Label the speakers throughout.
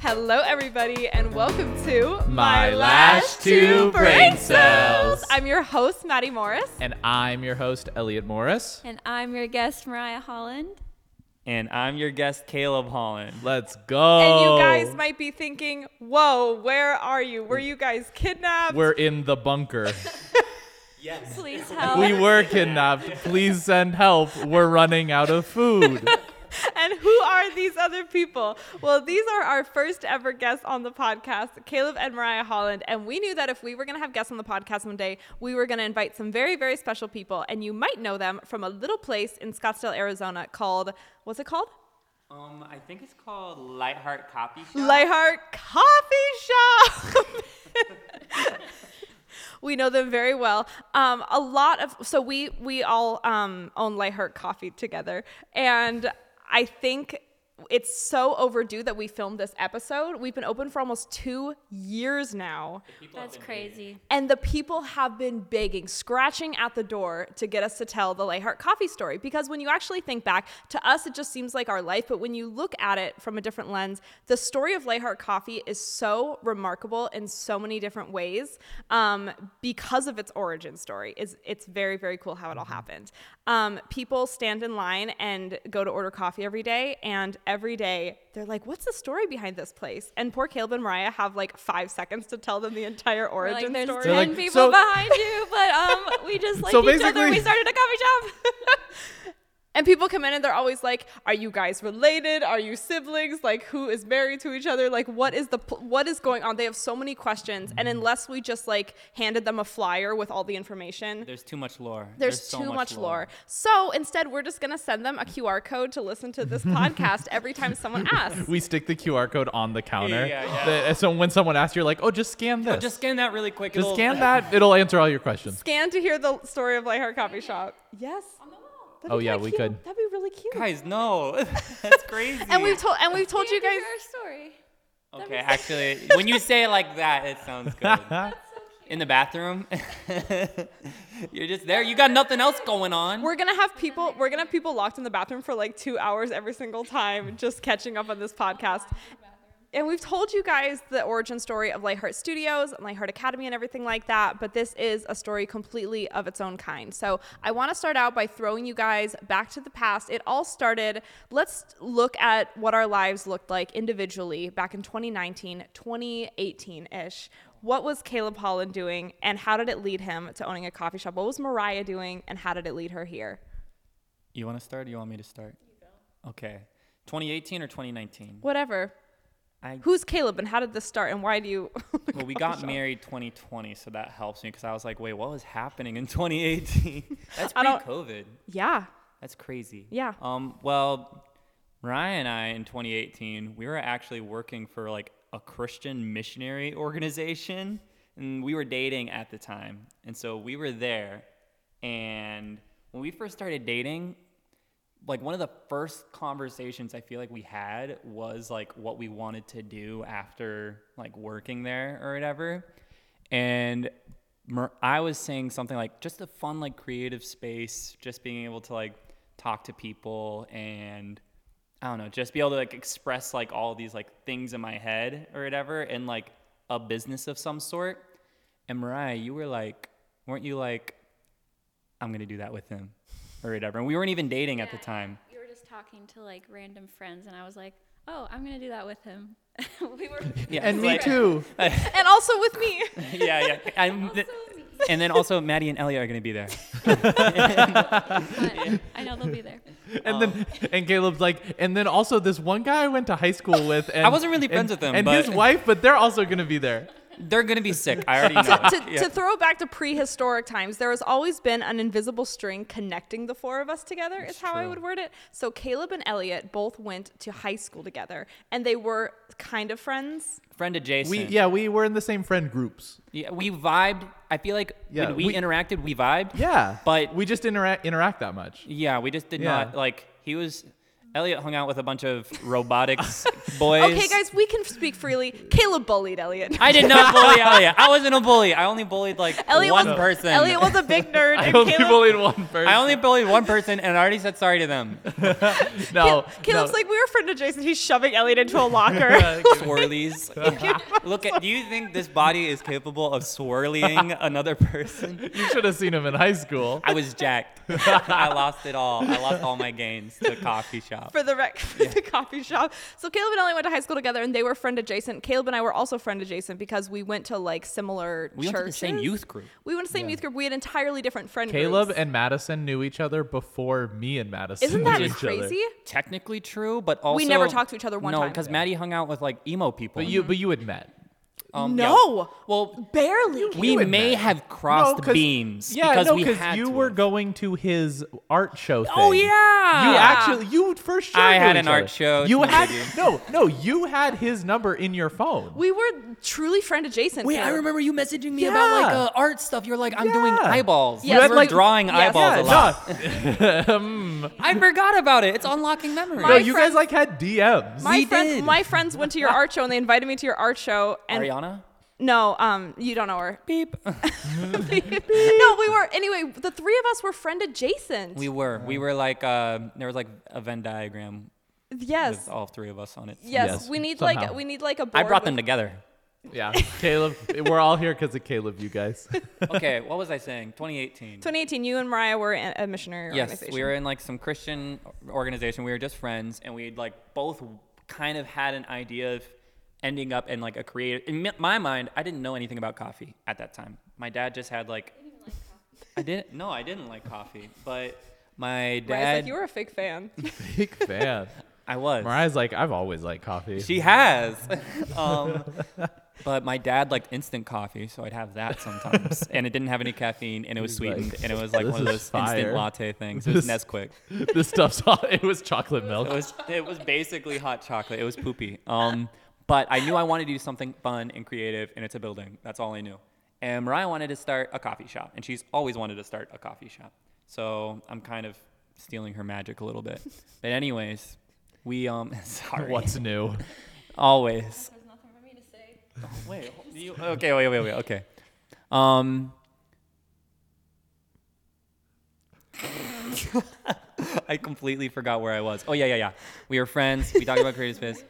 Speaker 1: Hello, everybody, and welcome to
Speaker 2: My Last Two Brain Cells.
Speaker 1: I'm your host, Maddie Morris.
Speaker 2: And I'm your host, Elliot Morris.
Speaker 3: And I'm your guest, Mariah Holland.
Speaker 4: And I'm your guest, Caleb Holland.
Speaker 2: Let's go.
Speaker 1: And you guys might be thinking, whoa, where are you? Were you guys kidnapped?
Speaker 2: We're in the bunker.
Speaker 4: Yes.
Speaker 3: Please help.
Speaker 2: we were kidnapped. Please send help. We're running out of food.
Speaker 1: and who are these other people? Well, these are our first ever guests on the podcast, Caleb and Mariah Holland. And we knew that if we were going to have guests on the podcast one day, we were going to invite some very, very special people. And you might know them from a little place in Scottsdale, Arizona called, what's it called?
Speaker 4: Um, I think it's called Lightheart Copy Shop.
Speaker 1: Lightheart Coffee Shop. we know them very well. Um, a lot of so we we all um, own Lightheart Coffee together, and I think it's so overdue that we filmed this episode. We've been open for almost two years now.
Speaker 3: That's crazy.
Speaker 1: And the people have been begging, scratching at the door to get us to tell the Lightheart Coffee story. Because when you actually think back, to us, it just seems like our life. But when you look at it from a different lens, the story of Lightheart Coffee is so remarkable in so many different ways um, because of its origin story. It's, it's very, very cool how it all happened. Um, people stand in line and go to order coffee every day. And every day, they're like, what's the story behind this place? And poor Caleb and Mariah have like five seconds to tell them the entire origin
Speaker 3: Like, there's
Speaker 1: story.
Speaker 3: ten
Speaker 2: like,
Speaker 3: people
Speaker 2: so-
Speaker 3: behind you, but um, we just like
Speaker 2: So
Speaker 3: each other.
Speaker 2: basically-
Speaker 3: We started a coffee shop.
Speaker 1: And people come in and they're always like, "Are you guys related? Are you siblings? Like, who is married to each other? Like, what is the pl- what is going on?" They have so many questions, and unless we just like handed them a flyer with all the information,
Speaker 4: There's too much lore.
Speaker 1: there's, too much lore. So instead, we're just gonna send them a QR code to listen to this podcast every time someone asks.
Speaker 2: We stick the QR code on the counter.
Speaker 4: Yeah, yeah.
Speaker 2: The- so when someone asks, you're like, oh, just scan this.
Speaker 4: Just scan that really quick.
Speaker 2: Just
Speaker 4: it'll-
Speaker 2: scan that. It'll answer all your questions.
Speaker 1: Scan to hear the story of Lightheart Coffee Shop. Yes. That'd
Speaker 2: Oh,
Speaker 1: be
Speaker 2: yeah,
Speaker 1: kinda
Speaker 2: we
Speaker 1: cute.
Speaker 2: could.
Speaker 1: That'd be really cute.
Speaker 4: Guys, no. That's crazy.
Speaker 1: And we've told and we've told you guys.
Speaker 3: our story.
Speaker 4: Okay, actually, when you say it like that, it sounds good. In the bathroom, you're just there. You got nothing else going on.
Speaker 1: We're gonna have people. We're gonna have people locked in the bathroom for like two hours every single time, just catching up on this podcast. And we've told you guys the origin story of Lightheart Studios and Lightheart Academy and everything like that, but this is a story completely of its own kind. So I want to start out by throwing you guys back to the past. It all started. Let's look at what our lives looked like individually back in 2019, 2018 ish. What was Caleb Holland doing, and how did it lead him to owning a coffee shop? What was Mariah doing, and how did it lead her here?
Speaker 4: You want to start? Or you want me to start? Okay. 2018 or 2019?
Speaker 1: Whatever.
Speaker 4: I
Speaker 1: Who's Caleb, and how did this start, and why do you?
Speaker 4: Well, we got married 2020, so that helps me because I was like, wait, what was happening in 2018? That's
Speaker 1: I
Speaker 4: pre
Speaker 1: don't-
Speaker 4: COVID.
Speaker 1: yeah.
Speaker 4: That's crazy.
Speaker 1: Yeah.
Speaker 4: Um, well, Ryan and I in 2018, we were actually working for like a Christian missionary organization, and we were dating at the time. And so we were there, and when we first started dating, like one of the first conversations I feel like we had was like what we wanted to do after like working there or whatever. And Mer- I was saying something like just a fun like creative space, just being able to like talk to people and I don't know, just be able to like express like all these like things in my head or whatever and like a business of some sort. And Mariah, you were like, weren't you like, I'm gonna do that with him or whatever. And we weren't even dating at the time.
Speaker 3: You were just talking to like random friends, and I was like, "Oh, I'm gonna do that with him." we were.
Speaker 4: Yeah,
Speaker 2: And me
Speaker 4: like-
Speaker 2: too.
Speaker 1: And also with me.
Speaker 4: yeah, yeah. And, th- and then also Maddie and Elliot are gonna be there.
Speaker 3: But I know they'll be there.
Speaker 2: And then and Caleb's like, and then also this one guy I went to high school with. And,
Speaker 4: I wasn't really
Speaker 2: and-
Speaker 4: friends with him,
Speaker 2: And his
Speaker 4: but-
Speaker 2: wife, but they're also gonna be there.
Speaker 4: They're gonna be sick. I already know.
Speaker 1: to, to throw back to prehistoric times, there has always been an invisible string connecting the four of us together, is how I
Speaker 4: true.
Speaker 1: would word it. So Caleb and Elliot both went to high school together, and they were kind of friends.
Speaker 4: Friend adjacent.
Speaker 2: We yeah, we were in the same friend groups.
Speaker 4: Yeah, we vibed. I feel like
Speaker 2: Yeah,
Speaker 4: when we,
Speaker 2: we-
Speaker 4: interacted, we vibed.
Speaker 2: Yeah.
Speaker 4: But
Speaker 2: we just didn't interact interact that much.
Speaker 4: yeah, we just did
Speaker 2: Yeah.
Speaker 4: not like. He was Elliot hung out with a bunch of robotics boys.
Speaker 1: Okay, guys, we can speak freely. Caleb bullied Elliot.
Speaker 4: I did not bully Elliot. I wasn't a bully. I only bullied like
Speaker 1: Elliot
Speaker 4: one
Speaker 1: was,
Speaker 4: person.
Speaker 1: Elliot was a big nerd.
Speaker 2: I
Speaker 1: and
Speaker 2: only
Speaker 1: Caleb,
Speaker 2: bullied one person.
Speaker 4: I only bullied one person, and I already said sorry to them.
Speaker 2: no.
Speaker 1: Caleb's
Speaker 2: no.
Speaker 1: like, we were friend adjacent. He's shoving Elliot into a locker.
Speaker 2: Uh,
Speaker 4: Swirlies. Look at. Do you think this body is capable of swirling another person?
Speaker 2: you should have seen him in high school.
Speaker 4: I was jacked. I lost it all. I lost all my gains to coffee shop.
Speaker 1: for the rec for the coffee shop. So Caleb and Ellie went to high school together, and they were friend adjacent. Caleb and I were also friend adjacent because we went to like similar
Speaker 4: We
Speaker 1: churches.
Speaker 4: went to the same youth group.
Speaker 1: We went to the same youth group. We had entirely different friend
Speaker 2: Caleb
Speaker 1: groups.
Speaker 2: and Madison knew each other before me and Madison.
Speaker 1: Isn't
Speaker 2: knew
Speaker 1: that
Speaker 2: each other.
Speaker 1: crazy?
Speaker 4: Technically true, but also
Speaker 1: never talked to each other one
Speaker 4: no,
Speaker 1: time.
Speaker 4: because Maddie hung out with like emo people.
Speaker 2: But you, but you had met.
Speaker 4: Um, yeah.
Speaker 1: No,
Speaker 4: Well,
Speaker 1: barely.
Speaker 4: we
Speaker 2: You had
Speaker 4: may
Speaker 2: met.
Speaker 4: have
Speaker 2: No,
Speaker 4: crossed
Speaker 2: 'cause-
Speaker 4: beams
Speaker 2: Yeah,
Speaker 4: because
Speaker 2: no,
Speaker 4: we
Speaker 2: 'cause
Speaker 4: had
Speaker 2: you
Speaker 4: to
Speaker 2: were
Speaker 4: have.
Speaker 2: going to his art show. Thing.
Speaker 4: Oh yeah.
Speaker 2: You
Speaker 1: Yeah.
Speaker 2: actually, you first. showed
Speaker 4: I had
Speaker 2: each
Speaker 4: an art
Speaker 2: other.
Speaker 4: show,
Speaker 2: You
Speaker 4: it's
Speaker 2: had
Speaker 4: not big
Speaker 2: no, no. You had his number in your phone.
Speaker 1: we were truly friend adjacent.
Speaker 4: Wait, I
Speaker 1: Caleb.
Speaker 4: remember you messaging me about like
Speaker 2: Yeah.
Speaker 4: uh, art stuff. You're like, I'm doing
Speaker 2: Yeah.
Speaker 4: eyeballs.
Speaker 1: You
Speaker 4: You
Speaker 1: had,
Speaker 4: were
Speaker 1: like-
Speaker 4: drawing
Speaker 1: Yes.
Speaker 4: eyeballs
Speaker 1: Yeah,
Speaker 4: a lot.
Speaker 2: no,
Speaker 4: I forgot about it. It's unlocking memories.
Speaker 2: no,
Speaker 1: My
Speaker 2: you
Speaker 1: friends-
Speaker 2: guys like had DMs.
Speaker 1: My
Speaker 4: We
Speaker 1: friends,
Speaker 4: did.
Speaker 1: my friends went to your art show and they invited me to your art show. And
Speaker 4: Ariana.
Speaker 1: no, um, you don't know her.
Speaker 4: Beep.
Speaker 1: no, we were anyway. The three of us were friend adjacent.
Speaker 4: we were. We were like. Uh, there was like a Venn diagram
Speaker 1: yes,
Speaker 4: with all three of us on it.
Speaker 1: yes,
Speaker 2: Yes,
Speaker 1: We need like
Speaker 2: somehow.
Speaker 1: we need like a. Board
Speaker 4: I brought
Speaker 1: with-
Speaker 4: them together.
Speaker 2: yeah, Caleb. We're all here because of Caleb. You guys.
Speaker 4: Okay, what was I saying? 2018.
Speaker 1: 2018, you and Mariah were in a missionary
Speaker 4: yes,
Speaker 1: organization.
Speaker 4: we were in like some Christian organization. We were just friends, and we'd like both kind of had an idea of ending up in like a creative. In mi- my mind, I didn't know anything about coffee at that time. My dad just had like. I didn't. No, I didn't like coffee, but my
Speaker 1: Mariah's
Speaker 4: dad.
Speaker 1: like, you were a fake fan.
Speaker 2: Big fan.
Speaker 4: I was.
Speaker 2: Mariah's like, I've always liked coffee.
Speaker 4: She has. um, but my dad liked instant coffee, so I'd have that sometimes. and it didn't have any caffeine, and it was
Speaker 2: He's
Speaker 4: sweetened,
Speaker 2: like,
Speaker 4: and it was like
Speaker 2: "This
Speaker 4: one of
Speaker 2: is
Speaker 4: those
Speaker 2: fire."
Speaker 4: instant latte things. It was
Speaker 2: This-
Speaker 4: Nesquik.
Speaker 2: this stuff's all. It was chocolate
Speaker 4: It
Speaker 2: milk.
Speaker 4: was it was basically hot chocolate. It was poopy. Um, but I knew I wanted to do something fun and creative, and it's a building. That's all I knew. And Mariah wanted to start a coffee shop, and she's always wanted to start a coffee shop. So I'm kind of stealing her magic a little bit. But anyways, we um sorry.
Speaker 2: What's new?
Speaker 4: always?
Speaker 3: There's nothing for me to say.
Speaker 4: Wait. You, okay. Wait. Wait. Wait. Okay. Um. I completely forgot where I was. Oh yeah, yeah, yeah. We were friends. We talked about creative space.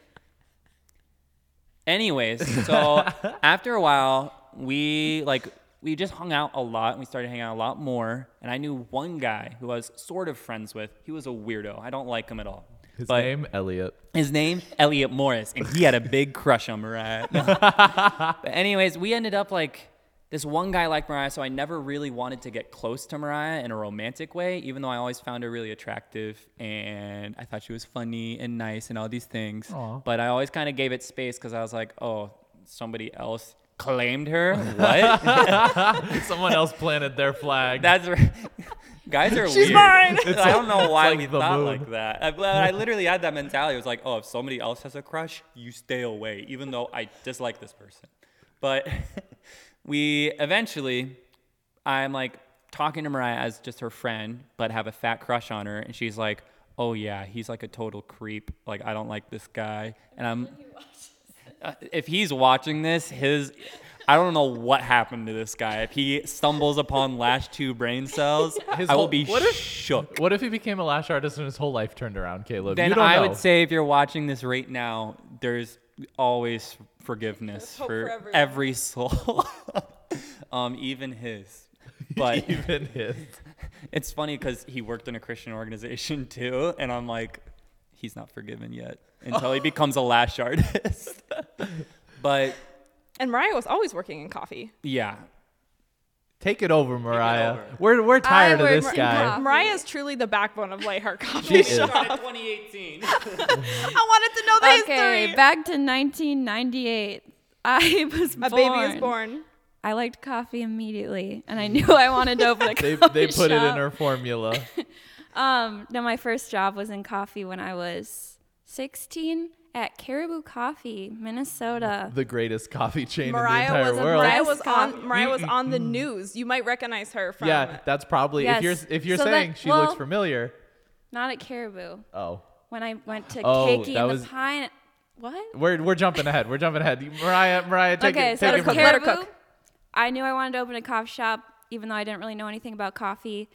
Speaker 4: Anyways, so after a while, we like we just hung out a lot and we started hanging out a lot more. And I knew one guy who I was sort of friends with. He was a weirdo. I don't like him at all.
Speaker 2: His
Speaker 4: But-
Speaker 2: name Elliot.
Speaker 4: his name Elliot Morris, and he had a big crush on Mariah. No. but anyways, we ended up like this one guy liked Mariah, so I never really wanted to get close to Mariah in a romantic way, even though I always found her really attractive and I thought she was funny and nice and all these things.
Speaker 2: Aw.
Speaker 4: But I always kind of gave it space because I was like, oh, somebody else claimed her. What?
Speaker 2: Someone else planted their flag.
Speaker 4: That's right. Guys are
Speaker 1: She's
Speaker 4: weird.
Speaker 1: mine.
Speaker 4: I don't know why
Speaker 2: like
Speaker 4: we
Speaker 2: the
Speaker 4: thought
Speaker 2: moon.
Speaker 4: like that. I, well, I literally had that mentality. It was like, oh, if somebody else has a crush, you stay away, even though I dislike this person. But we eventually, I'm like talking to Mariah as just her friend, but have a fat crush on her, and she's like, oh yeah, he's like a total creep. Like I don't like this guy, and I'm. Uh, if he's watching this, his I don't know what happened to this guy. If he stumbles upon last two brain cells,
Speaker 2: His
Speaker 4: I will
Speaker 2: whole-
Speaker 4: be
Speaker 2: what if-
Speaker 4: shook.
Speaker 2: What if he became a lash artist and his whole life turned around, Caleb?
Speaker 4: Then
Speaker 2: you don't
Speaker 4: I
Speaker 2: know.
Speaker 4: would say if you're watching this right now, there's always forgiveness
Speaker 1: hope
Speaker 4: for,
Speaker 1: for everyone.
Speaker 4: every soul, um, even his. But
Speaker 2: even his.
Speaker 4: it's funny because he worked in a Christian organization too, and I'm like, he's not forgiven yet until he becomes a lash artist. but
Speaker 1: and Mariah was always working in coffee.
Speaker 4: yeah,
Speaker 2: Take it over, Mariah.
Speaker 4: over.
Speaker 2: We're we're tired of
Speaker 3: work
Speaker 2: this
Speaker 3: in
Speaker 2: guy.
Speaker 3: coffee.
Speaker 1: Mariah is truly the backbone of Lightheart Coffee
Speaker 2: is.
Speaker 1: Shop.
Speaker 4: 2018.
Speaker 1: I wanted to know the
Speaker 3: Okay,
Speaker 1: history.
Speaker 3: back to 1998. I was
Speaker 1: a baby is born.
Speaker 3: I liked coffee immediately, and I knew I wanted to open a
Speaker 2: They
Speaker 3: coffee
Speaker 2: they put it in
Speaker 3: shop.
Speaker 2: her formula.
Speaker 3: Um, no, my first job was in coffee when I was 16 at Caribou Coffee, Minnesota.
Speaker 2: The greatest coffee chain in the
Speaker 1: Mariah
Speaker 2: entire
Speaker 1: was,
Speaker 2: world.
Speaker 1: Mariah was
Speaker 3: Best
Speaker 1: on
Speaker 3: coffee.
Speaker 1: Mariah was on the news. You might recognize her from
Speaker 2: yeah, that's probably if
Speaker 3: Yes.
Speaker 2: you're if you're
Speaker 3: So that-
Speaker 2: saying she
Speaker 3: well-
Speaker 2: looks familiar.
Speaker 3: Not at Caribou.
Speaker 2: Oh.
Speaker 3: when I went to
Speaker 2: Oh,
Speaker 3: Cakey
Speaker 2: that
Speaker 3: and
Speaker 2: was-
Speaker 3: the Pine. What?
Speaker 2: We're we're jumping ahead. We're jumping ahead. Mariah, Mariah, take
Speaker 3: okay,
Speaker 2: it.
Speaker 3: so
Speaker 2: Take
Speaker 1: her
Speaker 2: it
Speaker 3: for
Speaker 2: from
Speaker 1: cook. Let her
Speaker 3: Caribou,
Speaker 1: cook.
Speaker 3: I knew I wanted to open a coffee shop, even though I didn't really know anything about coffee.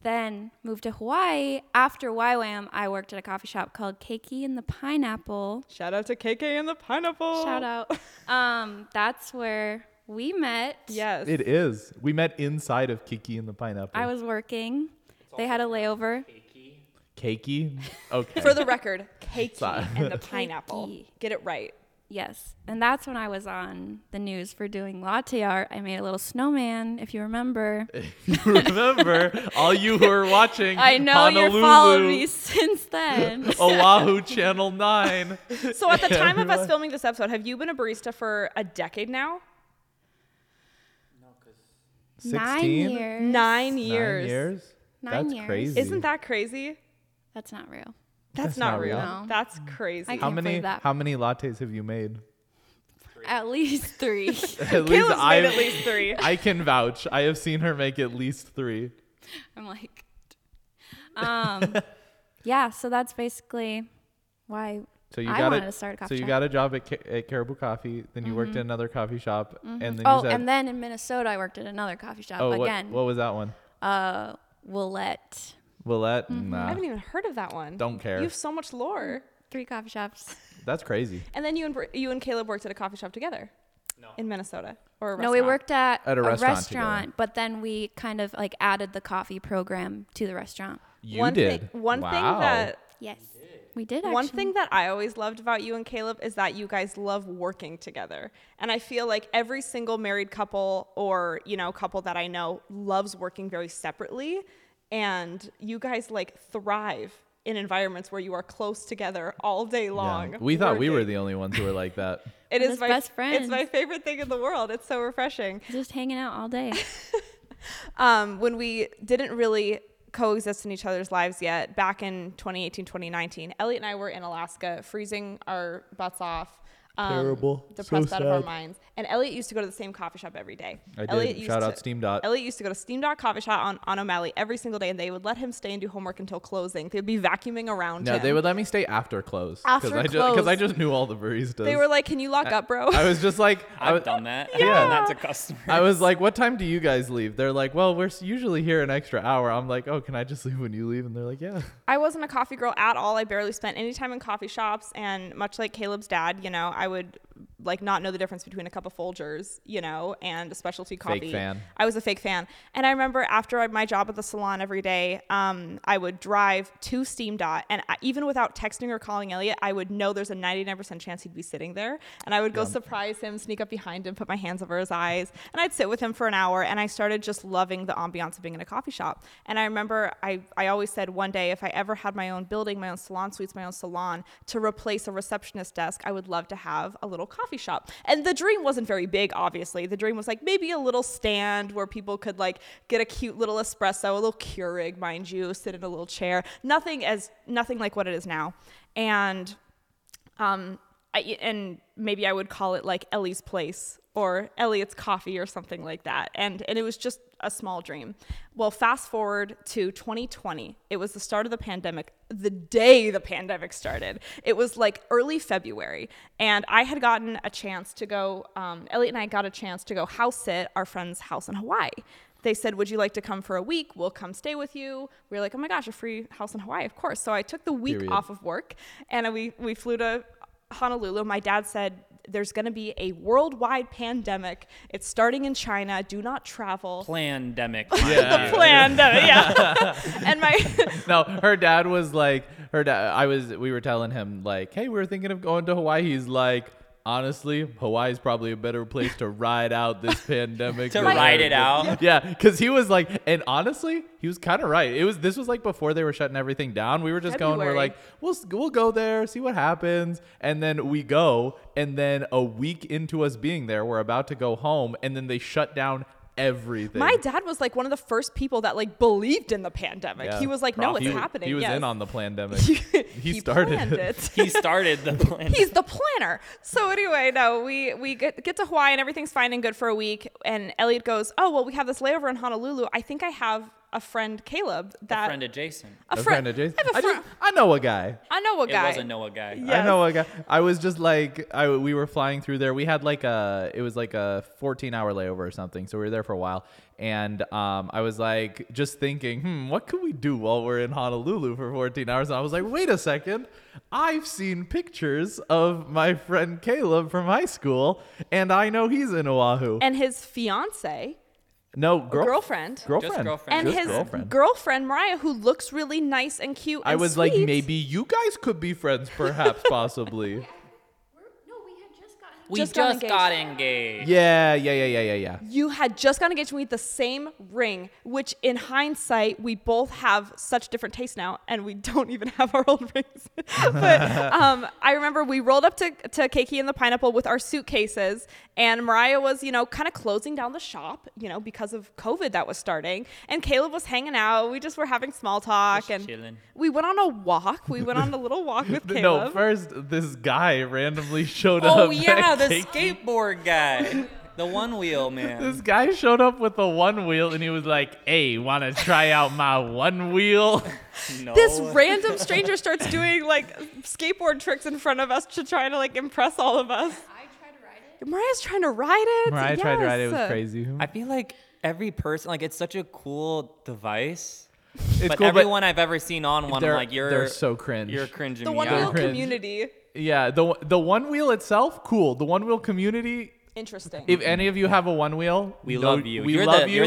Speaker 3: Then moved to Hawaii. After YWAM, I worked at a coffee shop called Keiki and the Pineapple.
Speaker 1: Shout out to KK and the pineapple.
Speaker 3: Oh. Shout out. Um, that's where we met.
Speaker 1: Yes.
Speaker 2: It is. We met inside of Kiki and the Pineapple.
Speaker 3: I was working. They had a layover.
Speaker 2: Cakey. Okay.
Speaker 1: For the record, cakey
Speaker 2: Sorry.
Speaker 1: and the pineapple.
Speaker 3: Cakey.
Speaker 1: Get it right.
Speaker 3: Yes. And that's when I was on the news for doing latte art. I made a little snowman, if you remember.
Speaker 2: remember, all you who are watching,
Speaker 3: I know
Speaker 2: Honolulu,
Speaker 3: you're following me since then.
Speaker 2: Oahu Channel Nine.
Speaker 1: So at the time of us
Speaker 2: Everyone.
Speaker 1: filming this episode, have you been a barista for a decade now?
Speaker 3: Nine years.
Speaker 1: Nine
Speaker 2: Nine
Speaker 1: years.
Speaker 2: years?
Speaker 3: Nine
Speaker 2: That's
Speaker 3: years.
Speaker 2: crazy.
Speaker 1: Isn't that crazy?
Speaker 3: That's not real.
Speaker 1: That's,
Speaker 2: That's
Speaker 1: not,
Speaker 2: not
Speaker 1: real.
Speaker 2: real.
Speaker 3: No.
Speaker 1: That's crazy.
Speaker 3: I
Speaker 2: how
Speaker 3: can't
Speaker 2: many
Speaker 3: believe that.
Speaker 2: how many lattes have you made?
Speaker 3: At least three.
Speaker 2: At
Speaker 1: Caleb's made
Speaker 2: I've-
Speaker 1: at least three.
Speaker 2: I can vouch. I have seen her make at least three.
Speaker 3: I'm like, um, yeah. So that's basically why
Speaker 2: So you
Speaker 3: I
Speaker 2: got
Speaker 3: wanted
Speaker 2: a,
Speaker 3: to start a coffee
Speaker 2: So you
Speaker 3: shop.
Speaker 2: got a job at, Ca- at Caribou Coffee, then you
Speaker 1: Mm-hmm.
Speaker 2: worked at another coffee shop, and then
Speaker 3: oh,
Speaker 2: you said,
Speaker 3: and then in Minnesota, I worked at another coffee shop
Speaker 2: oh, what,
Speaker 3: again.
Speaker 2: what was that one?
Speaker 3: uh, Willette.
Speaker 2: Willette?
Speaker 1: Mm-hmm. I
Speaker 2: Nah,
Speaker 1: haven't even heard of that one.
Speaker 2: don't care.
Speaker 1: You have so much lore.
Speaker 3: Three coffee shops.
Speaker 2: That's crazy.
Speaker 1: And then you and Br- you and Caleb worked at a coffee shop together. No. In Minnesota or a
Speaker 3: No, we
Speaker 1: restaurant.
Speaker 3: worked at,
Speaker 2: At a restaurant together.
Speaker 3: restaurant, but then we kind of like added the coffee program to the restaurant.
Speaker 2: You
Speaker 1: one
Speaker 2: did.
Speaker 1: Thing, one
Speaker 2: wow.
Speaker 1: thing that
Speaker 3: Yes, we did. Actually.
Speaker 1: one thing that I always loved about you and Caleb is that you guys love working together. And I feel like every single married couple or, you know, couple that I know loves working very separately and you guys like thrive in environments where you are close together all day
Speaker 2: Yeah.
Speaker 1: long.
Speaker 2: We thought we were
Speaker 1: working.
Speaker 2: the only ones who were like that.
Speaker 1: It
Speaker 3: We're
Speaker 1: is
Speaker 3: just
Speaker 1: my
Speaker 3: best
Speaker 1: It's my
Speaker 3: friends.
Speaker 1: favorite thing in the world. It's so refreshing.
Speaker 3: just hanging out all day.
Speaker 1: um, when we didn't really coexist in each other's lives yet back in 2018 2019 elliot and i were in alaska freezing our butts off um,
Speaker 2: Terrible. So
Speaker 1: depressed out of our
Speaker 2: sad.
Speaker 1: minds and elliot used to go to the same coffee shop every day
Speaker 2: I did.
Speaker 1: elliot used
Speaker 2: Shout out
Speaker 1: to-
Speaker 2: Steam Dot.
Speaker 1: elliot used to go to steam dot coffee shop on, on o'malley every single day and they would let him stay and do homework until closing they'd be vacuuming around
Speaker 2: No,
Speaker 1: him
Speaker 2: they would let me stay after close.
Speaker 1: After
Speaker 2: I just,
Speaker 1: close.
Speaker 2: I just knew all the baristas.
Speaker 1: they were like can you lock up bro
Speaker 2: I was just like, I
Speaker 4: I've
Speaker 2: was,
Speaker 4: done that. I've
Speaker 2: Yeah.
Speaker 4: done that to customers.
Speaker 2: I was like, what time do you guys leave? They're like, well, we're s- usually here an extra hour. I'm like, oh, can I just leave when you leave? And they're like, yeah.
Speaker 1: I wasn't a coffee girl at all. I barely spent any time in coffee shops. And much like Caleb's dad, you know, I would like not know the difference between a cup of Folgers, you know, and a specialty coffee.
Speaker 2: fan.
Speaker 1: I was a fake fan. And I remember after I- my job at the salon every day, um, I would drive to Steam Dot. And I, even without texting or calling Elliot, I would know there's a 99% chance he'd be sitting there. And I would go surprise him, sneak up behind him, put my hands over his eyes. And I'd sit with him for an hour. And I started just loving the ambiance of being in a coffee shop. And I remember I, I always said one day, if I ever had my own building, my own salon suites, my own salon to replace a receptionist desk, I would love to have a little coffee shop. And the dream wasn't very big, obviously. The dream was like maybe a little stand where people could like get a cute little espresso, a little Keurig, mind you, sit in a little chair. Nothing as nothing like what it is now. And um, I, and maybe I would call it like Ellie's Place or Elliot's Coffee or something like that. And and it was just a small dream. Well, fast forward to 2020. It was the start of the pandemic. The day the pandemic started, it was like early February, and I had gotten a chance to go. Um, Elliot and I got a chance to go house sit our friend's house in Hawaii. They said, "Would you like to come for a week? We'll come stay with you." We were like, "Oh my gosh, a free house in Hawaii, of course!" So I took the week
Speaker 2: Period.
Speaker 1: off off of work and we, we flew to Honolulu. My dad said, There's going to be a worldwide pandemic. It's starting in China. Do not travel.
Speaker 4: Plandemic.
Speaker 2: Yeah.
Speaker 4: Yeah.
Speaker 1: Pandemic, yeah. and my
Speaker 2: no, her dad was like, her dad. I was. We were telling him like, hey, we were thinking of going to Hawaii. He's like, honestly, Hawaii's probably a better place to ride out this pandemic.
Speaker 4: To
Speaker 2: than
Speaker 4: ride it
Speaker 2: everything."
Speaker 4: out.
Speaker 2: Yeah, because he was like, and honestly, he was kind of right. It was this was like before they were shutting everything down. We were just going. We're
Speaker 1: February.
Speaker 2: like, we'll s- we'll go there, see what happens, and then we go, and then a week into us being there, we're about to go home, and then they shut down everything.
Speaker 1: my dad was like one of the first people that like believed in the pandemic.
Speaker 2: Yeah.
Speaker 1: He was like, no, it's
Speaker 2: He-
Speaker 1: happening.
Speaker 2: He was
Speaker 1: yes.
Speaker 2: in on the pandemic.
Speaker 1: He,
Speaker 2: he started
Speaker 1: planned
Speaker 2: it.
Speaker 1: it.
Speaker 4: He started the plan.
Speaker 1: He's the planner. So anyway, no, we we get, get to Hawaii and everything's fine and good for a week. And Elliot goes, "Oh well, we have this layover in Honolulu. I think I have a friend, Caleb, that
Speaker 4: a friend adjacent.
Speaker 1: a
Speaker 2: A
Speaker 1: fri-
Speaker 2: friend of Jason.
Speaker 1: I have a
Speaker 2: I,
Speaker 1: friend.
Speaker 2: just, I know a guy.
Speaker 1: I know a guy.
Speaker 4: It was a Noah guy.
Speaker 1: Yeah.
Speaker 2: I know a guy. I was just like, I we were flying through there. We had like a, it was like a 14 hour layover or something. So we were there for a while, and um, I was like, just thinking, hmm, what could we do while we're in Honolulu for 14 hours? And I was like, wait a second, I've seen pictures of my friend Caleb from high school, and I know he's in Oahu.
Speaker 1: and his fiance,
Speaker 2: no, girl,
Speaker 1: girlfriend,
Speaker 2: girlfriend,
Speaker 4: Just girlfriend.
Speaker 1: and
Speaker 2: Just
Speaker 1: his girlfriend.
Speaker 2: girlfriend.
Speaker 1: Mariah, who looks really nice and cute.
Speaker 2: I
Speaker 1: and
Speaker 2: was like,
Speaker 1: sweet.
Speaker 2: maybe you guys could be friends, perhaps, possibly.
Speaker 3: No, we had just gotten.
Speaker 4: We
Speaker 1: Just
Speaker 4: just,
Speaker 1: got engaged.
Speaker 4: got engaged.
Speaker 2: Yeah, yeah, yeah, yeah, yeah, yeah.
Speaker 1: you had just gotten engaged and we had the same ring, which in hindsight, we both have such different tastes now and we don't even have our old rings. but um, I remember we rolled up to, to Keiki and the Pineapple with our suitcases and Mariah was, you know, kind of closing down the shop, you know, because of COVID that was starting. And Caleb was hanging out. We just were having small talk
Speaker 4: Just
Speaker 1: and
Speaker 4: chilling.
Speaker 1: we went on a walk. We went on a little walk with Caleb.
Speaker 2: No, first this guy randomly showed up.
Speaker 4: Oh yeah,
Speaker 2: at
Speaker 4: the
Speaker 2: Cake-
Speaker 4: skateboard guy, the one wheel
Speaker 2: This
Speaker 4: man.
Speaker 2: guy showed up with a one wheel and he was like, "Hey, want to try out my one wheel?"
Speaker 4: No.
Speaker 1: this
Speaker 2: Oh.
Speaker 1: random stranger starts doing like skateboard tricks in front of us to try to like impress all of us.
Speaker 3: I tried to ride it.
Speaker 1: Mariah's trying to ride it.
Speaker 2: Mariah tried to ride it. It was
Speaker 1: Yes.
Speaker 2: crazy.
Speaker 4: I feel like every person, like it's such a cool device.
Speaker 2: It's
Speaker 4: but
Speaker 2: cool,
Speaker 4: everyone I've ever seen on one, I'm
Speaker 2: they're-
Speaker 4: like you're
Speaker 2: they're so cringe.
Speaker 4: You're cringing
Speaker 1: The
Speaker 4: me
Speaker 1: one
Speaker 4: out.
Speaker 1: wheel
Speaker 2: Cringe.
Speaker 1: community.
Speaker 2: but yeah, the the one wheel itself, cool. The one wheel community.
Speaker 1: Interesting.
Speaker 2: If any of you have a one wheel,
Speaker 4: We
Speaker 2: no-
Speaker 4: love you.
Speaker 2: We
Speaker 4: You're
Speaker 2: love
Speaker 4: the-
Speaker 2: you.
Speaker 4: you're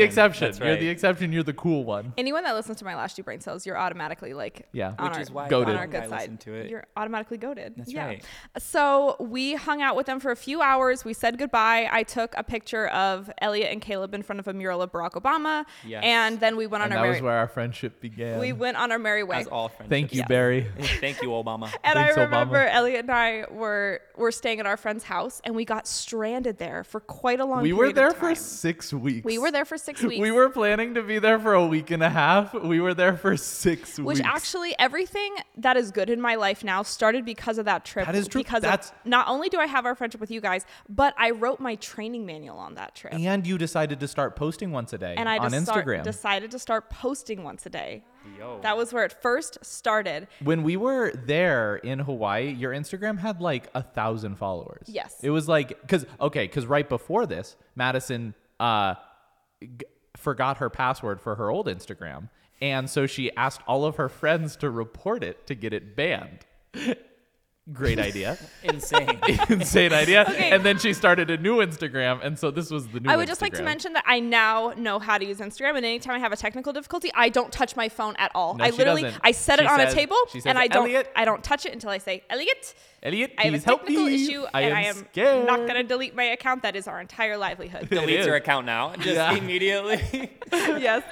Speaker 2: exception.
Speaker 4: exception. That's
Speaker 2: You're the
Speaker 4: right.
Speaker 2: exception. You're the cool one.
Speaker 1: Anyone that listens to my last two brain cells, you're automatically like
Speaker 2: Yeah.
Speaker 1: on
Speaker 4: Which
Speaker 1: our,
Speaker 4: is why
Speaker 1: on
Speaker 2: Goated.
Speaker 1: our
Speaker 4: I
Speaker 1: good side.
Speaker 4: listened to it.
Speaker 1: You're automatically goaded.
Speaker 4: That's
Speaker 1: yeah.
Speaker 4: right.
Speaker 1: So we hung out with them for a few hours. We said goodbye. I took a picture of Elliot and Caleb in front of a mural of Barack Obama.
Speaker 4: Yes.
Speaker 1: And then we went on
Speaker 2: And
Speaker 1: our
Speaker 2: that was
Speaker 1: merry
Speaker 2: where our friendship began.
Speaker 1: we went on our merry way.
Speaker 4: As all friendships.
Speaker 2: Thank you, Barry.
Speaker 4: Thank you, Obama.
Speaker 1: And
Speaker 2: Thanks,
Speaker 1: I
Speaker 2: Obama.
Speaker 1: remember Elliot and I were were staying at our friend's house, and we got stranded there for quite a long.
Speaker 2: We were
Speaker 1: period
Speaker 2: there
Speaker 1: of
Speaker 2: for
Speaker 1: time.
Speaker 2: six weeks.
Speaker 1: We were there for six weeks.
Speaker 2: We were planning to be there for a week and a half. We were there for six
Speaker 1: Which
Speaker 2: weeks.
Speaker 1: actually, everything that is good in my life now started because of that trip.
Speaker 2: That is true.
Speaker 1: Because
Speaker 2: That's-
Speaker 1: of, not only do I have our friendship with you guys, but I wrote my training manual on that trip,
Speaker 2: and you decided to start posting once a day
Speaker 1: and I
Speaker 2: on
Speaker 1: just start-
Speaker 2: Instagram.
Speaker 1: decided to start posting once a day.
Speaker 4: Yo.
Speaker 1: That was where it first started.
Speaker 2: when we were there in Hawaii, your Instagram had like a thousand followers.
Speaker 1: Yes.
Speaker 2: It was like, because, okay, because right before this, Madison uh, g- forgot her password for her old Instagram. And so she asked all of her friends to report it to get it banned. Great idea.
Speaker 4: insane.
Speaker 2: Insane idea.
Speaker 1: Okay.
Speaker 2: And then she started a new Instagram. And so this was the new
Speaker 1: I would just like to
Speaker 2: Instagram.
Speaker 1: mention that I now know how to use Instagram, and anytime I have a technical difficulty, I don't touch my phone at all.
Speaker 2: No,
Speaker 1: I
Speaker 2: she
Speaker 1: literally
Speaker 2: doesn't.
Speaker 1: I set
Speaker 2: She
Speaker 1: it on
Speaker 2: says-
Speaker 1: a table,
Speaker 2: she says,
Speaker 1: and I don't
Speaker 2: "Elliot."
Speaker 1: I don't touch it until I say Elliot.
Speaker 2: Elliot,
Speaker 1: I have a
Speaker 2: please help
Speaker 1: technical
Speaker 2: me.
Speaker 1: issue,
Speaker 2: I
Speaker 1: and
Speaker 2: am
Speaker 1: I am
Speaker 2: scared.
Speaker 1: not going to delete my account. That is our entire livelihood.
Speaker 4: Delete
Speaker 2: is.
Speaker 4: your account now. Just
Speaker 2: Yeah.
Speaker 4: immediately.
Speaker 1: yes,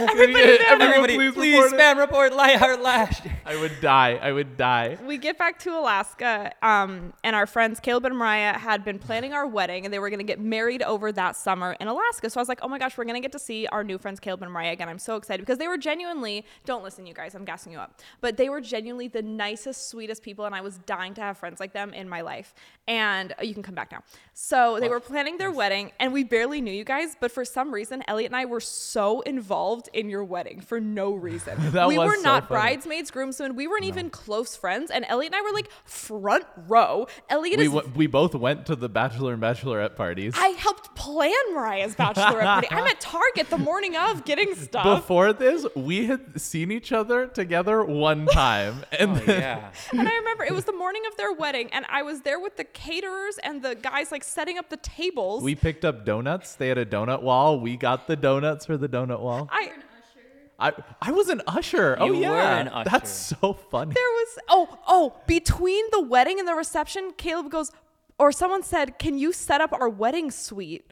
Speaker 2: Everybody, please, report it.
Speaker 4: report Lightheart Lash.
Speaker 2: I would die. I would die.
Speaker 1: we get back to Alaska, um, and our friends Caleb and Mariah had been planning our wedding, and they were going to get married over that summer in Alaska. So I was like, oh my gosh, we're going to get to see our new friends Caleb and Mariah again. I'm so excited because they were genuinely don't listen, you guys. I'm gassing you up, but they were genuinely the nicest, sweetest people, and I was dying to have friends like them in my life. And oh, you can come back now. So they were planning their wedding, and we barely knew you guys, but for some reason, Elliot and I were so involved in your wedding for no reason.
Speaker 2: That
Speaker 1: we
Speaker 2: was
Speaker 1: were
Speaker 2: so
Speaker 1: not
Speaker 2: funny.
Speaker 1: brides bridesmaids, groomsmen. We weren't even close friends, and Elliot and I were like front row. Elliot
Speaker 2: We,
Speaker 1: is.
Speaker 2: w- we both went to the bachelor and bachelorette parties.
Speaker 1: I helped plan Mariah's bachelorette party. I'm at Target the morning of getting stuff,
Speaker 2: Before this, we had seen each other together one time, and
Speaker 4: Oh,
Speaker 2: then-
Speaker 4: yeah.
Speaker 1: and I remember it was the morning of their wedding, and I was there with the caterers and the guys like setting up the tables.
Speaker 2: we picked up donuts. They had a donut wall. We got the donuts for the donut wall.
Speaker 1: I
Speaker 2: I I was an usher. oh
Speaker 4: You were
Speaker 2: yeah,
Speaker 4: an usher.
Speaker 2: that's so funny.
Speaker 1: there was oh oh between the wedding and the reception, Caleb goes, or someone said, "Can you set up our wedding suite?"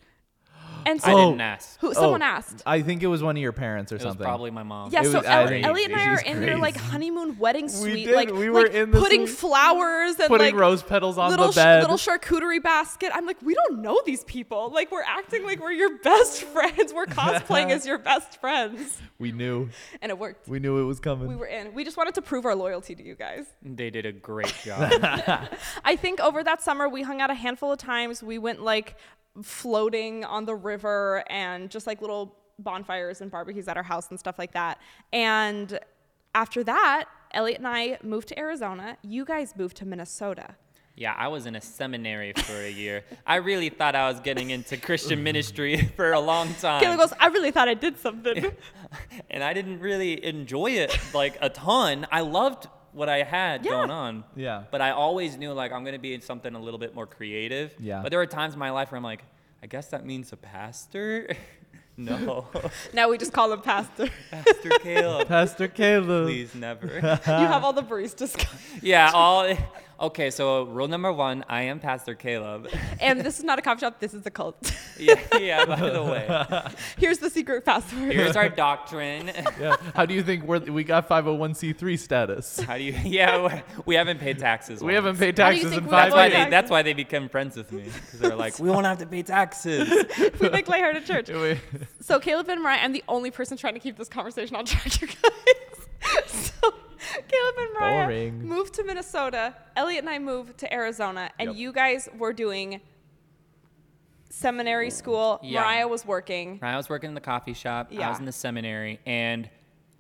Speaker 1: And so
Speaker 4: I didn't ask.
Speaker 1: who someone
Speaker 2: Oh,
Speaker 1: asked.
Speaker 2: I think it was one of your parents or
Speaker 4: It was
Speaker 2: something.
Speaker 4: probably my mom.
Speaker 1: Yeah,
Speaker 2: It
Speaker 1: so
Speaker 2: was
Speaker 1: Ellie-
Speaker 2: crazy.
Speaker 1: Ellie and I
Speaker 2: She's
Speaker 1: are in their like
Speaker 2: crazy.
Speaker 1: honeymoon wedding suite,
Speaker 2: did.
Speaker 1: like
Speaker 2: We were
Speaker 1: like,
Speaker 2: in the
Speaker 1: putting
Speaker 2: suite.
Speaker 1: flowers and
Speaker 2: Putting
Speaker 1: like
Speaker 2: rose petals on the
Speaker 1: little sh-
Speaker 2: bed.
Speaker 1: little charcuterie basket. I'm like, we don't know these people. Like we're acting like we're your best friends. We're cosplaying as your best friends,
Speaker 2: we knew.
Speaker 1: and it worked.
Speaker 2: We knew it was coming.
Speaker 1: We were in. We just wanted to prove our loyalty to you guys.
Speaker 4: They did a great job.
Speaker 1: I think over that summer we hung out a handful of times. We went like floating on the river and just like little bonfires and barbecues at our house and stuff like that. And after that, Elliot and I moved to Arizona. You guys moved to Minnesota.
Speaker 4: Yeah, I was in a seminary for a year. I really thought I was getting into Christian ministry for a long time.
Speaker 1: Kayla goes, I really thought I did something.
Speaker 4: and I didn't really enjoy it like a ton. I loved what I had
Speaker 1: Yeah.
Speaker 4: going on.
Speaker 2: Yeah.
Speaker 4: But I always knew like I'm gonna be in something a little bit more creative.
Speaker 2: Yeah.
Speaker 4: But there were times in my life where I'm like, I guess that means a pastor. no,
Speaker 1: now we just call him pastor.
Speaker 4: Pastor Caleb.
Speaker 2: Pastor Caleb.
Speaker 4: Please never.
Speaker 1: you have all the baristas.
Speaker 4: yeah. All. Okay. So rule number one: I am Pastor Caleb.
Speaker 1: and this is not a coffee shop. This is a cult.
Speaker 4: yeah. Yeah. By the way,
Speaker 1: Here's the secret password.
Speaker 4: here's our doctrine.
Speaker 2: Yeah. How do you think we're, we got 501c3 status?
Speaker 4: How do you? Yeah. we- We haven't paid taxes.
Speaker 2: We
Speaker 4: once.
Speaker 2: haven't paid
Speaker 1: How do you
Speaker 2: taxes
Speaker 1: think
Speaker 2: in
Speaker 1: we
Speaker 2: five
Speaker 4: That's
Speaker 1: avoid
Speaker 4: why
Speaker 2: years.
Speaker 1: taxes?
Speaker 4: they. That's why they became friends with me because they're like, we won't have to pay taxes.
Speaker 1: we make Lay Heart a church.
Speaker 2: We-
Speaker 1: So Caleb and Mariah, I'm the only person trying to keep this conversation on track, you guys. so Caleb and Mariah
Speaker 2: Boring.
Speaker 1: moved to Minnesota. Elliot and I moved to Arizona, and
Speaker 2: Yep.
Speaker 1: you guys were doing seminary school.
Speaker 4: Yeah.
Speaker 1: Mariah was working.
Speaker 4: Right, I was working in the coffee shop. I
Speaker 1: Yeah.
Speaker 4: was in the seminary, and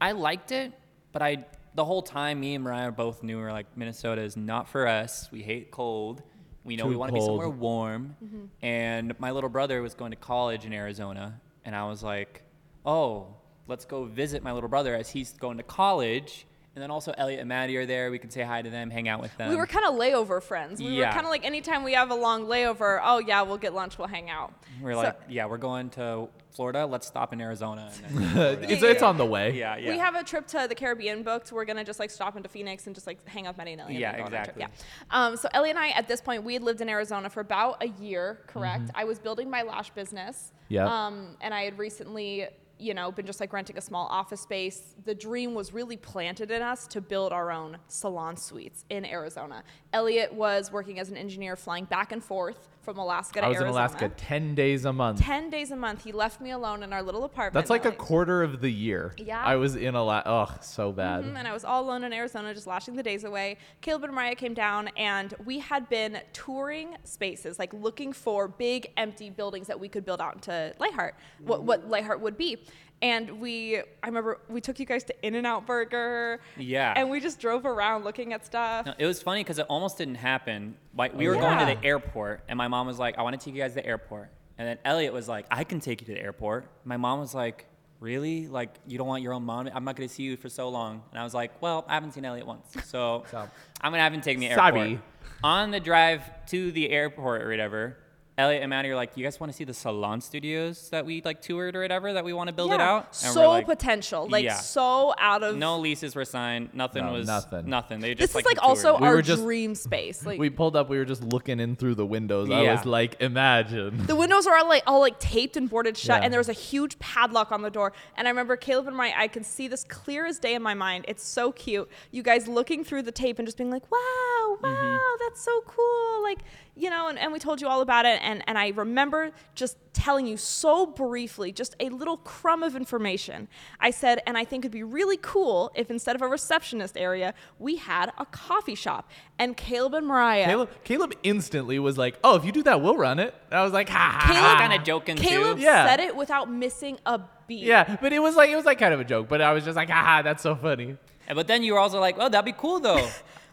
Speaker 4: I liked it, but I the whole time me and Mariah both knew we were like Minnesota is not for us. We hate cold. We know we
Speaker 2: Too
Speaker 4: want to be
Speaker 2: cold.
Speaker 4: somewhere warm.
Speaker 1: Mm-hmm.
Speaker 4: And my little brother was going to college in Arizona, and I was like, oh, let's go visit my little brother as he's going to college. And then also Elliot and Maddie are there. We can say hi to them, hang out with them.
Speaker 1: we were kind of layover friends. We were
Speaker 4: yeah.
Speaker 1: kind of like anytime we have a long layover, oh yeah, we'll get lunch, we'll hang out.
Speaker 4: We
Speaker 1: So-
Speaker 4: were like, yeah, we're going to Florida. Let's stop in Arizona. And then,
Speaker 2: it's, it's on the way.
Speaker 4: yeah, yeah.
Speaker 1: We have a trip to the Caribbean booked. We're gonna just like stop into Phoenix and just like hang out with Maddie and Ellie.
Speaker 4: Yeah,
Speaker 1: and then go on our trip.
Speaker 4: exactly.
Speaker 1: Yeah. Um, so Ellie and I, at this point, we had lived in Arizona for about a year. Correct. I was building my lash business.
Speaker 2: Mm-hmm. Yep.
Speaker 1: Um, and I had recently, you know, been just like renting a small office space. The dream was really planted in us to build our own salon suites in Arizona. Elliot was working as an engineer, flying back and forth from Alaska to
Speaker 2: I was in
Speaker 1: Arizona.
Speaker 2: Alaska 10 days a month.
Speaker 1: 10 days a month, he left me alone in our little apartment.
Speaker 2: That's like a
Speaker 1: Ellie-
Speaker 2: quarter of the year.
Speaker 1: Yeah.
Speaker 2: I was in Alaska. Oh, so bad.
Speaker 1: Mhm, and I was all alone in Arizona, just lashing the days away. Caleb and Mariah came down, and we had been touring spaces, like looking for big empty buildings that we could build out into Lightheart. What
Speaker 4: Mm.
Speaker 1: what Lightheart would be. And we, I remember we took you guys to In and Out Burger.
Speaker 4: Yeah.
Speaker 1: And we just drove around looking at stuff.
Speaker 4: No, it was funny because it almost didn't happen. Like we were going
Speaker 1: Yeah.
Speaker 4: to the airport, and my mom was like, "I want to take you guys to the airport." And then Elliot was like, "I can take you to the airport." My mom was like, "Really? Like you don't want your own mom? I'm not going to see you for so long." And I was like, "Well, I haven't seen Elliot once, so
Speaker 2: So-
Speaker 4: I'm gonna have him take me to the
Speaker 2: Sorry.
Speaker 4: airport." On the drive to the airport or whatever, Elliot and Maddie are like, "You guys want to see the salon studios that we like toured or whatever that we want to build it out?" And
Speaker 1: so
Speaker 4: like,
Speaker 1: potential, like
Speaker 4: Yeah.
Speaker 1: so out of.
Speaker 4: No leases were signed. Nothing
Speaker 2: No,
Speaker 4: was
Speaker 2: nothing.
Speaker 4: nothing. They just
Speaker 1: this
Speaker 4: like
Speaker 1: is like
Speaker 4: we toured.
Speaker 1: also
Speaker 2: We
Speaker 1: our
Speaker 2: were just-
Speaker 1: dream space. Like
Speaker 2: We pulled up. We were just looking in through the windows. I
Speaker 4: Yeah.
Speaker 2: was like, imagine.
Speaker 1: the windows are all like all like taped and boarded shut
Speaker 2: Yeah.
Speaker 1: and there was a huge padlock on the door and i remember caleb and my i can see this clear as day in my mind it's so cute you guys looking through the tape and just being like wow wow
Speaker 2: Mm-hmm.
Speaker 1: that's so cool like you know and, and we told you all about it and and i remember just telling you so briefly just a little crumb of information i said and i think it'd be really cool if instead of a receptionist area we had a coffee shop and caleb and mariah
Speaker 2: Caleb, Caleb instantly was like, "Oh, if you do that, we'll run it." And I was like, "Ha!" ha,
Speaker 1: Caleb-
Speaker 2: ha."
Speaker 4: kinda joking,
Speaker 1: Caleb
Speaker 4: too.
Speaker 2: Yeah.
Speaker 1: said it without missing a beat.
Speaker 2: Yeah, but it was like it was like kind of a joke. But I was just like, "Ha ha, that's so funny."
Speaker 4: And- But then you were also like, "Well, that'd be cool though,"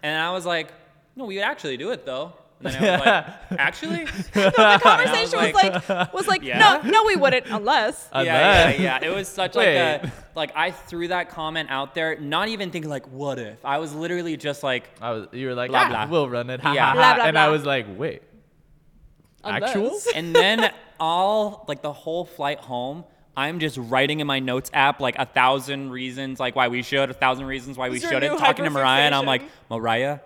Speaker 4: and I was like, "No, we would actually do it though." And then I was like, "Actually?"
Speaker 1: The conversation
Speaker 4: I was
Speaker 1: was like, was like,
Speaker 4: Yeah.
Speaker 1: no, no, we wouldn't unless.
Speaker 2: I
Speaker 4: yeah,
Speaker 2: bet.
Speaker 4: yeah, yeah. It was such like
Speaker 2: Wait.
Speaker 4: a like I threw that comment out there, not even thinking like, "What if?" I was literally just like,
Speaker 2: I was, you were like,
Speaker 4: Blah,
Speaker 2: "Ah,
Speaker 4: blah.
Speaker 2: "We'll run it." Ha,
Speaker 4: Yeah.
Speaker 2: ha,
Speaker 1: Blah,
Speaker 2: ha.
Speaker 1: blah,
Speaker 2: and I
Speaker 1: blah.
Speaker 2: was like, "Wait, actual?"
Speaker 1: Unless.
Speaker 4: and then all like the whole flight home. I'm just writing in my notes app like a thousand reasons like why we should, a thousand reasons why we
Speaker 1: It's your
Speaker 4: shouldn't.
Speaker 1: new
Speaker 4: Talking to Mariah, and I'm like, Mariah,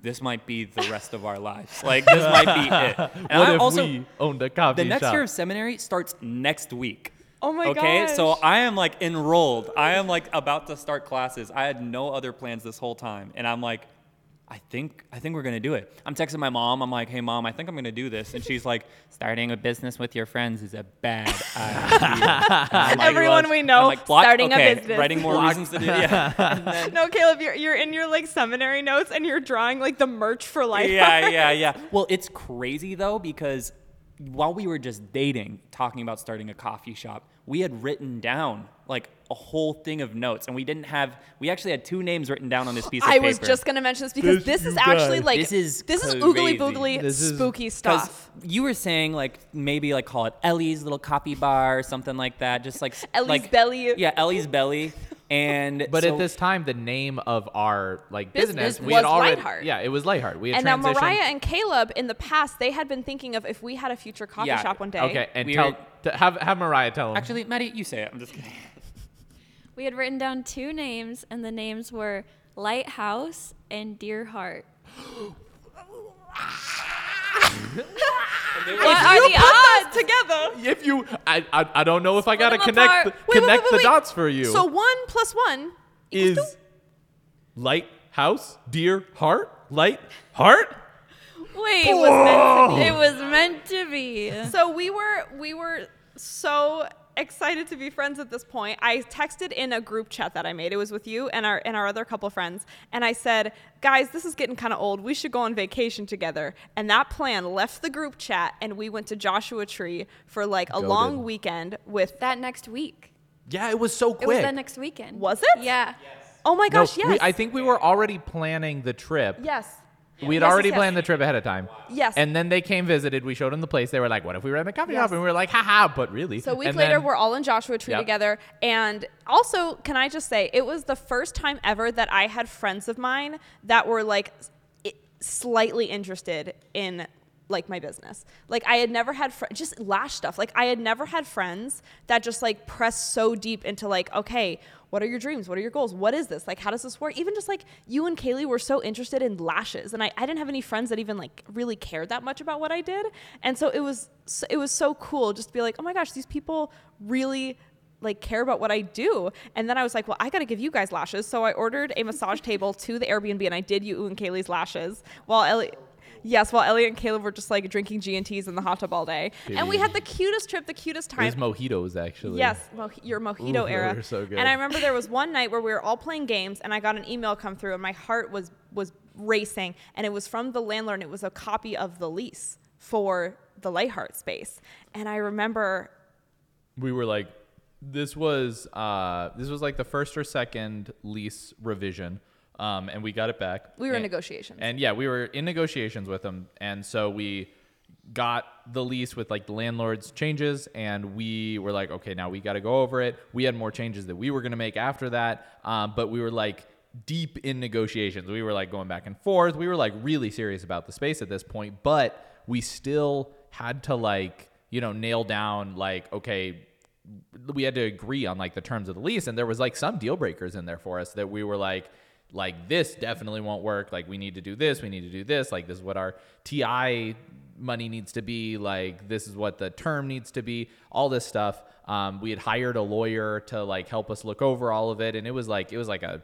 Speaker 4: this might be the rest of our lives. Like this might be it. And
Speaker 2: what
Speaker 4: I
Speaker 2: if
Speaker 4: also
Speaker 2: we owned a coffee
Speaker 4: The next
Speaker 2: shop?
Speaker 4: year of seminary starts next week.
Speaker 1: Oh my god.
Speaker 4: okay, so I am like enrolled. I am like about to start classes. I had no other plans this whole time, and I'm like, I think I think we're gonna do it. I'm texting my mom. I'm like, Hey mom, I think I'm gonna do this, and she's like, Starting a business with your friends is a bad idea. And I'm like,
Speaker 1: Everyone
Speaker 4: "Well,"
Speaker 1: we
Speaker 4: and
Speaker 1: know
Speaker 4: I'm like, "Block?
Speaker 1: starting a
Speaker 4: Okay,
Speaker 1: business."
Speaker 4: Writing more reasons to do. Yeah, And then-
Speaker 1: no, Caleb, you're, you're in your like seminary notes and you're drawing like the merch for life.
Speaker 4: yeah, yeah, yeah. Well, it's crazy though because while we were just dating, talking about starting a coffee shop, we had written down like a whole thing of notes, and we didn't have. We actually had two names written down on this piece of
Speaker 1: I
Speaker 4: paper.
Speaker 1: was just gonna mention this because this
Speaker 2: This
Speaker 1: is
Speaker 2: you guys.
Speaker 1: actually like
Speaker 4: This is
Speaker 1: this is oogly
Speaker 4: crazy.
Speaker 1: boogly
Speaker 2: This is-
Speaker 1: spooky
Speaker 4: 'Cause
Speaker 1: stuff.
Speaker 4: you were saying like maybe like call it Ellie's little coffee bar or something like that, just like s-
Speaker 1: Ellie's
Speaker 4: like-
Speaker 1: Belly.
Speaker 4: Yeah, Ellie's belly, and
Speaker 2: But
Speaker 4: so-
Speaker 2: at this time, the name of our like
Speaker 1: Business
Speaker 2: business, we
Speaker 1: was
Speaker 2: had already
Speaker 1: Lightheart.
Speaker 2: yeah, it was Lightheart. We had
Speaker 1: And now
Speaker 2: transitioned.
Speaker 1: Mariah and Caleb in the past they had been thinking of if we had a future coffee
Speaker 4: Yeah,
Speaker 1: shop one day.
Speaker 2: okay, and
Speaker 4: we
Speaker 2: tell
Speaker 4: were-
Speaker 2: t- have have Mariah tell him.
Speaker 4: actually, Maddie, you say it. I'm just kidding.
Speaker 3: We had written down two names, and the names were Lighthouse and Dear Heart.
Speaker 1: If
Speaker 3: are
Speaker 1: you
Speaker 3: the
Speaker 1: put those together.
Speaker 2: if you, I, I, I don't know if I gotta
Speaker 3: them
Speaker 2: connect
Speaker 3: apart.
Speaker 2: the-
Speaker 1: Wait, wait,
Speaker 2: connect
Speaker 1: wait,
Speaker 2: the
Speaker 1: wait.
Speaker 2: dots for you.
Speaker 1: So one plus one
Speaker 2: is lighthouse dear heart light heart?
Speaker 3: Wait, it was, meant to be. it was meant to be.
Speaker 1: So we were we were so excited to be friends at this point. I texted in a group chat that I made. It was with you and our and our other couple friends, and I said, "Guys, this is getting kind of old. We should go on vacation together." And that plan left the group chat, and we went to Joshua Tree for like a
Speaker 2: Goated.
Speaker 1: long weekend with.
Speaker 3: That next week.
Speaker 2: Yeah, it was so
Speaker 3: It
Speaker 2: quick.
Speaker 3: was that next weekend.
Speaker 1: Was it?
Speaker 3: Yeah.
Speaker 1: Oh my
Speaker 2: No,
Speaker 1: gosh!
Speaker 2: we-
Speaker 1: yes.
Speaker 2: I think we were already planning the trip.
Speaker 1: Yes.
Speaker 2: We had
Speaker 1: Yes,
Speaker 2: already
Speaker 1: yes, yes.
Speaker 2: planned the trip ahead of time.
Speaker 1: Yes.
Speaker 2: And then they came visited. We showed them the place. They were like, "What if we ran the coffee
Speaker 1: Yes.
Speaker 2: shop?" And we were like, "Haha!" But really,
Speaker 1: So a week
Speaker 2: And
Speaker 1: later,
Speaker 2: then-
Speaker 1: we're all in Joshua Tree
Speaker 2: Yep.
Speaker 1: together. And also, can I just say, it was the first time ever that I had friends of mine that were like s- i- slightly interested in like my business. Like I had never had fr- just lash stuff. Like I had never had friends that just like press so deep into like, okay, what are your dreams? What are your goals? What is this? Like, how does this work? Even just like you and Kaylee were so interested in lashes, and I, I didn't have any friends that even like really cared that much about what I did, and so it was so, it was so cool just to be like, oh my gosh, these people really like care about what I do. And then I was like, well, I got to give you guys lashes, so I ordered a massage table to the Airbnb, and I did you and Kaylee's lashes while Ellie. Yes, while Ellie and Caleb were just like drinking G and T's in the hot tub all day, and we had the cutest trip, the cutest time.
Speaker 2: it was mojitos actually.
Speaker 1: Yes, mo- your
Speaker 2: Ooh,
Speaker 1: mojito
Speaker 2: those
Speaker 1: era.
Speaker 2: are so good.
Speaker 1: And I remember there was one night where we were all playing games, and I got an email come through, and my heart was was racing, and it was from the landlord, and it was a copy of the lease for the Lightheart space. And I remember
Speaker 2: we were like this was uh this was like the first or second lease revision um and we got it back
Speaker 1: We were in
Speaker 2: And-
Speaker 1: negotiations.
Speaker 2: and yeah we were in negotiations with them and so we got the lease with like the landlord's changes and we were like okay now we got to go over it we had more changes that we were going to make after that um, but we were like deep in negotiations we were like going back and forth we were like really serious about the space at this point but we still had to like you know nail down like okay we had to agree on like the terms of the lease and there was like some deal breakers in there for us that we were like like this definitely won't work like we need to do this we need to do this like this is what our ti money needs to be like this is what the term needs to be all this stuff um, we had hired a lawyer to like help us look over all of it and it was like it was like a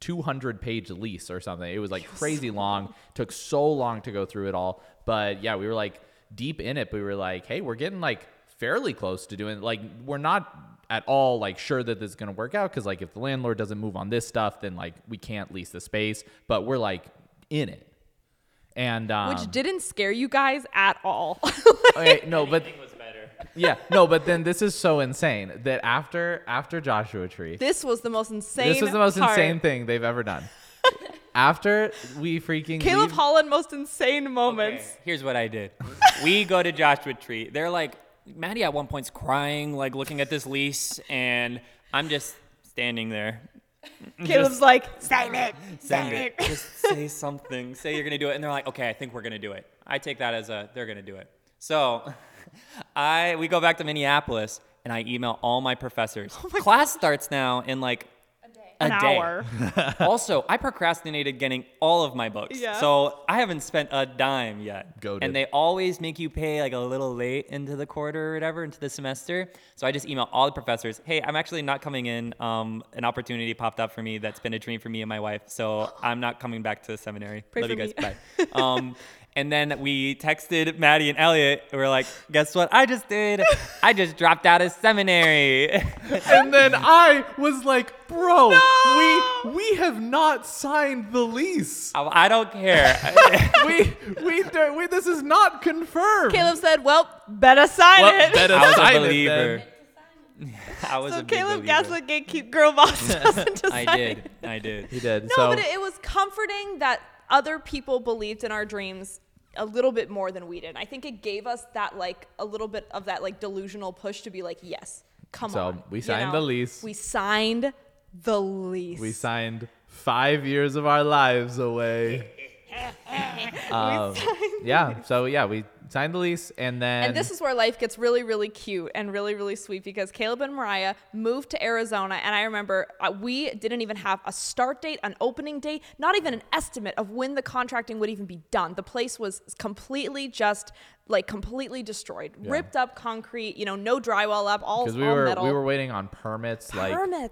Speaker 2: 200 page lease or something. It was like crazy long. Took so long to go through it all. But yeah, we were like deep in it. But we were like, hey, we're getting like fairly close to doing like we're not at all like sure that this is going to work out because like if the landlord doesn't move on this stuff, then like we can't lease the space. But we're like in it. And um,
Speaker 1: which didn't scare you guys at all.
Speaker 2: okay, no, but
Speaker 4: was better.
Speaker 2: yeah, no, but then this is so insane that after after Joshua Tree,
Speaker 1: this was the most insane.
Speaker 2: this was the most
Speaker 1: part.
Speaker 2: insane thing they've ever done. After we freaking
Speaker 1: Caleb
Speaker 2: leave-
Speaker 1: Holland most insane moments.
Speaker 4: Okay, Here's what I did. we go to Joshua Tree. They're like, Maddie at one point's crying, like looking at this lease, and I'm just standing there.
Speaker 1: Caleb's like, sign it,
Speaker 4: Send it. Just say something. Say you're gonna do it, and they're like, okay, I think we're gonna do it. I take that as a they're gonna do it. So, I we go back to Minneapolis, and I email all Oh my professors. Class starts now in like a
Speaker 1: An
Speaker 4: day.
Speaker 1: hour.
Speaker 4: also, I procrastinated getting all of my books.
Speaker 1: Yeah.
Speaker 4: So I haven't spent a dime yet.
Speaker 2: Goated.
Speaker 4: And they always make you pay like a little late into the quarter or whatever, into the semester. So I just email all the professors, hey, I'm actually not coming in. Um, an opportunity popped up for me that's been a dream for me and my wife. So I'm not coming back to seminary.
Speaker 1: Pray
Speaker 4: Love
Speaker 1: for
Speaker 4: you guys.
Speaker 1: me.
Speaker 4: Bye. Um, And then we texted Maddie and Elliot. And we're like, guess what? I just did. I just dropped out of seminary.
Speaker 2: and then I was like, bro, we we have not signed the lease.
Speaker 4: I I don't care.
Speaker 2: we, we do- we this is not confirmed.
Speaker 1: Caleb said, "Well, better sign
Speaker 2: Well,
Speaker 1: it."
Speaker 2: better
Speaker 4: I was
Speaker 2: sign it
Speaker 4: a
Speaker 2: then.
Speaker 4: believer. I was
Speaker 1: so
Speaker 4: a big
Speaker 1: Caleb
Speaker 4: believer.
Speaker 1: gaslit gatekeep girl boss into
Speaker 4: I
Speaker 1: signing.
Speaker 4: did. I did.
Speaker 2: He did.
Speaker 1: No,
Speaker 2: so
Speaker 1: but it, it was comforting that other people believed in our dreams a little bit more than we did. I think it gave us that like a little bit of that like delusional push to be like, yes, come
Speaker 2: So,
Speaker 1: on.
Speaker 2: we
Speaker 1: you
Speaker 2: signed the lease.
Speaker 1: We signed the lease.
Speaker 2: we signed five years of our lives away. Um, yeah. So yeah, we signed the lease, and then
Speaker 1: And this is where life gets really, really cute and really, really sweet because Caleb and Mariah moved to Arizona. And I remember uh, we didn't even have a start date, an opening date, not even an estimate of when the contracting would even be done. The place was completely just like completely destroyed, ripped up concrete, you know, no drywall up, all,
Speaker 2: because we
Speaker 1: all
Speaker 2: were
Speaker 1: metal.
Speaker 2: we were waiting on
Speaker 1: Permits,
Speaker 2: permits.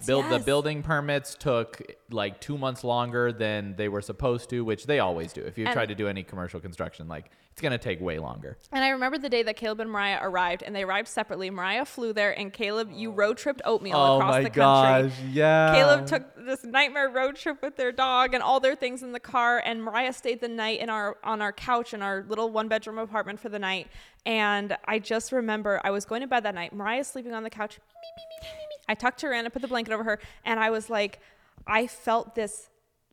Speaker 2: like build the
Speaker 1: yes.
Speaker 2: building permits took like two months longer than they were supposed to, which they always do. If you
Speaker 1: And-
Speaker 2: try to do any commercial construction, like it's gonna take way longer.
Speaker 1: And I remember the day that Caleb and Mariah arrived, and they arrived separately. Mariah flew there, and Caleb, you road tripped oatmeal
Speaker 2: Oh
Speaker 1: across the country.
Speaker 2: Yeah.
Speaker 1: Caleb took this nightmare road trip with their dog and all their things in the car, and Mariah stayed the night in our on our couch in our little one bedroom apartment for the night. And I just remember I was going to bed that night. Mariah's sleeping on the couch. I tucked her in, I put the blanket over her, and I was like, I felt this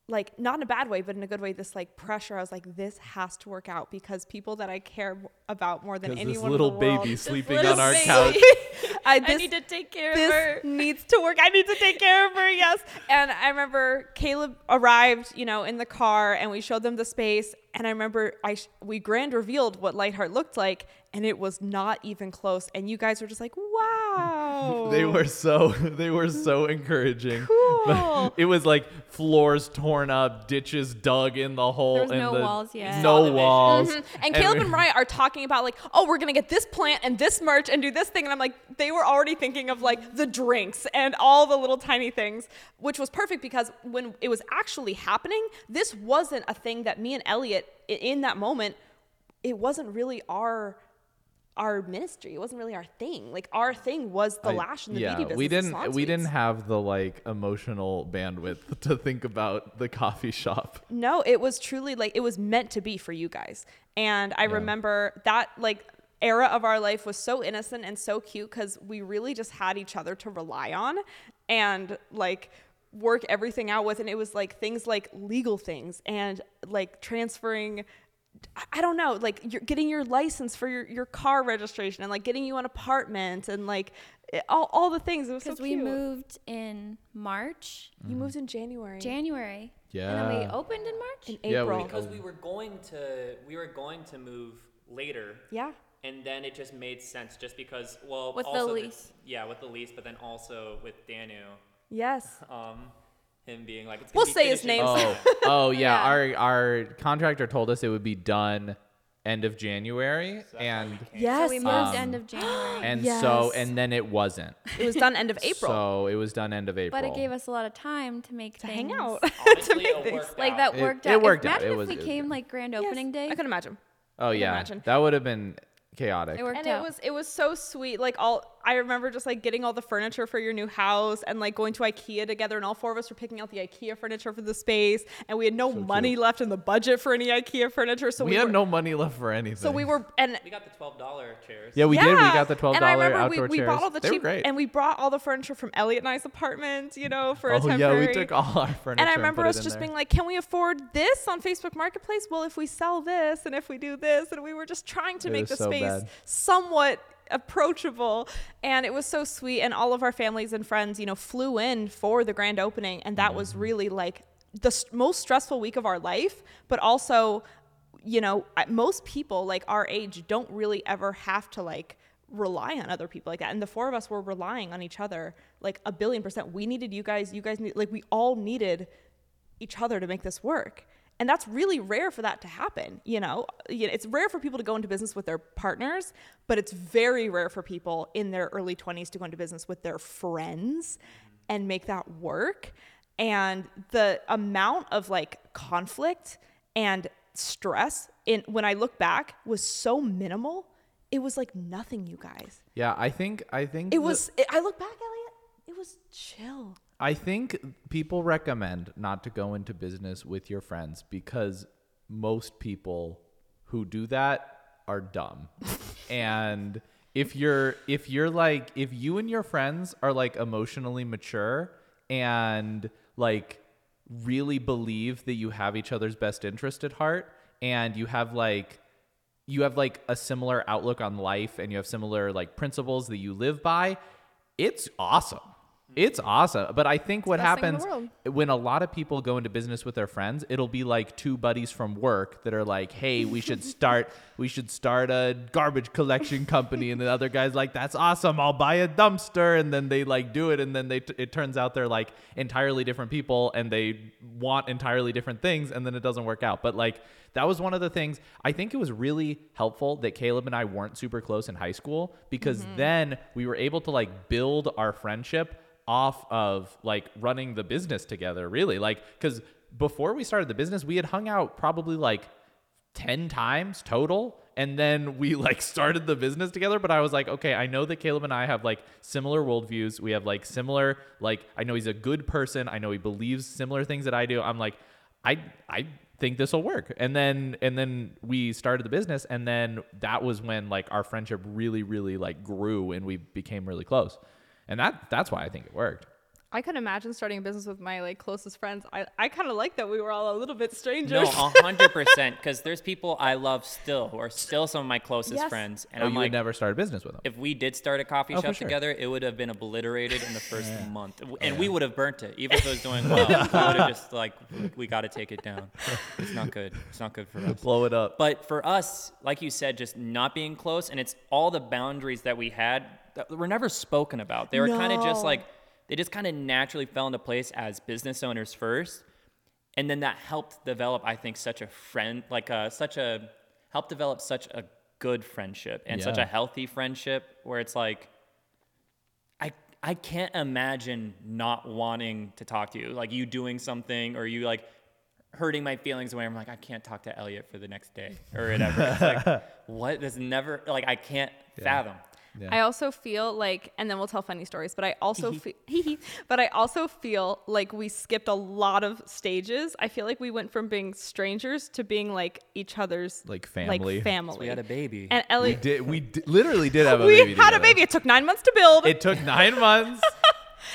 Speaker 1: like not in a bad way but in a good way this like pressure i was like this has to work out because people that i care about more than
Speaker 2: 'Cause this
Speaker 1: anyone in
Speaker 2: little
Speaker 1: the world-
Speaker 2: baby sleeping
Speaker 1: This
Speaker 3: on our
Speaker 1: baby.
Speaker 2: couch.
Speaker 1: I,
Speaker 3: I
Speaker 1: this-
Speaker 3: need to take care of her.
Speaker 1: this needs to work. I need to take care of her. Yes. And I remember Caleb arrived, you know, in the car, and we showed them the space. And I remember I sh- we grand revealed what Lightheart looked like, and it was not even close. And you guys were just like, "Wow!"
Speaker 2: They were so they were so encouraging.
Speaker 1: Cool.
Speaker 2: it was like floors torn up, ditches dug in the hole.
Speaker 3: There was
Speaker 2: and
Speaker 3: no
Speaker 2: the-
Speaker 3: walls yet. Saw the
Speaker 2: No
Speaker 3: vision.
Speaker 2: walls.
Speaker 1: Mhm. And Caleb
Speaker 2: we-
Speaker 1: and Mariah are talking about like, oh, we're gonna get this plant and this merch and do this thing, and I'm like, they were already thinking of like the drinks and all the little tiny things, which was perfect because when it was actually happening, this wasn't a thing that me and Elliot i- in that moment, it wasn't really our our ministry. It wasn't really our thing. Like our thing was the
Speaker 2: I-
Speaker 1: lash and the
Speaker 2: yeah,
Speaker 1: beauty business.
Speaker 2: we
Speaker 1: the
Speaker 2: didn't
Speaker 1: salon
Speaker 2: we
Speaker 1: suites.
Speaker 2: didn't have the like emotional bandwidth to think about the coffee shop.
Speaker 1: No, it was truly like it was meant to be for you guys. And I remember that like era of our life was so innocent and so cute cuz we really just had each other to rely on and like work everything out with and it was like things like legal things and like transferring I- I don't know, like you're getting your license for your, your car registration and like getting you an apartment and like it- all, all the things. It was so
Speaker 3: Because
Speaker 1: cute.
Speaker 3: we moved in March,
Speaker 1: You moved in January.
Speaker 3: January. And then we
Speaker 2: Yeah.
Speaker 3: opened in March.
Speaker 1: in
Speaker 2: Yeah, we-
Speaker 1: April.
Speaker 5: because we were going to we were going to move later
Speaker 1: yeah.
Speaker 5: and then it just made sense just because well
Speaker 3: With the
Speaker 5: also
Speaker 3: lease.
Speaker 5: yeah with the lease but then also with danu
Speaker 1: Yes.
Speaker 5: um him being like it's gonna
Speaker 1: We'll
Speaker 5: be
Speaker 1: say his
Speaker 5: finished in
Speaker 1: name.
Speaker 2: Oh, oh yeah.
Speaker 3: Yeah.
Speaker 2: Our our contractor told us it would be done end of January, and
Speaker 1: Yes.
Speaker 3: So we moved end of January.
Speaker 2: and so
Speaker 1: Yes.
Speaker 2: and then it wasn't.
Speaker 1: It was done end of April.
Speaker 2: So it was done end of April.
Speaker 3: but it gave us a lot of time to make
Speaker 1: to
Speaker 3: things.
Speaker 1: hang out.
Speaker 5: honestly,
Speaker 1: to make
Speaker 5: it
Speaker 1: things.
Speaker 5: worked
Speaker 3: Like
Speaker 5: out.
Speaker 3: that
Speaker 2: It-
Speaker 3: worked
Speaker 2: it
Speaker 3: out.
Speaker 2: worked out.
Speaker 3: Imagine
Speaker 2: It
Speaker 3: if
Speaker 2: was-
Speaker 3: we
Speaker 2: it-
Speaker 3: came like grand opening day.
Speaker 1: I could imagine.
Speaker 2: Oh yeah,
Speaker 1: imagine.
Speaker 2: that would have been chaotic.
Speaker 3: It worked
Speaker 1: And
Speaker 3: out.
Speaker 1: it was it was so sweet. Like all I remember just like getting all the furniture for your new house and like going to IKEA together and all four of us were picking out the IKEA furniture for the space and we had no money left in the budget for any IKEA furniture. So
Speaker 2: we
Speaker 1: we,
Speaker 2: have
Speaker 1: were,
Speaker 2: no money left for anything.
Speaker 1: so we were and
Speaker 5: we got the twelve dollar chairs
Speaker 2: Yeah, we did. We
Speaker 1: Yeah.
Speaker 2: got the twelve
Speaker 1: And I
Speaker 2: dollar
Speaker 1: remember
Speaker 2: outdoor
Speaker 1: we, we
Speaker 2: chairs.
Speaker 1: bought all the
Speaker 2: they were
Speaker 1: cheap
Speaker 2: great.
Speaker 1: and we brought all the furniture from Elliot and I's apartment, you know, for a
Speaker 2: oh yeah,
Speaker 1: temporary.
Speaker 2: we took all our furniture.
Speaker 1: and I
Speaker 2: put
Speaker 1: remember
Speaker 2: it
Speaker 1: us
Speaker 2: in
Speaker 1: just
Speaker 2: there.
Speaker 1: being like, "Can we afford this on Facebook Marketplace? Well, if we sell this, and if we do this, and we were just trying to
Speaker 2: It
Speaker 1: make
Speaker 2: was
Speaker 1: the
Speaker 2: so
Speaker 1: space
Speaker 2: bad.
Speaker 1: somewhat approachable, and it was so sweet. And all of our families and friends, you know, flew in for the grand opening, and that
Speaker 2: Mm-hmm.
Speaker 1: was really like the s- most stressful week of our life, but also, you know, I- most people like our age don't really ever have to like rely on other people like that and the four of us were relying on each other like a billion percent we needed you guys you guys need like we all needed each other to make this work. And that's really rare for that to happen. You know, You- it's rare for people to go into business with their partners, but it's very rare for people in their early 20s to go into business with their friends and make that work. And the amount of like conflict and stress in when I look back was so minimal. It was like nothing, you guys.
Speaker 2: Yeah, I think I think
Speaker 1: It
Speaker 2: the-
Speaker 1: was. It, I look back, Elliot. It was chill.
Speaker 2: I think people recommend not to go into business with your friends because most people who do that are dumb. and if you're if you're like if you and your friends are like emotionally mature and like really believe that you have each other's best interest at heart and you have like you have like a similar outlook on life and you have similar like principles that you live by, it's awesome. It's awesome. But I think what
Speaker 1: best thing in the
Speaker 2: happens
Speaker 1: world.
Speaker 2: when a lot of people go into business with their friends, it'll be like two buddies from work that are like, "Hey, we should start we should start a garbage collection company." And the other guy's like, "That's awesome. I'll buy a dumpster." And then they like do it and then they it turns out they're like entirely different people and they want entirely different things and then it doesn't work out. But like that was one of the things I think it was really helpful that Caleb and I weren't super close in high school because then we were able to like build our friendship off of like running the business together, really. Like, because before we started the business, we had hung out probably like 10 times total. And then we like started the business together. But I was like, okay, I know that Caleb and I have like similar worldviews. We have like similar, like, I know he's a good person. I know he believes similar things that I do. I'm like, I, I, think this will work and then and then we started the business and then that was when like our friendship really really like grew and we became really close and that that's why i think it worked
Speaker 1: I could imagine starting a business with my like closest friends. I, I kind of like that we were all a little bit
Speaker 5: No,
Speaker 1: strangers.
Speaker 5: a hundred percent. Because there's people I love still who are still some of my closest
Speaker 1: Yes.
Speaker 5: friends, and
Speaker 2: and oh,
Speaker 5: I'm
Speaker 2: you
Speaker 5: like,
Speaker 2: would never start a business with him
Speaker 5: if we did start a coffee
Speaker 2: Oh, for
Speaker 5: shop
Speaker 2: sure.
Speaker 5: together, it would have been obliterated in the first month, and we would have burnt it, even if it was doing well. we would have just like, we- we got to take it down. It's not good. It's not good for us.
Speaker 2: blow it up
Speaker 5: But for us, like you said, just not being close, and it's all the boundaries that we had that were never spoken about. They were kind of
Speaker 4: Oh.
Speaker 5: just
Speaker 1: No.
Speaker 5: like, they just kind of naturally fell into place as business owners first. And then that helped develop, I think, such a friend, like uh such a, helped develop such a good friendship and such
Speaker 2: Yeah.
Speaker 5: a healthy friendship where it's like, I I can't imagine not wanting to talk to you. Like you doing something or you like hurting my feelings away. I'm like, I can't talk to Elliot for the next day or whatever. it's like, what? This never like I can't fathom.
Speaker 1: I also feel like, and then we'll tell funny stories. But I also
Speaker 2: Mm-hmm.
Speaker 1: feel, but I also feel like we skipped a lot of stages. I feel like we went from being strangers to being like each other's
Speaker 2: Like family.
Speaker 1: Like family.
Speaker 5: We had a baby.
Speaker 1: and
Speaker 2: we
Speaker 1: Elliot,
Speaker 2: did we d- literally did have a
Speaker 1: we
Speaker 2: baby
Speaker 1: had a
Speaker 2: together.
Speaker 1: baby. It took nine months to build.
Speaker 2: it took nine months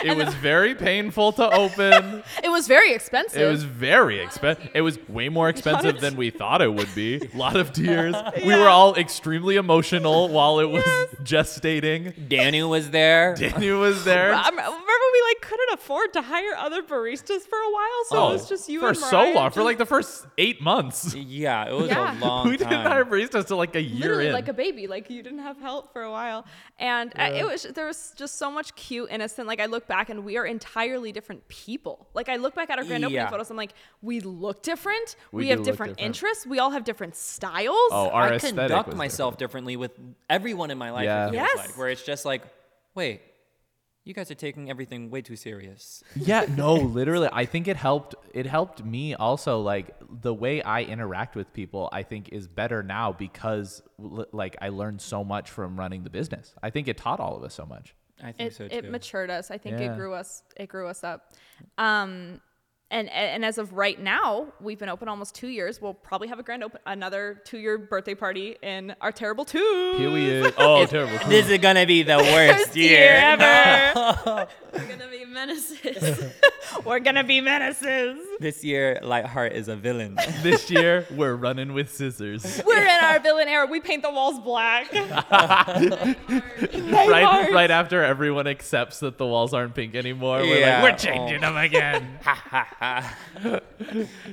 Speaker 2: it was very painful to open
Speaker 1: It was very expensive.
Speaker 2: it was very expensive it was way more expensive than we thought it would be a lot of tears we were all extremely emotional while it was gestating
Speaker 5: Danu was there.
Speaker 2: daniel was there
Speaker 1: Um, remember, we like couldn't afford to hire other baristas for a while, so it was just you
Speaker 2: Oh, for
Speaker 1: and
Speaker 2: so
Speaker 1: Mariah
Speaker 2: long for
Speaker 1: just-
Speaker 2: like the first eight months
Speaker 5: yeah, it was
Speaker 1: Yeah.
Speaker 5: a long
Speaker 2: we didn't
Speaker 5: time.
Speaker 2: hire baristas till like a year
Speaker 1: literally
Speaker 2: in
Speaker 1: like a baby like you didn't have help for a while and uh, it was there was just so much cute innocent like i look back and we are entirely different people like i look back at our grand opening
Speaker 5: Yeah.
Speaker 1: photos i'm like we look different we,
Speaker 2: We do
Speaker 1: have
Speaker 2: look
Speaker 1: different,
Speaker 2: different.
Speaker 1: interests we all have different styles
Speaker 2: oh our
Speaker 5: I
Speaker 2: aesthetic
Speaker 5: conduct
Speaker 2: was
Speaker 5: myself differently with everyone in my life.
Speaker 2: Yeah.
Speaker 5: it feels
Speaker 1: Yes.
Speaker 5: like, where it's just like, wait, you guys are taking everything way too serious.
Speaker 2: yeah no literally i think it helped it helped me also like the way i interact with people i think is better now because l- like i learned so much from running the business i think it taught all of us so much
Speaker 5: I think
Speaker 1: it,
Speaker 5: so too.
Speaker 1: it matured us i think
Speaker 2: Yeah.
Speaker 1: it grew us it grew us up um and and as of right now we've been open almost two years we'll probably have a grand open another two year birthday party in our terrible two
Speaker 2: period oh terrible
Speaker 5: This is gonna be the worst
Speaker 1: year
Speaker 5: year.
Speaker 1: ever.
Speaker 3: We're gonna be menaces.
Speaker 1: We're gonna be menaces.
Speaker 5: This year, Lightheart is a villain.
Speaker 2: this year we're running with scissors
Speaker 1: We're in our villain era. We paint the walls black.
Speaker 2: right
Speaker 1: hearts.
Speaker 2: right after everyone accepts that the walls aren't pink anymore
Speaker 5: Yeah.
Speaker 2: we're like we're changing them again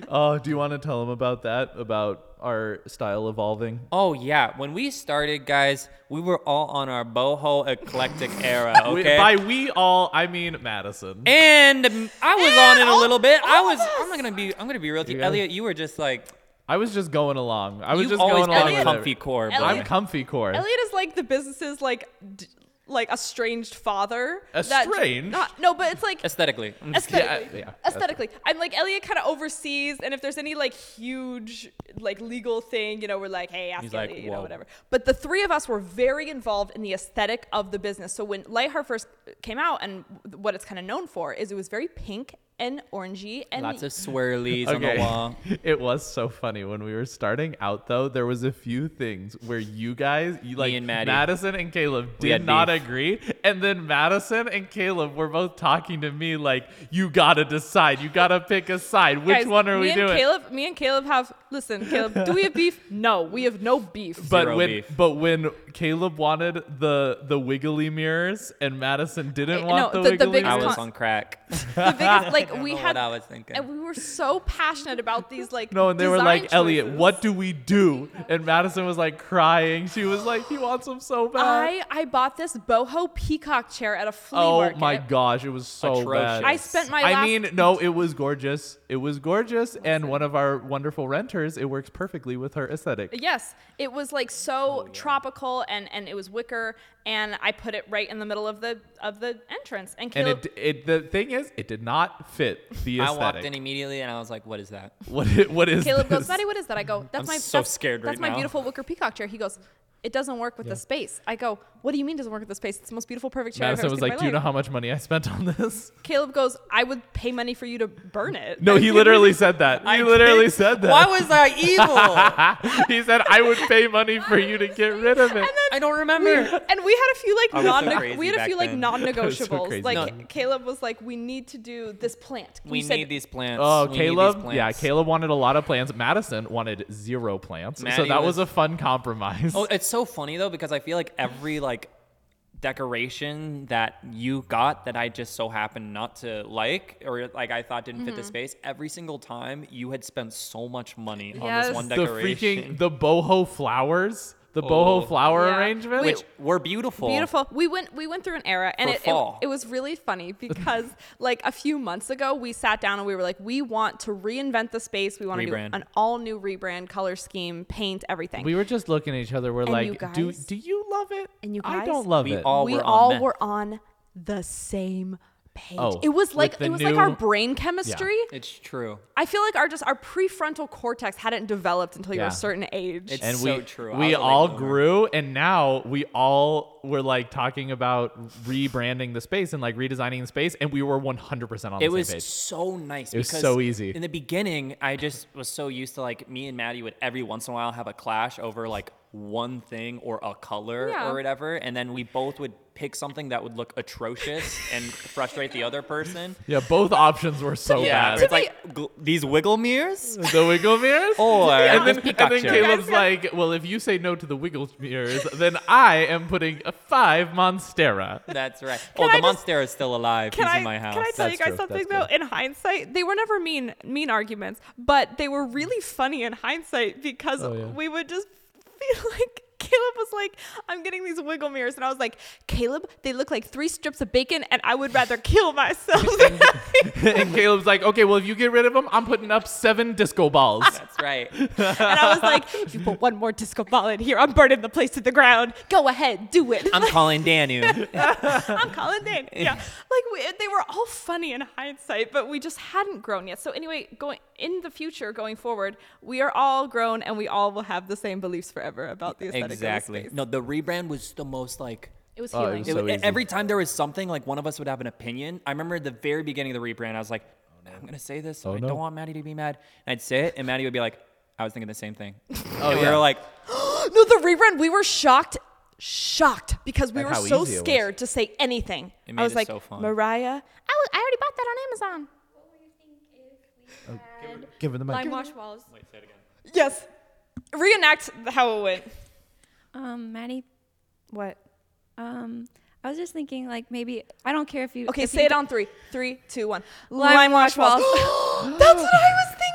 Speaker 2: oh do you want to tell them about that about our style evolving
Speaker 5: oh yeah, when we started, guys, we were all on our boho eclectic era.
Speaker 2: We-
Speaker 5: Okay.
Speaker 2: by we all i mean madison
Speaker 5: and um, I was on it a
Speaker 1: all-
Speaker 5: little bit. I
Speaker 1: all
Speaker 5: was.
Speaker 1: of us.
Speaker 5: I'm not gonna be. I'm gonna be real with you,
Speaker 2: Yeah.
Speaker 5: Elliot. You were just like.
Speaker 2: I was just going along. I was
Speaker 5: You
Speaker 2: just
Speaker 5: always
Speaker 2: going along
Speaker 5: been
Speaker 2: with
Speaker 5: comfy
Speaker 2: it.
Speaker 5: core,
Speaker 1: Elliot-
Speaker 5: bro.
Speaker 2: I'm comfy core.
Speaker 1: Elliot is like the business's like d- like estranged father.
Speaker 2: Estranged?
Speaker 1: Not, no, but it's like
Speaker 4: Aesthetically. I'm just-
Speaker 1: aesthetically.
Speaker 2: Yeah, yeah, that's
Speaker 1: aesthetically. I'm like Elliot kind of oversees, and if there's any like huge like legal thing, you know, we're like, hey, ask
Speaker 4: He's
Speaker 1: Elliot,
Speaker 4: like,
Speaker 1: you know,
Speaker 4: "Whoa."
Speaker 1: whatever. But the three of us were very involved in the aesthetic of the business. So when Lightheart first came out, and what it's kind of known for is it was very pink and orangey and
Speaker 4: Lots of swirlies on the wall.
Speaker 2: it was so funny when we were starting out though. There was a few things where you guys, you like
Speaker 4: and Maddie.
Speaker 2: Madison and Caleb,
Speaker 4: We
Speaker 2: did
Speaker 4: had
Speaker 2: not
Speaker 4: beef.
Speaker 2: agree, and then Madison and Caleb were both talking to me like, "You gotta decide. You gotta pick a side. Which
Speaker 1: Guys,
Speaker 2: one are
Speaker 1: me
Speaker 2: we
Speaker 1: and
Speaker 2: doing?"
Speaker 1: Caleb, me and Caleb have listen, Caleb, do we have beef? No, we have no beef.
Speaker 2: But
Speaker 4: Zero
Speaker 2: when
Speaker 4: beef.
Speaker 2: but when Caleb wanted the the wiggly mirrors and Madison didn't
Speaker 1: I-
Speaker 2: want
Speaker 1: no,
Speaker 2: the,
Speaker 1: the- the
Speaker 2: wiggly
Speaker 1: biggest
Speaker 4: I
Speaker 2: mirrors,
Speaker 4: was
Speaker 1: con-
Speaker 4: on crack.
Speaker 1: the biggest like we
Speaker 4: know
Speaker 1: had
Speaker 4: what I was thinking.
Speaker 1: and we were so passionate about these like
Speaker 2: no, and they were
Speaker 1: design
Speaker 2: like, Elliot,
Speaker 1: choices."
Speaker 2: what do we do? And Madison was like crying. She was like, he wants them so bad.
Speaker 1: I I bought this boho peacock chair at a flea
Speaker 2: oh
Speaker 1: market.
Speaker 2: my gosh, it was so bad.
Speaker 4: Atrocious.
Speaker 1: I spent my
Speaker 2: I
Speaker 1: last
Speaker 2: mean, no, it was gorgeous. It was gorgeous, and one of our wonderful renters. It works perfectly with her aesthetic.
Speaker 1: Yes, it was like
Speaker 4: Oh,
Speaker 1: so tropical and and it was wicker and I put it right in the middle of the of the entrance and
Speaker 2: And
Speaker 1: Caleb
Speaker 2: it, it the thing is, it did not fit the
Speaker 4: I
Speaker 2: aesthetic.
Speaker 4: walked in immediately and I was like, what is that?
Speaker 2: What i- what is
Speaker 1: Caleb
Speaker 2: this?
Speaker 1: goes, Maddie, what is that? I go, that's my
Speaker 4: so
Speaker 1: that's,
Speaker 4: scared
Speaker 1: That's
Speaker 4: right
Speaker 1: my
Speaker 4: now."
Speaker 1: beautiful wicker peacock chair. He goes, it doesn't work with the space. I go, what do you mean doesn't work with the space? It's the most beautiful, perfect chair I've
Speaker 2: Madison
Speaker 1: ever
Speaker 2: was
Speaker 1: seen in
Speaker 2: like,
Speaker 1: my
Speaker 2: "Do you know
Speaker 1: life."
Speaker 2: how much money I spent on this?"
Speaker 1: Caleb goes, I would pay money for you to burn it.
Speaker 2: No, he literally said that. He literally said that.
Speaker 4: Why was that evil?
Speaker 2: he said, "I would pay money for you to get rid of
Speaker 1: And
Speaker 2: it."
Speaker 1: then,
Speaker 4: I don't remember.
Speaker 1: and we had a few like
Speaker 4: was so
Speaker 1: non
Speaker 4: crazy
Speaker 1: we had a
Speaker 4: back
Speaker 1: few like
Speaker 4: then.
Speaker 1: non-negotiables.
Speaker 2: crazy.
Speaker 1: like
Speaker 2: No.
Speaker 1: Ca- Caleb was like, we need to do this plant.
Speaker 4: We
Speaker 1: You said,
Speaker 4: need these plants.
Speaker 2: Oh,
Speaker 4: We need these
Speaker 2: Caleb! Yeah,
Speaker 4: plants.
Speaker 2: Caleb wanted a lot of plants. Madison wanted zero plants, so
Speaker 4: Maddie
Speaker 2: that was,
Speaker 4: was-
Speaker 2: a fun compromise.
Speaker 4: Oh, it's so funny though because I feel like every like decoration that you got that I just so happened not to like or like I thought didn't fit the space, every single time you had spent so much money on
Speaker 1: Yes.
Speaker 4: this one
Speaker 1: The
Speaker 2: the
Speaker 4: decoration.
Speaker 2: freaking the boho flowers, the boho
Speaker 4: Oh.
Speaker 2: flower
Speaker 1: Yeah.
Speaker 2: arrangement.
Speaker 1: Wait,
Speaker 4: which were beautiful.
Speaker 1: Beautiful. We went we went through an era and
Speaker 4: For
Speaker 1: it, it,
Speaker 4: fall.
Speaker 1: it was really funny because like a few months ago we sat down and we were like we want to reinvent the space. We want to do
Speaker 4: Rebrand.
Speaker 1: an all new rebrand, color scheme, paint, everything.
Speaker 2: we were just looking at each other. We're
Speaker 1: And
Speaker 2: like,
Speaker 1: you
Speaker 2: "Do
Speaker 1: guys-
Speaker 2: do you love it?"
Speaker 1: And you
Speaker 2: I
Speaker 1: guys-
Speaker 2: don't love
Speaker 4: We
Speaker 2: it.
Speaker 4: all
Speaker 1: we
Speaker 4: were
Speaker 1: all
Speaker 4: on
Speaker 1: were on the same page.
Speaker 2: Oh,
Speaker 1: it was
Speaker 2: with
Speaker 1: like
Speaker 2: the
Speaker 1: it was like our
Speaker 2: new-
Speaker 1: brain chemistry.
Speaker 4: It's true.
Speaker 1: I feel like our just our prefrontal cortex hadn't developed until you're
Speaker 2: Yeah.
Speaker 1: a certain age.
Speaker 4: It's
Speaker 2: and
Speaker 4: so
Speaker 2: we
Speaker 4: true. I was
Speaker 2: we
Speaker 4: a late
Speaker 2: all
Speaker 4: bloomer.
Speaker 2: grew and now we all were like talking about rebranding the space and like redesigning the space and we were 100% on the
Speaker 4: It
Speaker 2: same
Speaker 4: was
Speaker 2: page
Speaker 4: so nice. It
Speaker 2: was so easy.
Speaker 4: In the beginning, I just was so used to like me and Maddie would every once in a while have a clash over like one thing or a color
Speaker 1: Yeah.
Speaker 4: or whatever, and then we both would pick something that would look atrocious and frustrate the other person.
Speaker 2: yeah both options were so
Speaker 4: Yeah,
Speaker 2: bad
Speaker 4: it's like gl- these wiggle mirrors.
Speaker 2: the wiggle mirrors
Speaker 4: Or
Speaker 2: and then,
Speaker 4: this
Speaker 2: and
Speaker 4: peacock
Speaker 2: then
Speaker 4: chair.
Speaker 2: caleb's like well if you say no to the wiggle mirrors then i am putting a five monstera
Speaker 4: That's right.
Speaker 1: Can I
Speaker 4: oh, the
Speaker 1: just-
Speaker 4: monster is still alive.
Speaker 1: Can
Speaker 4: He's
Speaker 1: I,
Speaker 4: in my house.
Speaker 1: can I tell you
Speaker 2: That's
Speaker 1: guys
Speaker 2: true.
Speaker 1: something though?
Speaker 2: That's
Speaker 1: In hindsight, they were never mean mean arguments, but they were really funny in hindsight because
Speaker 2: Oh, yeah.
Speaker 1: we would just feel like Caleb was like, "I'm getting these wiggle mirrors," and I was like, "Caleb, they look like three strips of bacon, and I would rather kill myself."
Speaker 2: and caleb's like okay well if you get rid of them i'm putting up seven disco balls
Speaker 4: That's right.
Speaker 1: and I was like, "If you put one more disco ball in here, I'm burning the place to the ground. Go ahead, do it."
Speaker 4: I'm calling Danu.
Speaker 1: I'm Colin Dane. Yeah, like we, they were all funny in hindsight, but we just hadn't grown yet. So anyway, going in the future, going forward, we are all grown and we all will have the same beliefs forever about the aesthetic
Speaker 4: exactly.
Speaker 1: of the space.
Speaker 4: No, the rebrand was the most like
Speaker 1: It was
Speaker 2: Oh, it
Speaker 1: healing.
Speaker 2: was
Speaker 4: It-
Speaker 2: so
Speaker 4: e-
Speaker 2: easy.
Speaker 4: every time there was something, like one of us would have an opinion. I remember at the very beginning of the rebrand, I was like, I'm gonna say this. I
Speaker 2: Oh, no.
Speaker 4: don't want Maddie to be mad. And I'd say it, and Maddie would be like, I was thinking the same thing. and we
Speaker 2: Oh, yeah.
Speaker 4: were like,
Speaker 1: no, the rerun, we were shocked, shocked because we
Speaker 2: At
Speaker 1: were
Speaker 2: how
Speaker 1: so
Speaker 2: easy it was.
Speaker 1: scared to say anything. I
Speaker 4: It made
Speaker 1: was
Speaker 4: it
Speaker 1: like,
Speaker 4: so fun.
Speaker 1: Mariah, I, I already bought that on Amazon.
Speaker 2: give him the mic
Speaker 3: Lime wash walls.
Speaker 1: Yes, reenact how it went.
Speaker 3: Um, Maddie,
Speaker 1: What?
Speaker 3: um, I was just thinking like maybe I don't care if you.
Speaker 1: Okay,
Speaker 3: if
Speaker 1: say
Speaker 3: you
Speaker 1: it on three, three, two, one.
Speaker 3: Lime wash walls.
Speaker 1: That's what I was thinking.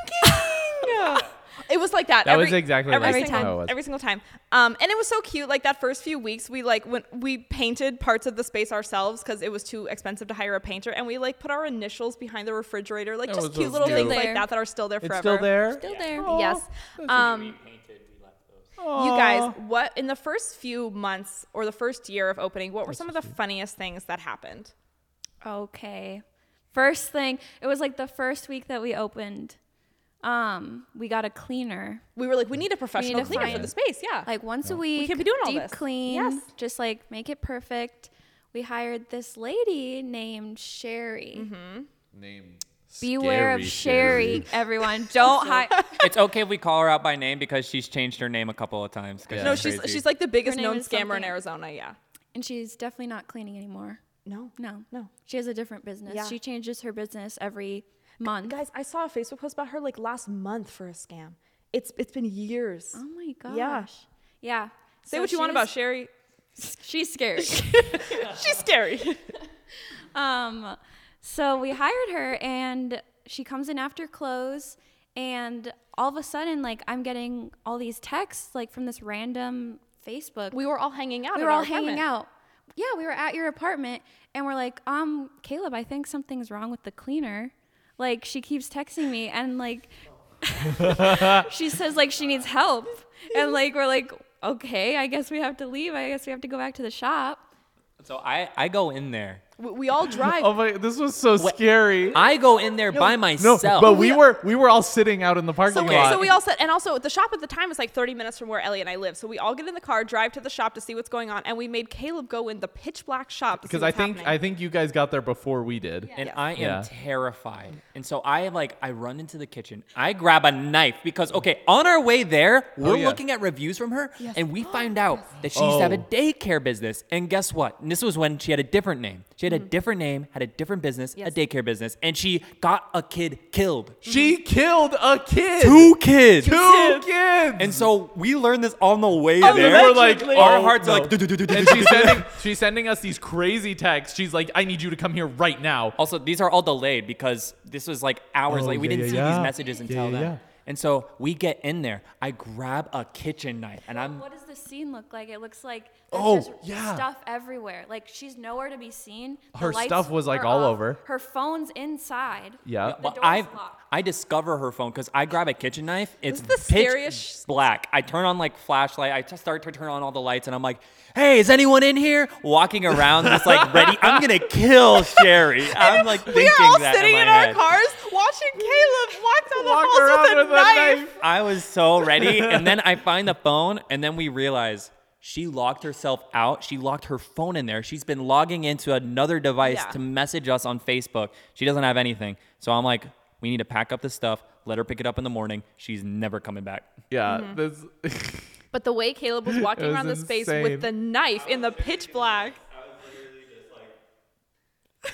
Speaker 1: it was like that.
Speaker 2: That was exactly
Speaker 1: every
Speaker 2: like
Speaker 1: single,
Speaker 2: how it was.
Speaker 1: Every single time. Um, and it was so cute. Like that first few weeks, we like when we painted parts of the space ourselves because it was too expensive to hire a painter, and we like put our initials behind the refrigerator, like just
Speaker 2: was
Speaker 1: cute
Speaker 2: so
Speaker 1: little
Speaker 3: cute.
Speaker 1: things
Speaker 3: Still
Speaker 1: like
Speaker 3: there.
Speaker 1: that that are still there forever.
Speaker 2: it's still there
Speaker 3: Still there.
Speaker 1: Yes. Um, You guys, what in the first few months or the first year of opening, what were some of the funniest things that happened?
Speaker 3: Okay. First thing, it was like the first week that we opened. Um, we got a cleaner
Speaker 1: We were like, we need a professional
Speaker 3: to
Speaker 1: cleaner for
Speaker 3: find-
Speaker 1: the space. Yeah.
Speaker 3: like once a week.
Speaker 1: can't be doing all
Speaker 3: deep
Speaker 1: this.
Speaker 3: clean.
Speaker 1: Yes.
Speaker 3: Just like make it perfect. We hired this lady named Sherry.
Speaker 1: Mm-hmm.
Speaker 2: Name.
Speaker 3: Beware of Sherry, everyone. Don't hire.
Speaker 4: it's okay if we call her out by name because she's changed her name a couple of times. 'cause
Speaker 2: Yeah.
Speaker 1: no,
Speaker 2: that's
Speaker 1: she's
Speaker 4: crazy.
Speaker 1: she's like the biggest
Speaker 3: name
Speaker 1: known
Speaker 3: is
Speaker 1: scammer in
Speaker 3: something-
Speaker 1: Arizona. Yeah.
Speaker 3: And she's definitely not cleaning anymore.
Speaker 1: No.
Speaker 3: No.
Speaker 1: No.
Speaker 3: She has a different business.
Speaker 1: Yeah.
Speaker 3: She changes her business every month.
Speaker 1: Guys, I saw a Facebook post about her like last month for a scam. It's it's been years.
Speaker 3: oh my gosh.
Speaker 1: Yeah.
Speaker 3: Yeah.
Speaker 1: Say
Speaker 3: So
Speaker 1: what you want
Speaker 3: she's-
Speaker 1: about Sherry.
Speaker 3: She's scary.
Speaker 1: She's scary.
Speaker 3: um, so we hired her, and she comes in after close, and all of a sudden, like I'm getting all these texts, like from this random Facebook.
Speaker 1: we were all hanging out.
Speaker 3: we
Speaker 1: in
Speaker 3: were
Speaker 1: our
Speaker 3: all hanging
Speaker 1: apartment.
Speaker 3: out. Yeah, we were at your apartment, and we're like, um, Caleb, I think something's wrong with the cleaner. Like she keeps texting me, and like she says like she needs help, and like we're like, okay, I guess we have to leave. I guess we have to go back to the shop.
Speaker 4: so I, I go in there.
Speaker 1: We, we all drive.
Speaker 2: Oh my! This was so scary.
Speaker 4: I go in there by
Speaker 2: no,
Speaker 4: myself.
Speaker 2: but we were we were all sitting out in the parking
Speaker 1: So,
Speaker 2: lot.
Speaker 1: so we all said, and also the shop at the time was like 30 minutes from where Ellie and I live. So we all get in the car, drive to the shop to see what's going on, and we made Caleb go in the pitch black shop to see
Speaker 2: because I
Speaker 1: what's
Speaker 2: think I
Speaker 1: happening.
Speaker 2: think you guys got there before we did.
Speaker 4: and
Speaker 1: Yes.
Speaker 4: I am
Speaker 2: Yeah.
Speaker 4: terrified. And so I like I run into the kitchen. I grab a knife because okay, on our way there,
Speaker 2: Oh,
Speaker 4: we're
Speaker 2: yeah.
Speaker 4: looking at reviews from her, and we find out that she used to have a
Speaker 2: Oh.
Speaker 4: daycare business. And guess what? And this was when she had a different name. She had a different name, had a different business,
Speaker 1: Yes.
Speaker 4: a daycare business, and she got a kid killed.
Speaker 2: She killed a kid.
Speaker 4: Two kids.
Speaker 2: Two kids.
Speaker 4: And so we learned this on the way
Speaker 2: And
Speaker 4: there.
Speaker 2: we were like,
Speaker 4: our
Speaker 2: oh,
Speaker 4: hearts
Speaker 2: no.
Speaker 4: are like. "Du- du- du- du- du-
Speaker 2: and
Speaker 4: du-
Speaker 2: she's sending she's sending us these crazy texts. She's like, I need you to come here right now.
Speaker 4: Also, these are all delayed because this was like hours
Speaker 2: Oh,
Speaker 4: late. We
Speaker 2: yeah,
Speaker 4: didn't
Speaker 2: yeah,
Speaker 4: see
Speaker 2: yeah.
Speaker 4: these messages
Speaker 2: Yeah,
Speaker 4: until
Speaker 2: yeah,
Speaker 4: then.
Speaker 2: yeah.
Speaker 4: And so we get in there. I grab a kitchen knife and I'm
Speaker 3: What does the scene look like? It looks like there's
Speaker 2: Oh,
Speaker 3: just
Speaker 2: yeah.
Speaker 3: stuff everywhere. Like she's nowhere to be seen. The
Speaker 2: Her
Speaker 3: lights
Speaker 2: stuff was, like,
Speaker 3: are
Speaker 2: all
Speaker 3: off.
Speaker 2: over.
Speaker 3: Her phone's inside.
Speaker 2: Yeah.
Speaker 3: The
Speaker 4: uh, well,
Speaker 3: door's
Speaker 4: I
Speaker 3: locked.
Speaker 4: I discover her phone because I grab a kitchen knife. It's
Speaker 1: is the
Speaker 4: pitch
Speaker 1: scariest sh-
Speaker 4: black. I turn on like flashlight. I just start to turn on all the lights and I'm like, "Hey, is anyone in here?" Walking around, just like ready. I'm gonna kill Sherry. I'm like thinking
Speaker 1: we are all
Speaker 4: that in
Speaker 1: sitting
Speaker 4: my
Speaker 1: in, our
Speaker 4: head.
Speaker 1: cars watching Caleb walk down the
Speaker 2: Walk
Speaker 1: halls
Speaker 2: around
Speaker 1: with a knife.
Speaker 4: I was so ready. And then I find the phone, and then we realize she locked herself out. She locked her phone in there. She's been logging into another device
Speaker 1: Yeah.
Speaker 4: to message us on Facebook. She doesn't have anything. So I'm like, we need to pack up the stuff, let her pick it up in the morning. She's never coming back.
Speaker 2: Yeah.
Speaker 3: Mm-hmm.
Speaker 2: This
Speaker 1: But the way Caleb was walking
Speaker 2: It was
Speaker 1: around the space with
Speaker 2: insane.
Speaker 1: the knife in the pitch black.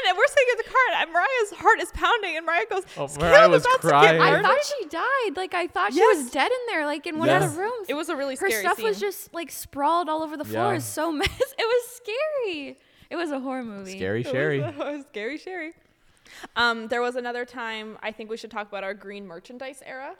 Speaker 1: And then we're sitting in the car, and Mariah's heart is pounding, and Mariah goes,
Speaker 2: Oh,
Speaker 1: "Is
Speaker 2: Mariah
Speaker 1: Caleb
Speaker 2: was
Speaker 1: about to get
Speaker 2: crying. I
Speaker 3: I
Speaker 1: murdered?"
Speaker 3: thought she died. Like I thought she
Speaker 1: Yes.
Speaker 3: was dead in there, like in one of
Speaker 2: Yes.
Speaker 3: the rooms.
Speaker 1: It was a really
Speaker 3: her
Speaker 1: scary
Speaker 3: stuff was
Speaker 1: scene.
Speaker 3: just like sprawled all over the floor.
Speaker 2: Yeah.
Speaker 3: It's so mess. It was scary. It was a horror movie.
Speaker 2: scary
Speaker 1: It was-
Speaker 2: Sherry.
Speaker 1: it was scary Sherry. Um, there was another time, I think we should talk about our green merchandise era.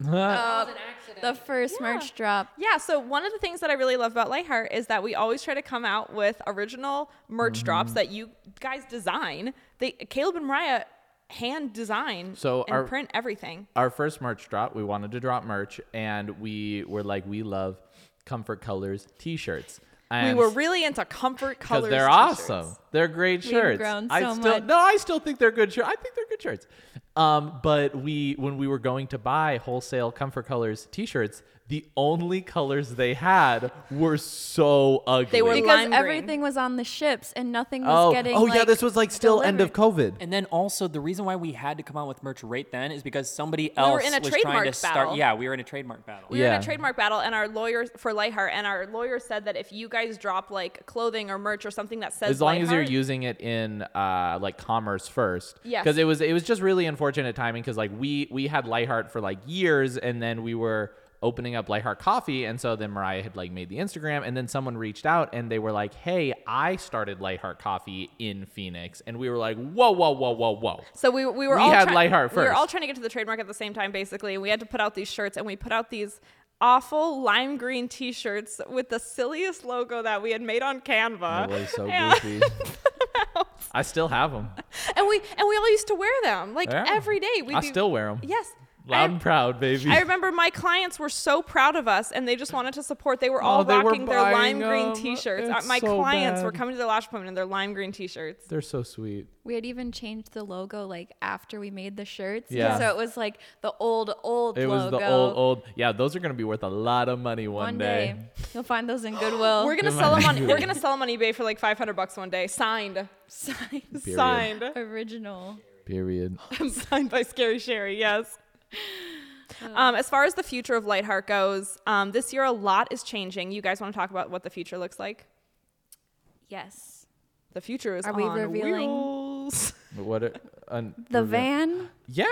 Speaker 3: The first
Speaker 1: Yeah.
Speaker 3: merch drop.
Speaker 1: Yeah, so one of the things that I really love about Lightheart is that we always try to come out with original merch drops
Speaker 2: Mm-hmm.
Speaker 1: that you guys design. They Caleb and Mariah hand design
Speaker 2: So
Speaker 1: and
Speaker 2: our-
Speaker 1: print everything.
Speaker 2: our first merch drop, we wanted to drop merch, and we were like, we love comfort colors t-shirts.
Speaker 1: We
Speaker 2: And
Speaker 1: were really into comfort colors.
Speaker 2: because they're
Speaker 1: t-shirts.
Speaker 2: awesome. They're great
Speaker 3: We've
Speaker 2: shirts.
Speaker 3: grown
Speaker 2: I
Speaker 3: so
Speaker 2: still
Speaker 3: much.
Speaker 2: no, I still think they're good shirts. I think they're good shirts. Um, but we when we were going to buy wholesale Comfort Colors t-shirts, the only colors they had were so ugly.
Speaker 1: They were
Speaker 3: Because
Speaker 1: lime green.
Speaker 3: everything was on the ships and nothing was
Speaker 2: oh,
Speaker 3: getting.
Speaker 2: oh yeah,
Speaker 3: like,
Speaker 2: this was like still end of
Speaker 3: delivered.
Speaker 2: COVID.
Speaker 4: And then also, the reason why we had to come out with merch right then is because somebody
Speaker 1: were
Speaker 4: else
Speaker 1: in a
Speaker 4: was
Speaker 1: trademark
Speaker 4: trying to start.
Speaker 1: battle.
Speaker 4: Yeah, we were in a trademark battle.
Speaker 1: We were in
Speaker 2: Yeah.
Speaker 1: a trademark battle, and our lawyers for Lightheart, and our lawyer said that if you guys drop like clothing or merch or something that says
Speaker 2: As long as you're
Speaker 1: Lightheart-
Speaker 2: using it in uh, like commerce first,
Speaker 1: Yes.
Speaker 2: Because it was it was just really unfortunate timing because like we we had Lightheart for like years, and then we were opening up Lightheart Coffee, and so then Mariah had like made the Instagram, and then someone reached out and they were like, "Hey, I started Lightheart Coffee in Phoenix," and we were like, "Whoa, whoa, whoa, whoa, whoa!"
Speaker 1: So we, we were
Speaker 2: We
Speaker 1: all
Speaker 2: had
Speaker 1: try-
Speaker 2: Lightheart
Speaker 1: We were all
Speaker 2: first.
Speaker 1: trying to get to the trademark at the same time, basically. We had to put out these shirts, and we put out these awful lime green T-shirts with the silliest logo that we had made on Canva.
Speaker 2: It was so
Speaker 1: And-
Speaker 2: goofy. I still have them.
Speaker 1: and we and we all used to wear them like
Speaker 2: Yeah.
Speaker 1: every day. We'd
Speaker 2: I
Speaker 1: be-
Speaker 2: still wear them.
Speaker 1: Yes. I-
Speaker 2: Loud and proud, baby.
Speaker 1: I remember my clients were so proud of us, and they just wanted to support. They were all
Speaker 2: Oh, they were
Speaker 1: rocking their lime
Speaker 2: buying
Speaker 1: green
Speaker 2: them.
Speaker 1: T-shirts. Uh,
Speaker 2: It's
Speaker 1: my
Speaker 2: so
Speaker 1: clients
Speaker 2: bad.
Speaker 1: were coming to their lash appointment in their lime green T-shirts.
Speaker 2: They're so sweet.
Speaker 3: We had even changed the logo like after we made the shirts.
Speaker 2: Yeah.
Speaker 3: So it was like the old, old
Speaker 2: It was
Speaker 3: logo.
Speaker 2: the old, old. Yeah, those are gonna be worth a lot of money one,
Speaker 3: One day. You'll find those in Goodwill.
Speaker 1: We're gonna sell them on. We're gonna sell them on eBay for like five hundred bucks one day. Signed,
Speaker 3: Signed
Speaker 2: Period.
Speaker 1: signed,
Speaker 3: original.
Speaker 2: Period.
Speaker 1: signed by Scary Sherry. Yes. Um, as far as the future of Lightheart goes, um, this year a lot is changing. You guys want to talk about what the future looks like?
Speaker 3: Yes.
Speaker 1: The future is
Speaker 3: Are we
Speaker 1: on
Speaker 3: revealing-
Speaker 1: wheels.
Speaker 2: What? Are, un,
Speaker 3: The
Speaker 2: we're gonna-
Speaker 3: van.
Speaker 2: Yeah.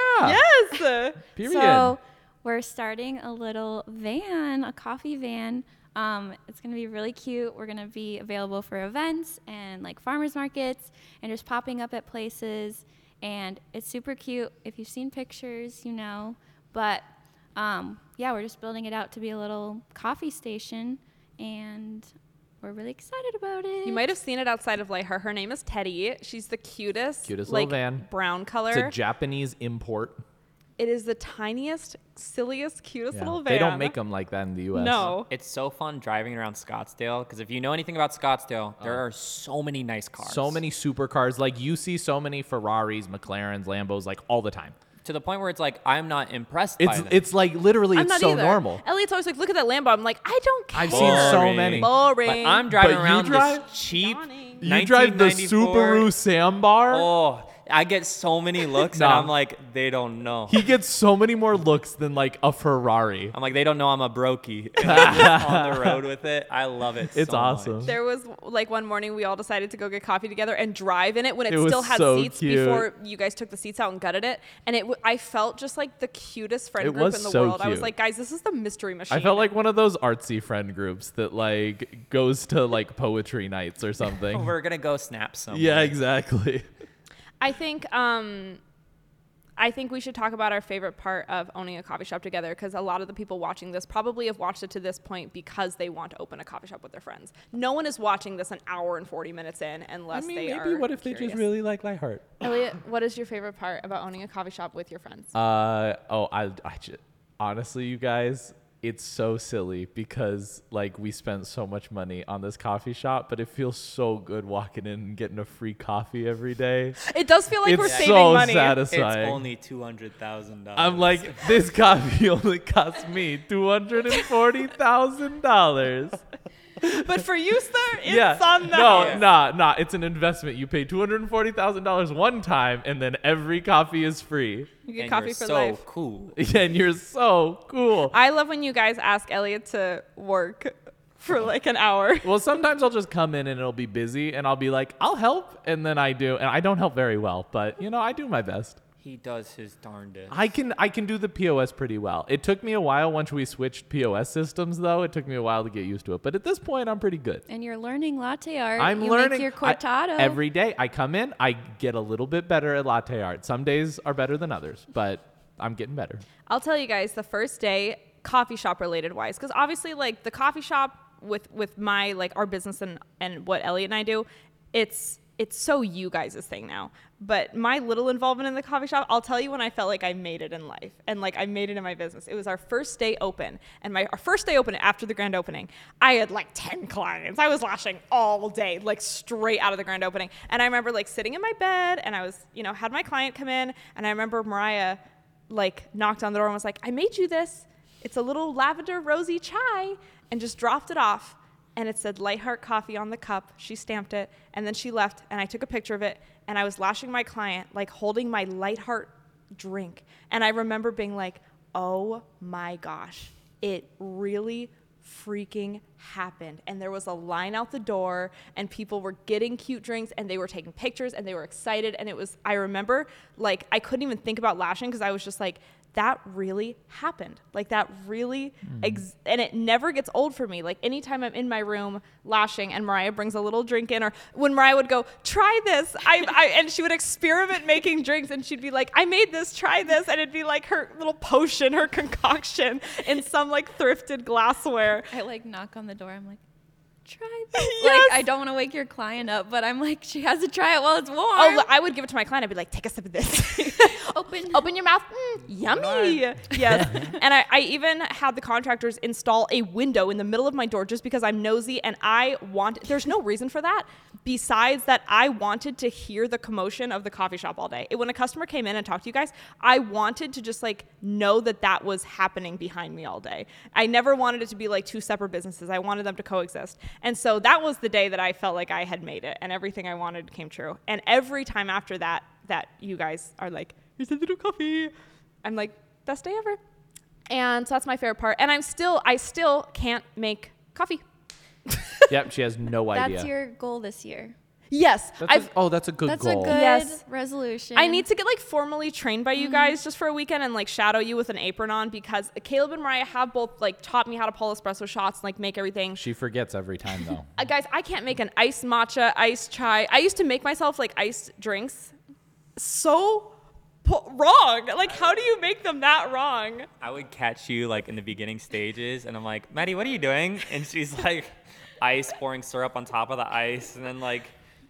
Speaker 1: yes.
Speaker 2: Period.
Speaker 3: So we're starting a little van, a coffee van. Um, it's gonna be really cute. We're gonna be available for events and like farmers markets and just popping up at places. And it's super cute. If you've seen pictures, you know. But um, yeah, we're just building it out to be a little coffee station, and we're really excited about it.
Speaker 1: You might have seen it outside of Lightheart. Her name is Teddy. She's the cutest,
Speaker 2: Cutest
Speaker 1: like
Speaker 2: little van.
Speaker 1: brown
Speaker 2: it's
Speaker 1: color.
Speaker 2: a Japanese import.
Speaker 1: it is the tiniest, silliest, cutest
Speaker 2: Yeah.
Speaker 1: little van.
Speaker 2: They don't make them like that in the U.S.
Speaker 1: No.
Speaker 5: It's so fun driving around Scottsdale because if you know anything about Scottsdale, there
Speaker 4: Uh.
Speaker 5: are so many nice cars.
Speaker 2: So many supercars. Like you see so many Ferraris, McLarens, Lambos, like all the time.
Speaker 5: to the point where it's like I'm not impressed by
Speaker 2: It's
Speaker 5: them.
Speaker 2: it's like literally
Speaker 1: I'm
Speaker 2: it's
Speaker 1: not
Speaker 2: so
Speaker 1: either. Uh,
Speaker 2: normal.
Speaker 1: Elliot's always like, look at that Lambo. I'm like, I don't care.
Speaker 2: I've seen so
Speaker 5: Boring.
Speaker 2: many.
Speaker 1: Boring.
Speaker 5: but I'm driving
Speaker 2: But you
Speaker 5: around
Speaker 2: drive-
Speaker 5: this cheap.
Speaker 1: Yawning.
Speaker 2: You drive the
Speaker 5: 1994
Speaker 2: Subaru Sambar.
Speaker 5: Oh, I get so many looks,
Speaker 2: No.
Speaker 5: and I'm like, they don't know.
Speaker 2: He gets so many more looks than like a Ferrari.
Speaker 5: I'm like, they don't know I'm a brokey. And I'm just on the road with it. I love it.
Speaker 2: It's
Speaker 5: so much.
Speaker 2: awesome.
Speaker 1: there was like one morning we all decided to go get coffee together and drive in it when it,
Speaker 2: It was
Speaker 1: still had
Speaker 2: so
Speaker 1: seats
Speaker 2: cute.
Speaker 1: before you guys took the seats out and gutted it. And it, w- I felt just like the cutest friend
Speaker 2: It
Speaker 1: group
Speaker 2: was
Speaker 1: in the
Speaker 2: so
Speaker 1: world. I was
Speaker 2: cute.
Speaker 1: like, guys, this is the mystery machine.
Speaker 2: I felt like one of those artsy friend groups that like goes to like poetry nights or
Speaker 1: Oh,
Speaker 2: something.
Speaker 5: We're gonna go snap some.
Speaker 2: yeah, exactly.
Speaker 1: I think um, I think we should talk about our favorite part of owning a coffee shop together because a lot of the people watching this probably have watched it to this point because they want to open a coffee shop with their friends. No one is watching this an hour and forty minutes in unless they are. curious.
Speaker 2: like Lightheart?
Speaker 1: Elliot, what is your favorite part about owning a coffee shop with your friends?
Speaker 2: Uh oh, I, I ju- honestly, you guys, it's so silly because like we spent so much money on this coffee shop, but it feels so good walking in and getting a free coffee every day.
Speaker 1: it does feel like
Speaker 2: it's
Speaker 1: we're
Speaker 2: so
Speaker 1: saving money.
Speaker 5: It's
Speaker 2: satisfying.
Speaker 5: only two hundred thousand dollars.
Speaker 2: I'm like, this coffee only cost me two hundred and forty thousand dollars.
Speaker 1: But for you, sir, it's
Speaker 2: Yeah,
Speaker 1: on the
Speaker 2: no, nah, nah. It's an investment. You pay two hundred and forty thousand dollars one time, and then every coffee is free.
Speaker 1: You
Speaker 5: and
Speaker 1: get coffee
Speaker 5: you're
Speaker 1: for
Speaker 5: so
Speaker 1: life.
Speaker 5: cool.
Speaker 2: And you're so cool.
Speaker 1: I love when you guys ask Elliot to work for like an hour.
Speaker 2: Well, sometimes I'll just come in and it'll be busy, and I'll be like, I'll help, and then I do, and I don't help very well, but you know, I do my best.
Speaker 5: He does his darndest.
Speaker 2: I can I can do the POS pretty well. It took me a while once we switched POS systems, though. It took me a while to get used to it, but at this point, I'm pretty good.
Speaker 3: and you're learning latte art.
Speaker 2: I'm
Speaker 3: you
Speaker 2: learning
Speaker 3: Make your
Speaker 2: I-
Speaker 3: cortado.
Speaker 2: every day. I come in, I get a little bit better at latte art. Some days are better than others, but I'm getting better.
Speaker 1: I'll tell you guys the first day coffee shop related wise because obviously like the coffee shop with with my like our business and and what Elliot and I do it's it's so you guys' thing now but my little involvement in the coffee shop I'll tell you when I felt like I made it in life and like I made it in my business it was our first day open and my our first day open after the grand opening I had like 10 clients I was lashing all day like straight out of the grand opening and I remember like sitting in my bed and I was you know had my client come in and I remember Mariah like knocked on the door and was like, "I made you this. It's a little lavender rosy chai," and just dropped it off. And it said Lightheart Coffee on the cup. She stamped it, and then she left. And I took a picture of it. And I was lashing my client, like holding my Lightheart drink. And I remember being like, "Oh my gosh, it really." freaking happened and there was a line out the door and people were getting cute drinks and they were taking pictures and they were excited and it was i remember like i couldn't even think about lashing because i was just like that really happened like that really ex- and it never gets old for me like anytime i'm in my room lashing and mariah brings a little drink in or when mariah would go try this I, I and she would experiment making drinks and she'd be like i made this try this and it'd be like her little potion her concoction in some like thrifted glassware
Speaker 3: I like knock on the door. I'm like, try this.
Speaker 1: Yes.
Speaker 3: Like, I don't want to wake your client up, but I'm like, she has to try it while it's warm.
Speaker 1: Oh, l- I would give it to my client. I'd be like, take a sip of this.
Speaker 2: oh,
Speaker 3: open.
Speaker 1: Open your mouth. Mm, yummy. Yes. and I, I even had the contractors install a window in the middle of my door just because I'm nosy and I want, there's no reason for that besides that I wanted to hear the commotion of the coffee shop all day. It, when a customer came in and talked to you guys, I wanted to just like know that that was happening behind me all day. I never wanted it to be like two separate businesses. I wanted them to coexist. And so that was the day that I felt like I had made it and everything I wanted came true. And every time after that, that you guys are like, here's a little coffee. I'm like, best day ever. And so that's my favorite part. And I'm still, I still can't make coffee.
Speaker 2: Yep, she has no idea.
Speaker 3: That's your goal this year.
Speaker 1: Yes.
Speaker 2: That's a-
Speaker 1: I've, Mm-hmm.
Speaker 2: oh, that's a good
Speaker 3: That's
Speaker 2: goal.
Speaker 3: a good
Speaker 1: Yes.
Speaker 3: resolution.
Speaker 1: I need to get like formally trained by you guys just for a weekend and like shadow you with an apron on because Caleb and Mariah have both like taught me how to pull espresso shots and like make everything.
Speaker 2: She forgets every time though.
Speaker 1: Uh, guys, I can't make an iced matcha, iced chai. I used to make myself like iced drinks. So po- wrong. Like, how do you make them that wrong?
Speaker 4: I would catch you like in the beginning stages, and I'm like, Maddie, what are you doing? And she's like, ice pouring syrup on top of the ice, and then like,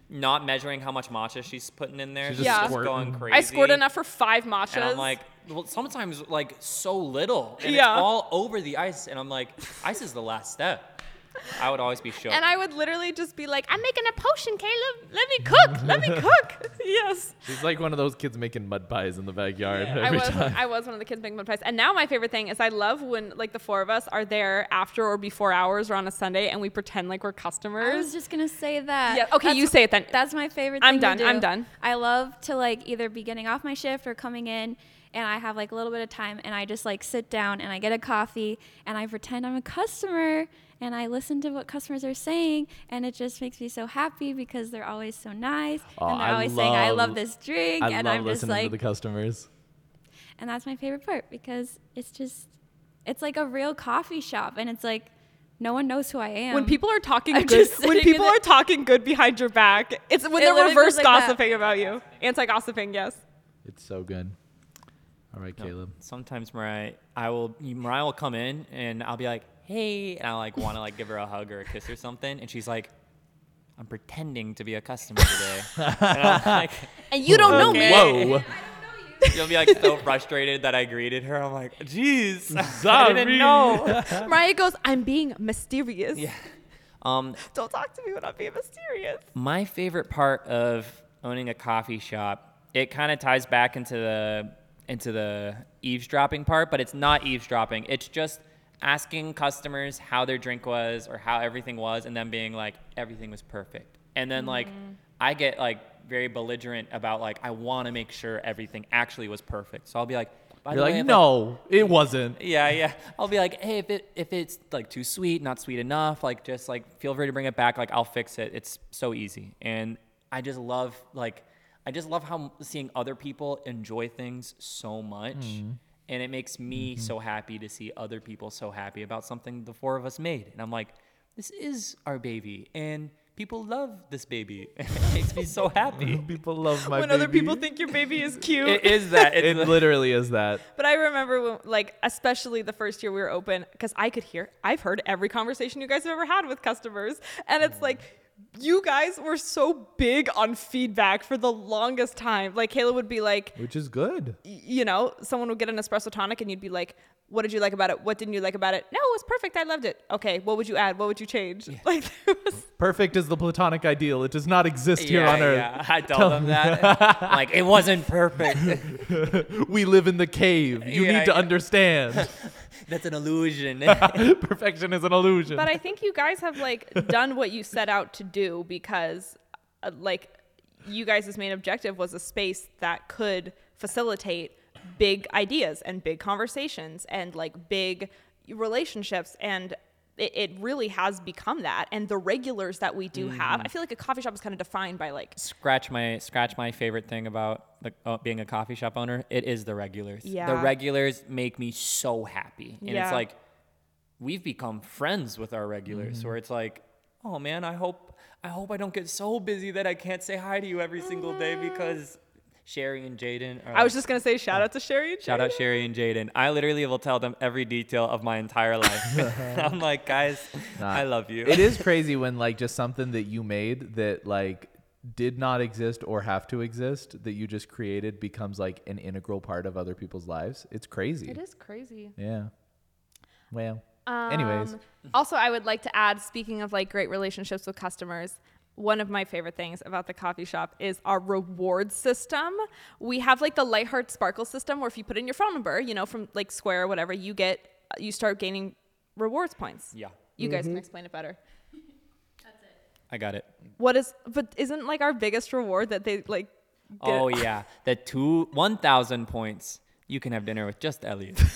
Speaker 4: not measuring how much matcha she's putting in there.
Speaker 2: She's
Speaker 1: just Yeah.
Speaker 2: squirting.
Speaker 4: going crazy.
Speaker 1: I scored enough for five matchas.
Speaker 4: And I'm like, well, sometimes like so little, and
Speaker 1: Yeah.
Speaker 4: it's all over the ice, and I'm like, ice is the last step. I would always be shook.
Speaker 1: and I would literally just be like, I'm making a potion, Caleb. Let me cook. Let me cook. yes.
Speaker 2: She's like one of those kids making mud pies in the backyard
Speaker 1: I
Speaker 2: every
Speaker 1: was
Speaker 2: time.
Speaker 1: I was one of the kids making mud pies. And now my favorite thing is I love when like the four of us are there after or before hours or on a Sunday and we pretend like we're
Speaker 3: I was
Speaker 1: customers.
Speaker 3: just gonna say that.
Speaker 1: Yeah, okay, you
Speaker 3: That's-
Speaker 1: say it then.
Speaker 3: That's my favorite.
Speaker 1: I'm
Speaker 3: thing
Speaker 1: done,
Speaker 3: To do.
Speaker 1: I'm done.
Speaker 3: I love to like either be getting off my shift or coming in, and I have like a little bit of time, and I just like sit down and I get a coffee and I pretend I'm a customer and I listen to what customers are saying, and it just makes me so happy because they're always so nice
Speaker 2: Oh,
Speaker 3: and they're
Speaker 2: I
Speaker 3: always saying I
Speaker 2: love-
Speaker 3: love this drink,
Speaker 2: I
Speaker 3: and
Speaker 2: love
Speaker 3: I'm just
Speaker 2: listening
Speaker 3: like,
Speaker 2: to the customers.
Speaker 3: and that's my favorite part because it's just, it's like a real coffee shop, and it's like. No one knows who I am.
Speaker 1: when people are talking
Speaker 3: um, I'm
Speaker 1: good,
Speaker 3: just
Speaker 1: when
Speaker 3: sitting in
Speaker 1: people are
Speaker 3: it.
Speaker 1: talking good behind your back, it's when
Speaker 3: It
Speaker 1: they're
Speaker 3: literally
Speaker 1: reverse
Speaker 3: goes like that.
Speaker 1: gossiping about you, anti gossiping. Yes.
Speaker 2: It's so good. All right,
Speaker 4: No,
Speaker 2: Caleb.
Speaker 4: Sometimes Mariah, I will. Mariah will come in, and I'll be like, "Hey," and I like want to like give her a hug or a kiss or something, and she's like, "I'm pretending to be a customer today." and I'm like,
Speaker 1: And you don't know me.
Speaker 4: Okay.
Speaker 2: Whoa.
Speaker 4: She'll be like so frustrated that I greeted her. I'm like, "Jeez, I
Speaker 2: Sorry.
Speaker 4: didn't know."
Speaker 1: Mariah goes, I'm being mysterious.
Speaker 4: Yeah. Um,
Speaker 1: Don't talk to me when I'm being mysterious.
Speaker 4: my favorite part of owning a coffee shop it kind of ties back into the into the eavesdropping part but it's not eavesdropping it's just asking customers how their drink was or how everything was and then being like everything was perfect and then like i get like very belligerent about like i want to make sure everything actually was perfect so i'll be like by
Speaker 2: You're
Speaker 4: the way,
Speaker 2: like,
Speaker 4: if I-
Speaker 2: no, it wasn't.
Speaker 4: yeah, yeah. I'll be like, hey, if it if it's like too sweet, not sweet enough, like just like feel free to bring it back. Like I'll fix it. It's so easy, and I just love like I just love how seeing other people enjoy things so much, and it makes me so happy to see other people so happy about something the four of us made, and I'm like, this is our baby, and people love this baby. it makes me so happy.
Speaker 2: People love my
Speaker 1: when other
Speaker 2: baby.
Speaker 1: people think your baby is cute.
Speaker 4: it is that. It's
Speaker 2: it
Speaker 4: the-
Speaker 2: literally is that.
Speaker 1: But I remember when, like, especially the first year we were open, because I could hear, I've heard every conversation you guys have ever had with customers. And
Speaker 4: Mm.
Speaker 1: it's like, you guys were so big on feedback for the longest time. Like, Kayla would be like,
Speaker 2: Which is good.
Speaker 1: y- you know, someone would get an espresso tonic and you'd be like, what did you like about it? What didn't you like about it? No, it was perfect. I loved it. Okay, what would you add? What would you change? Like, there was,
Speaker 2: Perfect is the platonic ideal. It does not exist here
Speaker 4: yeah,
Speaker 2: on earth.
Speaker 4: yeah. I tell them that. like it wasn't perfect.
Speaker 2: We live in the cave. You
Speaker 4: Yeah,
Speaker 2: need to
Speaker 4: yeah.
Speaker 2: understand.
Speaker 4: That's an illusion.
Speaker 2: Perfection is an illusion.
Speaker 1: but I think you guys have, like, done what you set out to do because, uh, like, you guys' main objective was a space that could facilitate big ideas and big conversations and like big relationships and it, it really has become that and the regulars that we do have
Speaker 4: Mm.
Speaker 1: i feel like a coffee shop is kind of defined by like
Speaker 4: scratch my scratch my favorite thing about the, uh, being a coffee shop owner. It is the regulars. The
Speaker 1: Yeah.
Speaker 4: regulars make me so happy, and
Speaker 1: Yeah.
Speaker 4: it's like we've become friends with our regulars.
Speaker 1: Mm-hmm.
Speaker 4: Where it's like, oh man, I hope I hope I don't get so busy that I can't say hi to you every single day because Sherry and Jaden. are
Speaker 1: I was
Speaker 4: like-
Speaker 1: just gonna say shout out to Sherry. and
Speaker 4: shout
Speaker 1: Jaden.
Speaker 4: out Sherry and Jaden. I literally will tell them every detail of my entire life. I'm like, guys,
Speaker 2: Nah.
Speaker 4: I love you.
Speaker 2: it is crazy when like just something that you made that like did not exist or have to exist that you just created becomes like an integral part of other people's lives. It's crazy.
Speaker 1: It is crazy.
Speaker 2: Yeah. Well. anyways,
Speaker 1: Um, also, I would like to add speaking of like great relationships with customers, one of my favorite things about the coffee shop is our reward system. We have like the Lightheart Sparkle system where if you put in your phone number, you know, from like Square or whatever, you get, uh, you start gaining rewards points.
Speaker 4: Yeah,
Speaker 1: You guys can explain it better.
Speaker 4: I got it.
Speaker 1: What is, but isn't like our biggest reward that they like, get-
Speaker 4: Oh yeah, the two one thousand points. You can have dinner with just Elliot.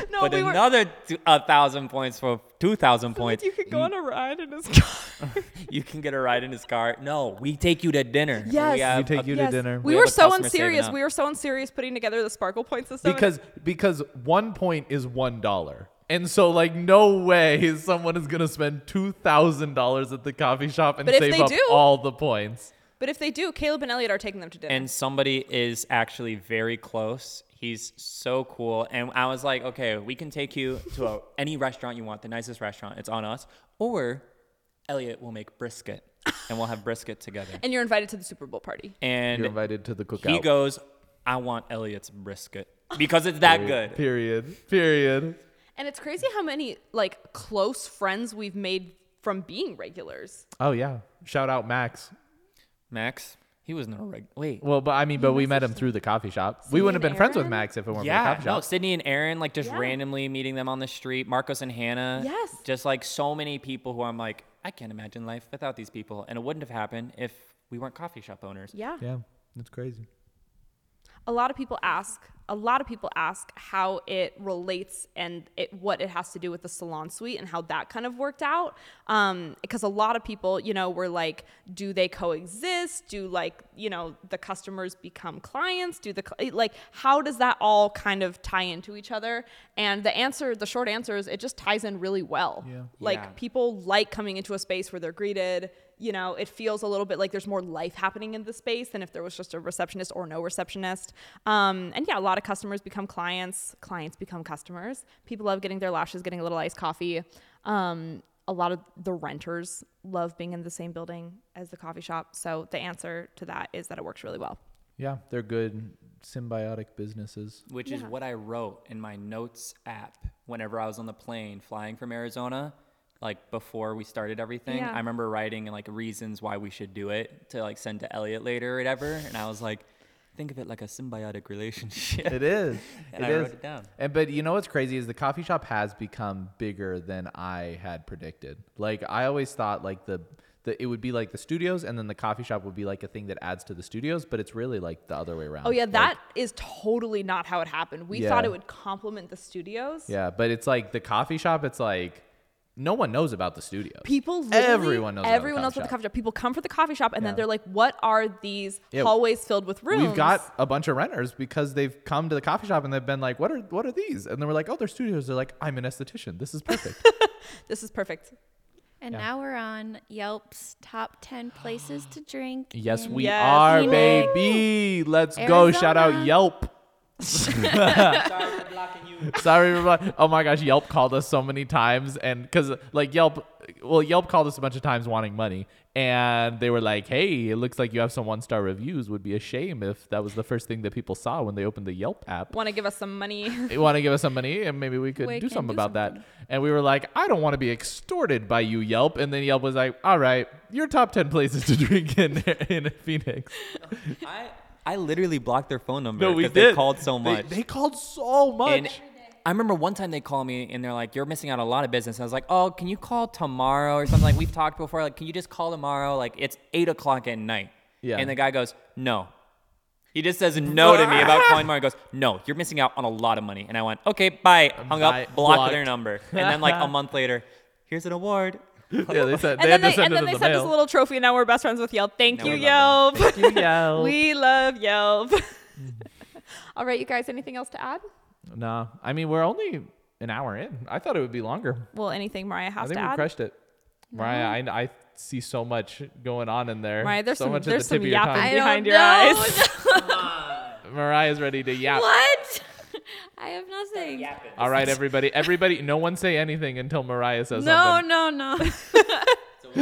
Speaker 1: no,
Speaker 4: but
Speaker 1: we were,
Speaker 4: another two, a thousand points for two thousand
Speaker 1: so that
Speaker 4: points.
Speaker 1: you could go on a ride in his car.
Speaker 4: You can get a ride in his car. No, we take you to dinner.
Speaker 1: Yes.
Speaker 4: we, have
Speaker 2: we take
Speaker 4: a-
Speaker 2: you to
Speaker 1: Yes.
Speaker 2: dinner.
Speaker 1: We,
Speaker 4: We have
Speaker 1: were
Speaker 4: a
Speaker 1: so
Speaker 4: customer saving
Speaker 1: unserious.
Speaker 4: up.
Speaker 1: We were so unserious putting together the sparkle point system.
Speaker 2: because because one point is one dollar and so like no way is someone is gonna spend two thousand dollars at the coffee shop and
Speaker 1: But if
Speaker 2: save
Speaker 1: they
Speaker 2: up
Speaker 1: do-
Speaker 2: all the points
Speaker 1: but if they do, Caleb and Elliot are taking them to dinner.
Speaker 4: And somebody is actually very close. He's so cool. And I was like, okay, we can take you to a, any restaurant you want, the nicest restaurant. It's on us. Or Elliot will make brisket, and we'll have brisket together.
Speaker 1: and you're invited to the Super Bowl party.
Speaker 4: And
Speaker 2: you're invited to the cookout
Speaker 4: he goes, I want Elliot's brisket because it's that good.
Speaker 2: period period
Speaker 1: And it's crazy how many like close friends we've made from being regulars.
Speaker 2: oh yeah shout out max
Speaker 4: Max, he was not a reg. Wait.
Speaker 2: well but i mean but we met him through the coffee shop we wouldn't have been
Speaker 1: and
Speaker 2: friends with
Speaker 1: Aaron?
Speaker 2: max if it weren't for the
Speaker 4: Yeah,
Speaker 2: coffee
Speaker 4: no,
Speaker 2: shop
Speaker 4: Sydney and Aaron, like just
Speaker 1: Yeah.
Speaker 4: randomly meeting them on the street. Marcos and Hannah.
Speaker 1: Yes.
Speaker 4: Just like so many people who I'm like, I can't imagine life without these people. And it wouldn't have happened if we weren't coffee shop owners.
Speaker 1: Yeah.
Speaker 2: yeah that's crazy
Speaker 1: A lot of people ask, a lot of people ask how it relates and it, what it has to do with the salon suite and how that kind of worked out. Um, because a lot of people, you know, were like, do they coexist? Do like, you know, the customers become clients? Do the, cl- like, how does that all kind of tie into each other? And the answer, the short answer is it just ties in really well.
Speaker 2: Yeah.
Speaker 1: Like,
Speaker 4: Yeah.
Speaker 1: people like coming into a space where they're greeted you know it feels a little bit like there's more life happening in the space than if there was just a receptionist or no receptionist um, and yeah a lot of customers become clients clients become customers people love getting their lashes getting a little iced coffee um, a lot of the renters love being in the same building as the coffee shop so the answer to that is that it works really well
Speaker 2: yeah they're good symbiotic businesses
Speaker 4: Which is what I wrote in my notes app whenever I was on the plane flying from Arizona, like before we started everything.
Speaker 1: Yeah.
Speaker 4: I remember writing like reasons why we should do it to like send to Elliot later or whatever. And I was like, think of it like a symbiotic relationship.
Speaker 2: it is.
Speaker 4: And
Speaker 2: It
Speaker 4: I wrote
Speaker 2: is.
Speaker 4: it down.
Speaker 2: And but you know what's crazy is the coffee shop has become bigger than I had predicted. Like I always thought like the the it would be like the studios and then the coffee shop would be like a thing that adds to the studios, but it's really like the other way around.
Speaker 1: oh yeah
Speaker 2: Like,
Speaker 1: that is totally not how it happened we thought
Speaker 2: Yeah.
Speaker 1: it would complement the studios
Speaker 2: yeah, but it's like the coffee shop it's like no one knows about the studios.
Speaker 1: People literally,
Speaker 2: Everyone knows about the
Speaker 1: everyone knows
Speaker 2: coffee
Speaker 1: about the
Speaker 2: shop.
Speaker 1: coffee shop. People come for the coffee shop, and then
Speaker 2: Yeah.
Speaker 1: they're like, "What are these
Speaker 2: Yeah.
Speaker 1: hallways filled with rooms?"
Speaker 2: We've got a bunch of renters because they've come to the coffee shop and they've been like, "What are what are these?" And they were like, "Oh, they're studios." They're like, "I'm an esthetician. This is perfect."
Speaker 1: this is perfect.
Speaker 3: And now we're on Yelp's top 10 places to drink.
Speaker 2: yes,
Speaker 3: in
Speaker 2: we
Speaker 1: Yes.
Speaker 2: are,
Speaker 3: Phoenix.
Speaker 2: baby. Let's go. Shout out
Speaker 3: Arizona.
Speaker 2: Yelp.
Speaker 4: Sorry for blocking you.
Speaker 2: Sorry, everybody. Oh my gosh, Yelp called us so many times, and because like Yelp, well, Yelp called us a bunch of times wanting money, and they were like, "Hey, it looks like you have some one-star reviews. Would be a shame if that was the first thing that people saw when they opened the Yelp app.
Speaker 1: Want to give us some money?
Speaker 2: They want to give us some money, and maybe we could
Speaker 3: We
Speaker 2: do
Speaker 3: can
Speaker 2: something
Speaker 3: do
Speaker 2: about that."
Speaker 3: something.
Speaker 2: And we were like, "I don't want to be extorted by you, Yelp." And then Yelp was like, "All right, your top ten places to drink in in Phoenix."
Speaker 4: I I literally blocked their phone number
Speaker 2: No, we
Speaker 4: 'cause
Speaker 2: did.
Speaker 4: they called so
Speaker 2: They-
Speaker 4: much.
Speaker 2: They, called so much.
Speaker 4: and I remember one time they called me and they're like, "You're missing out on a lot of business." And I was like, "Oh, can you call tomorrow or something?" Like we've talked before. Like, can you just call tomorrow? Like it's eight o'clock at night.
Speaker 2: Yeah.
Speaker 4: And the guy goes, "No." He just says no to me about calling tomorrow. He goes, "No, you're missing out on a lot of money." And I went, "Okay, bye." Hung
Speaker 2: Bye.
Speaker 4: up, blocked, their
Speaker 2: Blocked.
Speaker 4: number. And then like a month later, here's an award.
Speaker 2: yeah, they said
Speaker 1: and
Speaker 2: they
Speaker 1: then
Speaker 2: had to
Speaker 1: they,
Speaker 2: send
Speaker 1: and
Speaker 2: it
Speaker 1: then
Speaker 2: in
Speaker 1: they
Speaker 2: the
Speaker 1: sent us a
Speaker 2: mail.
Speaker 1: little trophy, and now we're best friends with Yelp. Thank
Speaker 4: Now
Speaker 1: you,
Speaker 4: we
Speaker 1: Yelp.
Speaker 4: love
Speaker 2: Thank you, Yelp.
Speaker 1: we love Yelp. All right, you guys. Anything else to add?
Speaker 2: Nah, I mean we're only an hour in. I thought it would be longer.
Speaker 1: Well, anything Mariah
Speaker 2: I
Speaker 1: has
Speaker 2: think
Speaker 1: to
Speaker 2: we
Speaker 1: add?
Speaker 2: crushed it. Mariah, I, I see so much going on in there.
Speaker 1: Mariah, there's
Speaker 2: so
Speaker 1: some-
Speaker 2: much
Speaker 1: there's
Speaker 2: at the
Speaker 1: some
Speaker 2: tip of your
Speaker 1: yapping.
Speaker 2: tongue.
Speaker 1: Behind
Speaker 3: I
Speaker 1: your
Speaker 3: don't know.
Speaker 2: Mariah's ready to yap.
Speaker 3: what? I have nothing.
Speaker 2: All right, everybody, everybody, no one say anything until Mariah says
Speaker 3: No,
Speaker 2: something.
Speaker 3: no, no.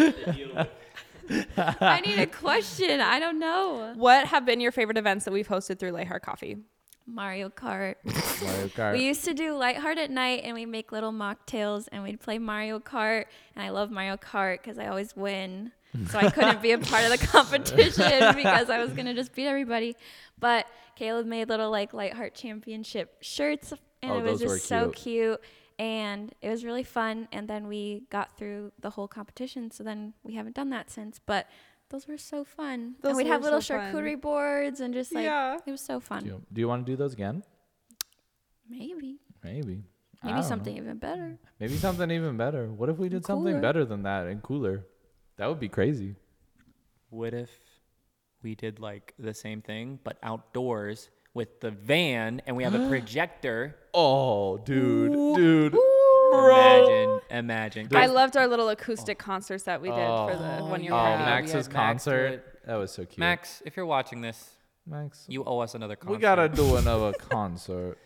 Speaker 3: I need a question. I don't know.
Speaker 1: What have been your favorite events that we've hosted through Lightheart Coffee?
Speaker 3: Mario Kart.
Speaker 2: Mario Kart.
Speaker 3: We used to do Lightheart at night and we'd make little mocktails and we'd play Mario Kart. And I love Mario Kart because I always win. So I couldn't be a part of the competition because I was going to just beat everybody. But Caleb made little like Lightheart Championship shirts and
Speaker 2: Oh,
Speaker 3: it was
Speaker 2: those
Speaker 3: just
Speaker 2: were
Speaker 3: so cute. And it was really fun. And then we got through the whole competition. So then we haven't done that since. But those were so fun.
Speaker 1: Those
Speaker 3: and we'd have
Speaker 1: were
Speaker 3: little
Speaker 1: so fun.
Speaker 3: charcuterie boards and just like,
Speaker 1: Yeah.
Speaker 3: it was so fun.
Speaker 2: do you, do you want to do those again?
Speaker 3: Maybe.
Speaker 2: Maybe. I
Speaker 3: Maybe
Speaker 2: don't know.
Speaker 3: something even better.
Speaker 2: Maybe something even better. What if we did something
Speaker 3: cooler.
Speaker 2: better than that and cooler? That would be crazy.
Speaker 4: What if we did like the same thing but outdoors with the van and we have a projector?
Speaker 2: Oh, dude, dude.
Speaker 4: Imagine, imagine.
Speaker 1: I loved our little acoustic concerts that we did for the one year
Speaker 2: Oh,
Speaker 1: party.
Speaker 2: Max's
Speaker 4: Max
Speaker 2: concert.
Speaker 4: do it.
Speaker 2: that was so cute.
Speaker 4: Max, if you're watching this,
Speaker 2: Max.
Speaker 4: you owe us another concert.
Speaker 2: we gotta do another concert.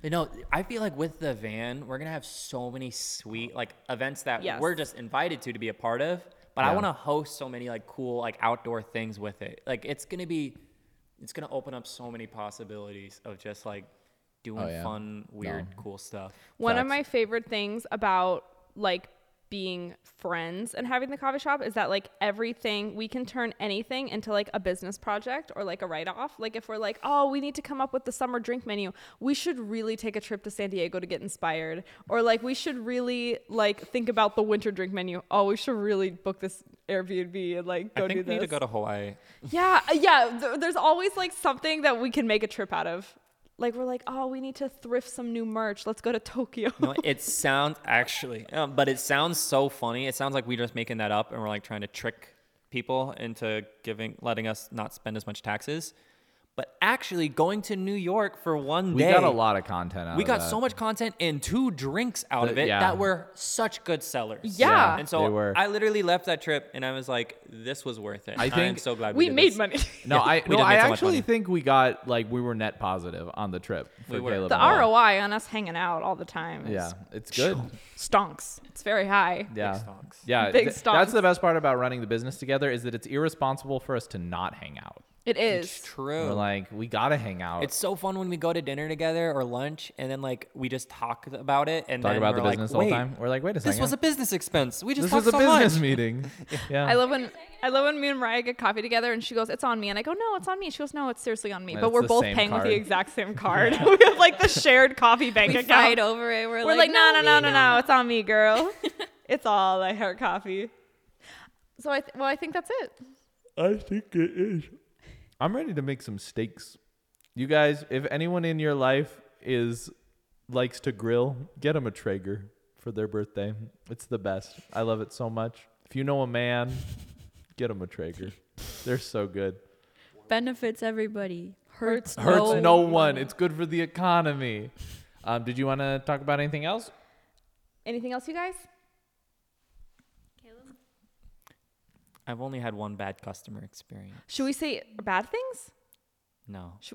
Speaker 4: But no, I feel like with the van, we're gonna have so many sweet like events that
Speaker 1: Yes.
Speaker 4: we're just invited to to be a part of. But I want to host so many like cool like outdoor things with it. Like it's gonna be, it's gonna open up so many possibilities of just like doing
Speaker 2: yeah.
Speaker 4: fun, weird, cool stuff.
Speaker 1: One of
Speaker 2: Facts.
Speaker 1: my favorite things about like being friends and having the coffee shop is that like everything we can turn anything into like a business project or like a write off. Like if we're like, oh, we need to come up with the summer drink menu, we should really take a trip to San Diego to get inspired. Or like we should really like think about the winter drink menu. Oh, we should really book this Airbnb and like go
Speaker 4: I
Speaker 1: do
Speaker 4: think we need to
Speaker 1: this.
Speaker 4: go to Hawaii.
Speaker 1: Yeah, uh, yeah. th- there's always like something that we can make a trip out of. Like we're like, oh, we need to thrift some new merch. Let's go to Tokyo.
Speaker 4: No, it sounds actually, um, but it sounds so funny. It sounds like we're just making that up and we're like trying to trick people into giving, letting us not spend as much taxes. But actually, going to New York for one
Speaker 2: We
Speaker 4: day,
Speaker 2: got a lot of content out
Speaker 4: We
Speaker 2: of
Speaker 4: got
Speaker 2: that.
Speaker 4: so much content and two drinks out
Speaker 2: The-
Speaker 4: of it
Speaker 2: yeah.
Speaker 4: that were such good sellers.
Speaker 1: Yeah.
Speaker 4: and
Speaker 2: They
Speaker 4: so
Speaker 2: were.
Speaker 4: I literally left that trip and I was like, "This was worth it."
Speaker 2: I
Speaker 4: I am
Speaker 2: think
Speaker 4: so glad
Speaker 1: we
Speaker 4: we, did
Speaker 1: made
Speaker 4: this.
Speaker 1: money.
Speaker 2: No, I no,
Speaker 4: we did
Speaker 2: I
Speaker 4: make so much
Speaker 2: actually
Speaker 4: money.
Speaker 2: think we got like we were net positive on the trip for
Speaker 4: We were.
Speaker 2: Caleb.
Speaker 1: the
Speaker 2: and I.
Speaker 1: ROI on us hanging out all the time. Is
Speaker 2: Yeah, it's good.
Speaker 1: Stonks. It's very high.
Speaker 2: Yeah.
Speaker 4: stonks.
Speaker 2: Yeah,
Speaker 1: Big
Speaker 2: th-
Speaker 1: stonks.
Speaker 2: that's the best part about running the business together is that it's irresponsible for us to not hang out.
Speaker 1: It
Speaker 4: It's
Speaker 1: is.
Speaker 4: true.
Speaker 2: We're like, we gotta hang out.
Speaker 4: Oh. It's so fun when we go to dinner together or lunch, and then like we just talk about it and
Speaker 2: talk
Speaker 4: then
Speaker 2: about
Speaker 4: we're
Speaker 2: the
Speaker 4: like,
Speaker 2: business all
Speaker 4: Wait,
Speaker 2: the time. We're like, wait a second.
Speaker 4: This was a business expense. We just
Speaker 2: this
Speaker 4: talked
Speaker 2: was a
Speaker 4: so
Speaker 2: business
Speaker 4: much.
Speaker 2: meeting. yeah.
Speaker 1: I love when I love when me and Mariah get coffee together and she goes, It's on me. And I go, No, it's on me. She goes, No, it's seriously on me.
Speaker 2: And
Speaker 1: but
Speaker 2: it's
Speaker 1: we're
Speaker 2: the
Speaker 1: both
Speaker 2: same
Speaker 1: paying with
Speaker 2: card.
Speaker 1: the exact same card. we have like the shared coffee bank
Speaker 3: we
Speaker 1: account.
Speaker 3: fight over it. We're,
Speaker 1: We're like, no, no,
Speaker 3: me,
Speaker 1: no, no, no. It's on me, girl. it's all I heart coffee. So I th- well, I think that's it.
Speaker 2: I think it is. I'm ready to make some steaks. You guys, if anyone in your life is likes to grill, get them a Traeger for their birthday. It's the best. I love it so much. If you know a man, get him a Traeger. They're so good.
Speaker 3: Benefits everybody. Hurts,
Speaker 2: Hurts
Speaker 3: no.
Speaker 2: no, one. It's good for the economy. Um, did you want to talk about anything else?
Speaker 1: Anything else, you guys?
Speaker 4: I've only had one bad customer experience.
Speaker 1: Should we say bad things?
Speaker 4: No.
Speaker 1: Sh-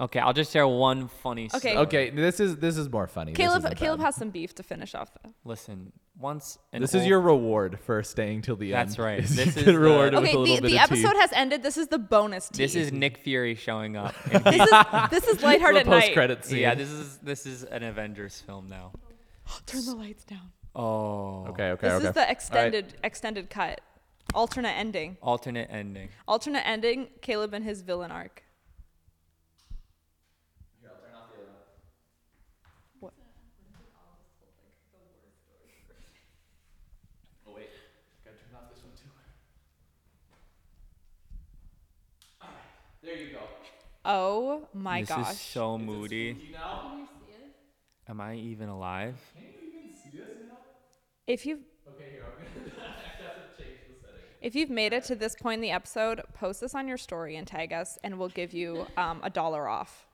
Speaker 4: okay, I'll just share one funny.
Speaker 1: Okay.
Speaker 4: story.
Speaker 2: Okay, this is this is more funny. This
Speaker 1: Caleb,
Speaker 2: isn't
Speaker 1: Caleb
Speaker 2: bad.
Speaker 1: has some beef to finish off though.
Speaker 4: Listen, once an
Speaker 2: This is
Speaker 4: old-
Speaker 2: your reward for staying till the end.
Speaker 4: That's right.
Speaker 2: Is
Speaker 4: This
Speaker 2: you
Speaker 4: is
Speaker 2: get
Speaker 4: the-
Speaker 2: rewarded with
Speaker 1: Okay,
Speaker 2: a little
Speaker 1: the,
Speaker 2: bit
Speaker 1: the
Speaker 2: of tea.
Speaker 1: episode has ended. This is the bonus. Tea.
Speaker 4: This is Nick Fury showing up. and
Speaker 1: this is this is lightheart at
Speaker 2: post
Speaker 1: night.
Speaker 2: credit
Speaker 4: he-
Speaker 2: scene.
Speaker 4: yeah, this is this is an Avengers film now.
Speaker 1: Turn the lights down.
Speaker 4: Oh.
Speaker 2: Okay, okay,
Speaker 1: This
Speaker 2: okay.
Speaker 1: is the extended extended cut, alternate ending,
Speaker 4: Alternate ending.
Speaker 1: alternate ending. Caleb and his villain arc.
Speaker 4: Oh,
Speaker 1: Oh my
Speaker 4: this
Speaker 1: gosh!
Speaker 4: is so moody. Am I even alive?
Speaker 1: If you've If you've made it to this point in the episode, post this on your story and tag us, and we'll give you um, a dollar off.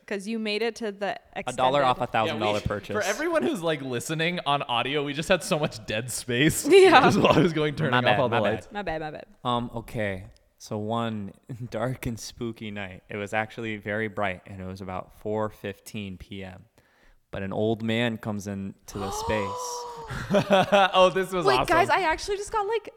Speaker 1: because you made it to the
Speaker 4: A dollar off a
Speaker 1: extended-
Speaker 4: thousand dollar
Speaker 2: we-
Speaker 4: purchase.
Speaker 2: For everyone who's like listening on audio, we just had so much dead space.
Speaker 1: Yeah.
Speaker 2: Just while I was going turning
Speaker 4: My bad,
Speaker 2: off all the
Speaker 4: my bad.
Speaker 2: lights.
Speaker 1: My bad, my bad.
Speaker 4: Um, okay. So one dark and spooky night. It was actually very bright and it was about 4:15 p.m. But an old man comes into the space.
Speaker 2: oh, this was
Speaker 1: Wait,
Speaker 2: awesome.
Speaker 1: guys, I actually just got like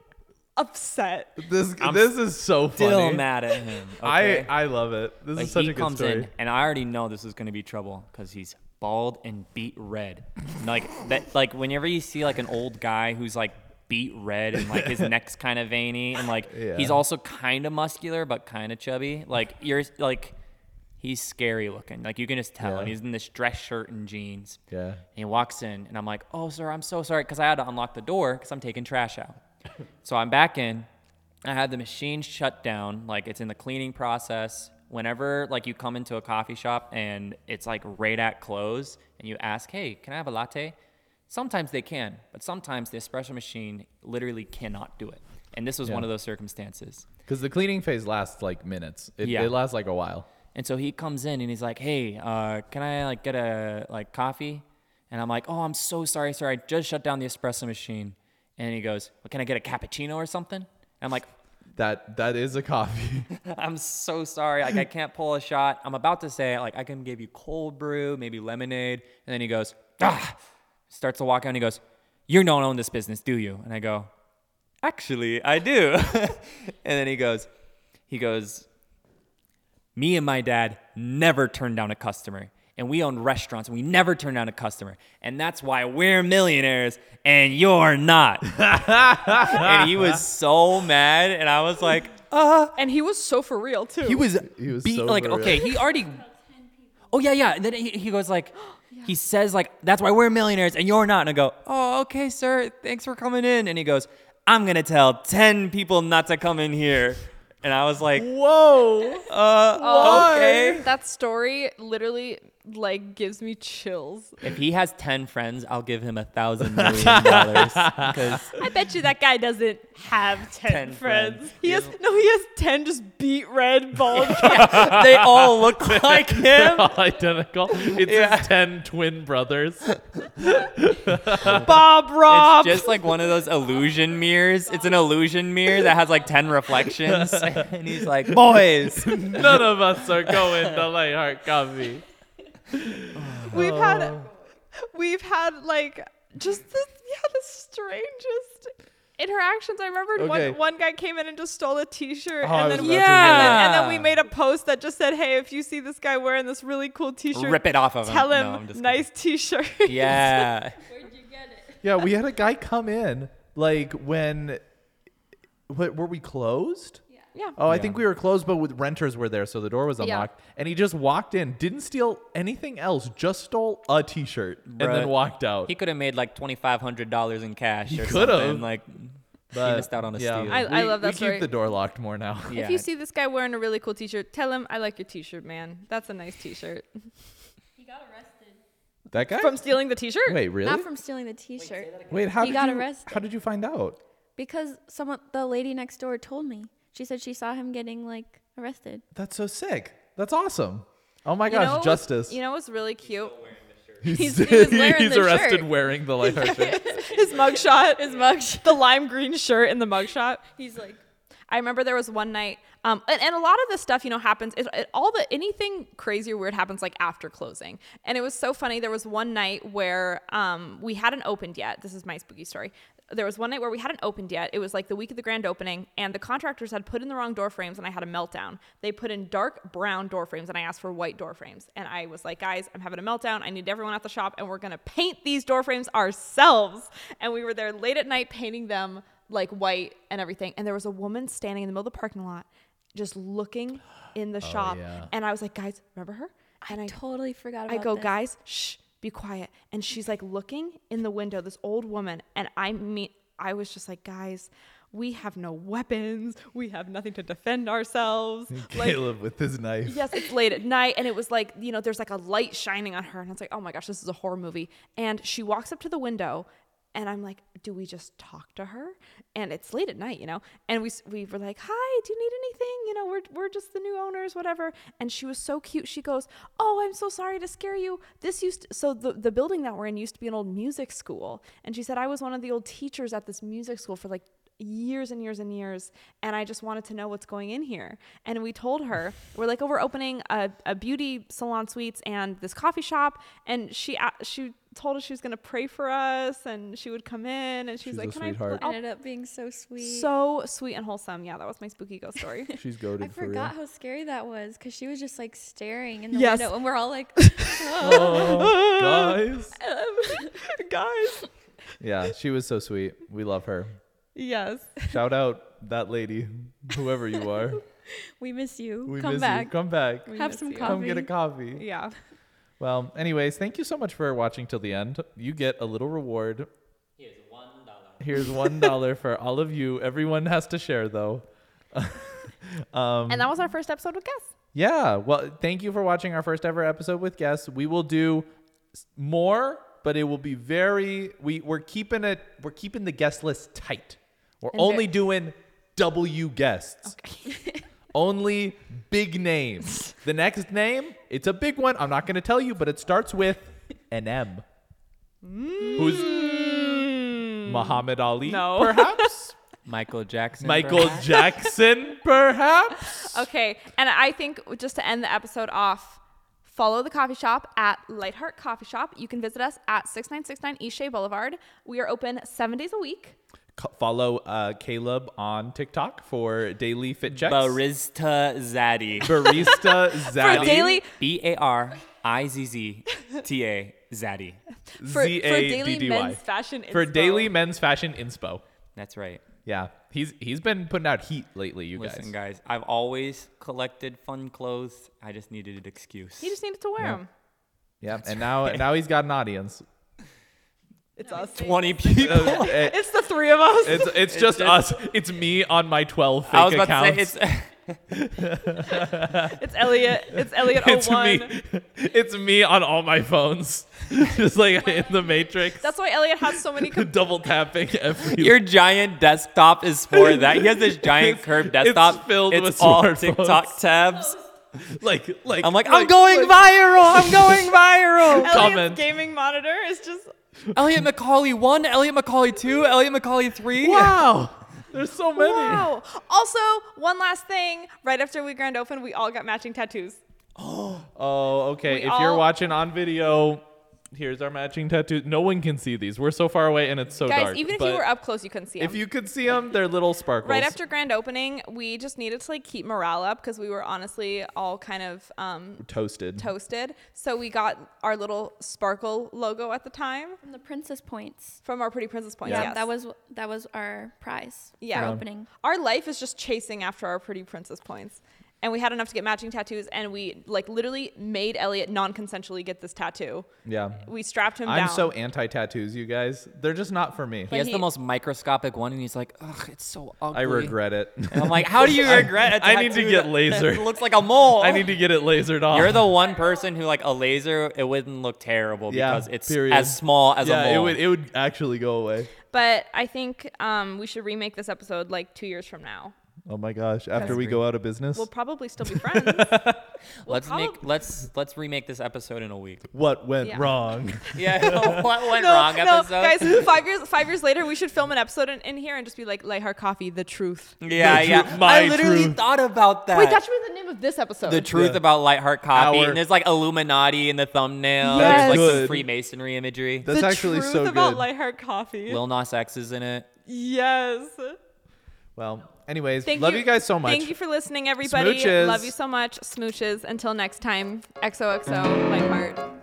Speaker 1: upset.
Speaker 2: this this is so funny.
Speaker 4: Still mad at him. okay?
Speaker 2: I I love it. This
Speaker 4: Like,
Speaker 2: is such
Speaker 4: he
Speaker 2: a good
Speaker 4: comes
Speaker 2: story.
Speaker 4: in and I already know this is going to be trouble cuz he's bald and beat red. And, like that like whenever you see like an old guy who's like beat red and like his neck's kind of veiny and like he's
Speaker 2: Yeah.
Speaker 4: also kind of muscular but kind of chubby. Like you're like he's scary looking. Like you can just tell.
Speaker 2: Yeah.
Speaker 4: And he's in this dress shirt and jeans.
Speaker 2: Yeah.
Speaker 4: And he walks in, and I'm like, "Oh, sir, I'm so sorry," because I had to unlock the door because I'm taking trash out. so I'm back in. I had the machine shut down. Like it's in the cleaning process. Whenever like you come into a coffee shop and it's like right at close, and you ask, "Hey, can I have a latte?" Sometimes they can, but sometimes the espresso machine literally cannot do it. And this was
Speaker 2: Yeah.
Speaker 4: one of those circumstances.
Speaker 2: Because the cleaning phase lasts like minutes. It,
Speaker 4: Yeah.
Speaker 2: it lasts like a while.
Speaker 4: And so he comes in and he's like, "Hey, uh, can I like get a like coffee?" And I'm like, "Oh, I'm so sorry, sir. I just shut down the espresso machine." And he goes, well, "Can I get a cappuccino or something?" And I'm like,
Speaker 2: That that is a coffee.
Speaker 4: "I'm so sorry. Like I can't pull a shot. I'm about to say like I can give you cold brew, maybe lemonade." And then he goes, "Ah!" Starts to walk out and he goes, "You don't own this business, do you?" And I go, "Actually, I do." and then he goes, he goes, me and my dad never turn down a customer. And we own restaurants and we never turn down a customer. And that's why we're millionaires and you're not. and he was so mad. And I was like,
Speaker 1: And he was so for real too.
Speaker 4: he was,
Speaker 2: He was
Speaker 4: beat,
Speaker 2: so
Speaker 4: like,
Speaker 2: rude.
Speaker 4: okay, he already. Oh, yeah, yeah. And then he, he goes, like, he says, like, that's why we're millionaires and you're not. And I go, oh, okay, sir. Thanks for coming in. And he goes, I'm going to tell 10 people not to come in here. And I was like,
Speaker 2: Whoa.
Speaker 1: Oh,
Speaker 4: okay.
Speaker 1: That story literally like gives me chills.
Speaker 4: If he has 10 friends, I'll give him a thousand million dollars.
Speaker 1: I bet you that guy doesn't have 10,
Speaker 4: 10 friends. friends.
Speaker 1: He has no, he has 10 just beat red bald guys.
Speaker 4: they all look like him.
Speaker 2: All identical. It's
Speaker 4: Yeah.
Speaker 2: his ten twin brothers.
Speaker 1: Bob Rob.
Speaker 4: It's just like one of those illusion mirrors. It's an illusion mirror that has like 10 reflections. And he's like, boys.
Speaker 2: None of us are going to Lightheart Coffee.
Speaker 1: we've had we've had like just the yeah, the strangest interactions. I remember
Speaker 2: Okay. Oh,
Speaker 1: one one guy came in and just stole a t-shirt
Speaker 2: I
Speaker 1: and
Speaker 2: was
Speaker 1: then
Speaker 2: about
Speaker 1: we
Speaker 2: to
Speaker 1: and then,
Speaker 4: Yeah.
Speaker 1: and then we made a post that just said, "Hey, if you see this guy wearing this really cool t-shirt,
Speaker 4: Rip it off of him.
Speaker 1: tell
Speaker 4: No,
Speaker 1: him,
Speaker 4: I'm just
Speaker 1: nice t-shirt."
Speaker 4: kidding. Yeah.
Speaker 3: Where'd you get it?
Speaker 2: Yeah, we had a guy come in like when what were we closed?
Speaker 1: yeah.
Speaker 2: Oh, I think we were closed, but with renters were there, so the door was unlocked. And he just walked in, didn't steal anything else, just stole a T-shirt and
Speaker 4: Bruh.
Speaker 2: then walked out.
Speaker 4: He could have made like $2,500 in cash or
Speaker 2: coulda.
Speaker 4: something. Like,
Speaker 2: But,
Speaker 4: he missed out on a
Speaker 2: yeah,
Speaker 4: steal.
Speaker 1: I-
Speaker 2: we-
Speaker 1: love that
Speaker 2: We
Speaker 1: story.
Speaker 2: keep the door locked more now.
Speaker 4: yeah.
Speaker 1: If you see this guy wearing a really cool t-shirt, tell him I like your t-shirt, man. That's a nice t-shirt.
Speaker 3: He got arrested.
Speaker 2: That guy.
Speaker 1: From stealing the t-shirt?
Speaker 2: Wait, really?
Speaker 3: Not from stealing the T-shirt.
Speaker 2: Wait, how
Speaker 3: He
Speaker 2: did
Speaker 3: got
Speaker 2: you,
Speaker 3: arrested.
Speaker 2: How did you find out?
Speaker 3: Because someone, the lady next door told me. She said she saw him getting like arrested.
Speaker 2: That's so sick. That's awesome. Oh my
Speaker 1: You
Speaker 2: gosh,
Speaker 1: know what's-
Speaker 2: justice.
Speaker 1: You know what's really cute?
Speaker 2: he's
Speaker 3: he was wearing
Speaker 2: he's
Speaker 3: the
Speaker 2: arrested
Speaker 3: shirt.
Speaker 2: wearing the Lightheart shirt.
Speaker 1: His mugshot. His mugshot. The lime green shirt and the mugshot.
Speaker 3: He's like,
Speaker 1: I remember there was one night, um, and, and a lot of this stuff, you know, happens. It, it, all the anything crazy or weird happens like after closing, and it was so funny. There was one night where um, we hadn't opened yet. This is my spooky story. There was one night where we hadn't opened yet. It was like the week of the grand opening, and the contractors had put in the wrong door frames, and I had a meltdown. They put in dark brown door frames, and I asked for white door frames. And I was like, guys, I'm having a meltdown. I need everyone at the shop, and we're gonna paint these door frames ourselves. And we were there late at night painting them like white and everything. And there was a woman standing in the middle of the parking lot, just looking in the shop.
Speaker 2: yeah.
Speaker 1: And I was like, guys, remember her? And I,
Speaker 3: totally forgot about
Speaker 1: I go,
Speaker 3: this.
Speaker 1: guys, shh, be quiet. And she's like looking in the window, this old woman. And I mean, I was just like, guys, we have no weapons. We have nothing to defend ourselves. Like,
Speaker 2: Caleb with his knife.
Speaker 1: Yes, it's late at night, and it was like you know, there's like a light shining on her, and it's like, oh my gosh, this is a horror movie. And she walks up to the window, And I'm like, do we just talk to her? And it's late at night, you know. And we s- we were like, hi, do you need anything? You know, we're we're just the new owners, whatever. And she was so cute. She goes, oh, I'm so sorry to scare you. This used so the the building that we're in used to be an old music school. And she said I was one of the old teachers at this music school for like years and years and years and i just wanted to know what's going in here and we told her we're like oh we're opening a, a beauty salon suites and this coffee shop and she a- she told us she was going to pray for us and she would come in and she was
Speaker 2: She's
Speaker 1: like
Speaker 2: a
Speaker 1: can
Speaker 2: sweetheart.
Speaker 1: i pl-
Speaker 3: ended up being so sweet.
Speaker 1: so sweet and wholesome yeah that was my spooky ghost story
Speaker 2: She's
Speaker 3: I
Speaker 2: goaded for real.
Speaker 3: forgot how scary that was because she was just like staring in the
Speaker 1: Yes.
Speaker 3: window, and we're all like,
Speaker 2: Oh, Guys.
Speaker 1: guys
Speaker 2: Yeah, she was so sweet. We love her.
Speaker 1: yes
Speaker 2: Shout out that lady, whoever you are.
Speaker 3: "We miss you.
Speaker 2: We
Speaker 3: Come
Speaker 2: miss
Speaker 3: back.
Speaker 2: you. Come back.
Speaker 1: We
Speaker 3: Have
Speaker 1: miss
Speaker 3: some
Speaker 1: you.
Speaker 3: coffee."
Speaker 2: Come get a coffee.
Speaker 1: yeah
Speaker 2: Well, anyways, thank you so much for watching till the end. You get a little reward. Here's one dollar for all of you. Everyone has to share though.
Speaker 1: and that was our first episode with guests
Speaker 2: Yeah. Well, thank you for watching our first ever episode with guests. We will do s- more, but it will be very we we're keeping it we're keeping the guest list tight. We're
Speaker 1: And
Speaker 2: only
Speaker 1: ve-
Speaker 2: doing W guests. only big names. The next name, it's a big one. I'm not going to tell you, but it starts with an M. Who's Muhammad Ali?
Speaker 1: Mm. No.
Speaker 2: Perhaps
Speaker 4: Michael Jackson.
Speaker 2: Michael Jackson, perhaps.
Speaker 1: Okay, and I think just to end the episode off, follow the coffee shop at Lightheart Coffee Shop. You can visit us at 6969 East Shea Boulevard. We are open seven days a week.
Speaker 2: Co- follow uh, Caleb on TikTok for daily fit checks.
Speaker 4: Barista Zaddy.
Speaker 2: Barista
Speaker 1: For
Speaker 2: Zaddy.
Speaker 1: daily,
Speaker 4: B A R I Z Z T A Zaddy.
Speaker 1: for, for daily
Speaker 2: Z-A-D-D-Y.
Speaker 1: men's fashion
Speaker 2: For
Speaker 1: inspo.
Speaker 2: daily men's fashion inspo.
Speaker 4: That's right.
Speaker 2: Yeah, he's he's been putting out heat lately, you
Speaker 4: Listen,
Speaker 2: guys.
Speaker 4: guys, I've always collected fun clothes. I just needed an excuse.
Speaker 1: You just needed to wear
Speaker 2: Yeah.
Speaker 1: them.
Speaker 2: Yeah, and now now he's got an audience.
Speaker 1: It's us.
Speaker 4: 20 people.
Speaker 2: Uh, it-
Speaker 1: It's the three of us.
Speaker 2: it's it's just us. It's me on my twelve fake
Speaker 4: I was about
Speaker 2: accounts.
Speaker 4: to say, it's,
Speaker 1: It's Elliot. It's Elliot
Speaker 2: It's
Speaker 1: 01.
Speaker 2: me. It's me on all my phones, just like in the Matrix,
Speaker 1: That's why Elliot has so many. Com-
Speaker 2: double tapping every.
Speaker 4: your giant desktop is for that. He has this giant curved desktop.
Speaker 2: filled
Speaker 4: it's
Speaker 2: with
Speaker 4: all
Speaker 2: smartphones.
Speaker 4: TikTok tabs.
Speaker 2: like like.
Speaker 4: I'm like, I'm going viral. I'm going viral.
Speaker 1: Elliot's
Speaker 2: comment.
Speaker 1: gaming monitor is just.
Speaker 4: Elliot Macaulay one, Elliot Macaulay two, Elliot Macaulay three.
Speaker 2: Wow, there's so many.
Speaker 1: Wow. Also, one last thing. Right after we grand opened, we all got matching tattoos.
Speaker 2: Oh, okay.
Speaker 1: We
Speaker 2: if you're
Speaker 1: all-
Speaker 2: watching on video, here's our matching tattoo. No one can see these. We're so far away and it's so
Speaker 1: Guys,
Speaker 2: dark.
Speaker 1: even if you
Speaker 2: but
Speaker 1: were up close, you couldn't see them.
Speaker 2: if you could see them, they're little sparkles.
Speaker 1: right after grand opening we just needed to like keep morale up because we were honestly all kind of um
Speaker 2: toasted.
Speaker 1: toasted so we got our little sparkle logo at the time
Speaker 3: From the princess points.
Speaker 1: from our pretty princess point
Speaker 3: Yeah,
Speaker 1: yes.
Speaker 3: that was that was our prize
Speaker 1: Yeah.
Speaker 3: for
Speaker 1: Yeah.
Speaker 3: opening.
Speaker 1: our life is just chasing after our pretty princess points and we had enough to get matching tattoos and we like literally made elliot non-consensually get this tattoo
Speaker 2: yeah.
Speaker 1: we strapped him
Speaker 2: I'm
Speaker 1: down
Speaker 2: so anti tattoos, you guys. They're just not for me.
Speaker 4: He has
Speaker 1: he-
Speaker 4: the most microscopic one, and he's like, ugh, it's so ugly.
Speaker 2: I regret it.
Speaker 4: And I'm like, how do you regret it?
Speaker 2: I need to get laser.
Speaker 4: It looks like a mole.
Speaker 2: I need to get it lasered off.
Speaker 4: You're the one person who like a laser, it wouldn't look terrible
Speaker 2: yeah,
Speaker 4: because it's
Speaker 2: period.
Speaker 4: as small as
Speaker 2: yeah,
Speaker 4: a
Speaker 2: it
Speaker 4: mole.
Speaker 2: would it would actually go away.
Speaker 1: but i think um we should remake this episode like two years from now
Speaker 2: Oh my gosh! After we go out of business,
Speaker 1: we'll probably still be friends
Speaker 4: let's
Speaker 1: prob-
Speaker 4: make let's let's remake this episode in a week.
Speaker 2: what went
Speaker 1: Yeah.
Speaker 2: wrong?
Speaker 4: Yeah, what went
Speaker 1: No,
Speaker 4: wrong
Speaker 1: no,
Speaker 4: episode?
Speaker 1: guys. Five years, five years later, we should film an episode in, in here and just be like, "Lightheart Coffee, the truth."
Speaker 4: yeah,
Speaker 2: The tru-
Speaker 4: yeah.
Speaker 2: my
Speaker 4: I literally
Speaker 2: truth.
Speaker 4: thought about that.
Speaker 1: Wait, that should be the name of this episode.
Speaker 4: the truth about Lightheart Coffee.
Speaker 2: Our-
Speaker 4: and there's like Illuminati in the thumbnail.
Speaker 1: That's
Speaker 4: There's like some
Speaker 2: good.
Speaker 4: Freemasonry imagery.
Speaker 2: That's
Speaker 1: The
Speaker 2: actually
Speaker 1: truth
Speaker 2: so
Speaker 1: about
Speaker 2: good.
Speaker 1: Lightheart Coffee.
Speaker 4: Lil Nas X is in it.
Speaker 1: yes.
Speaker 2: well, anyways,
Speaker 1: Thank
Speaker 2: love you, guys so much.
Speaker 1: Thank you for listening, everybody.
Speaker 2: Smooches.
Speaker 1: Love you so much, smooches. Until next time, XOXO, Lightheart.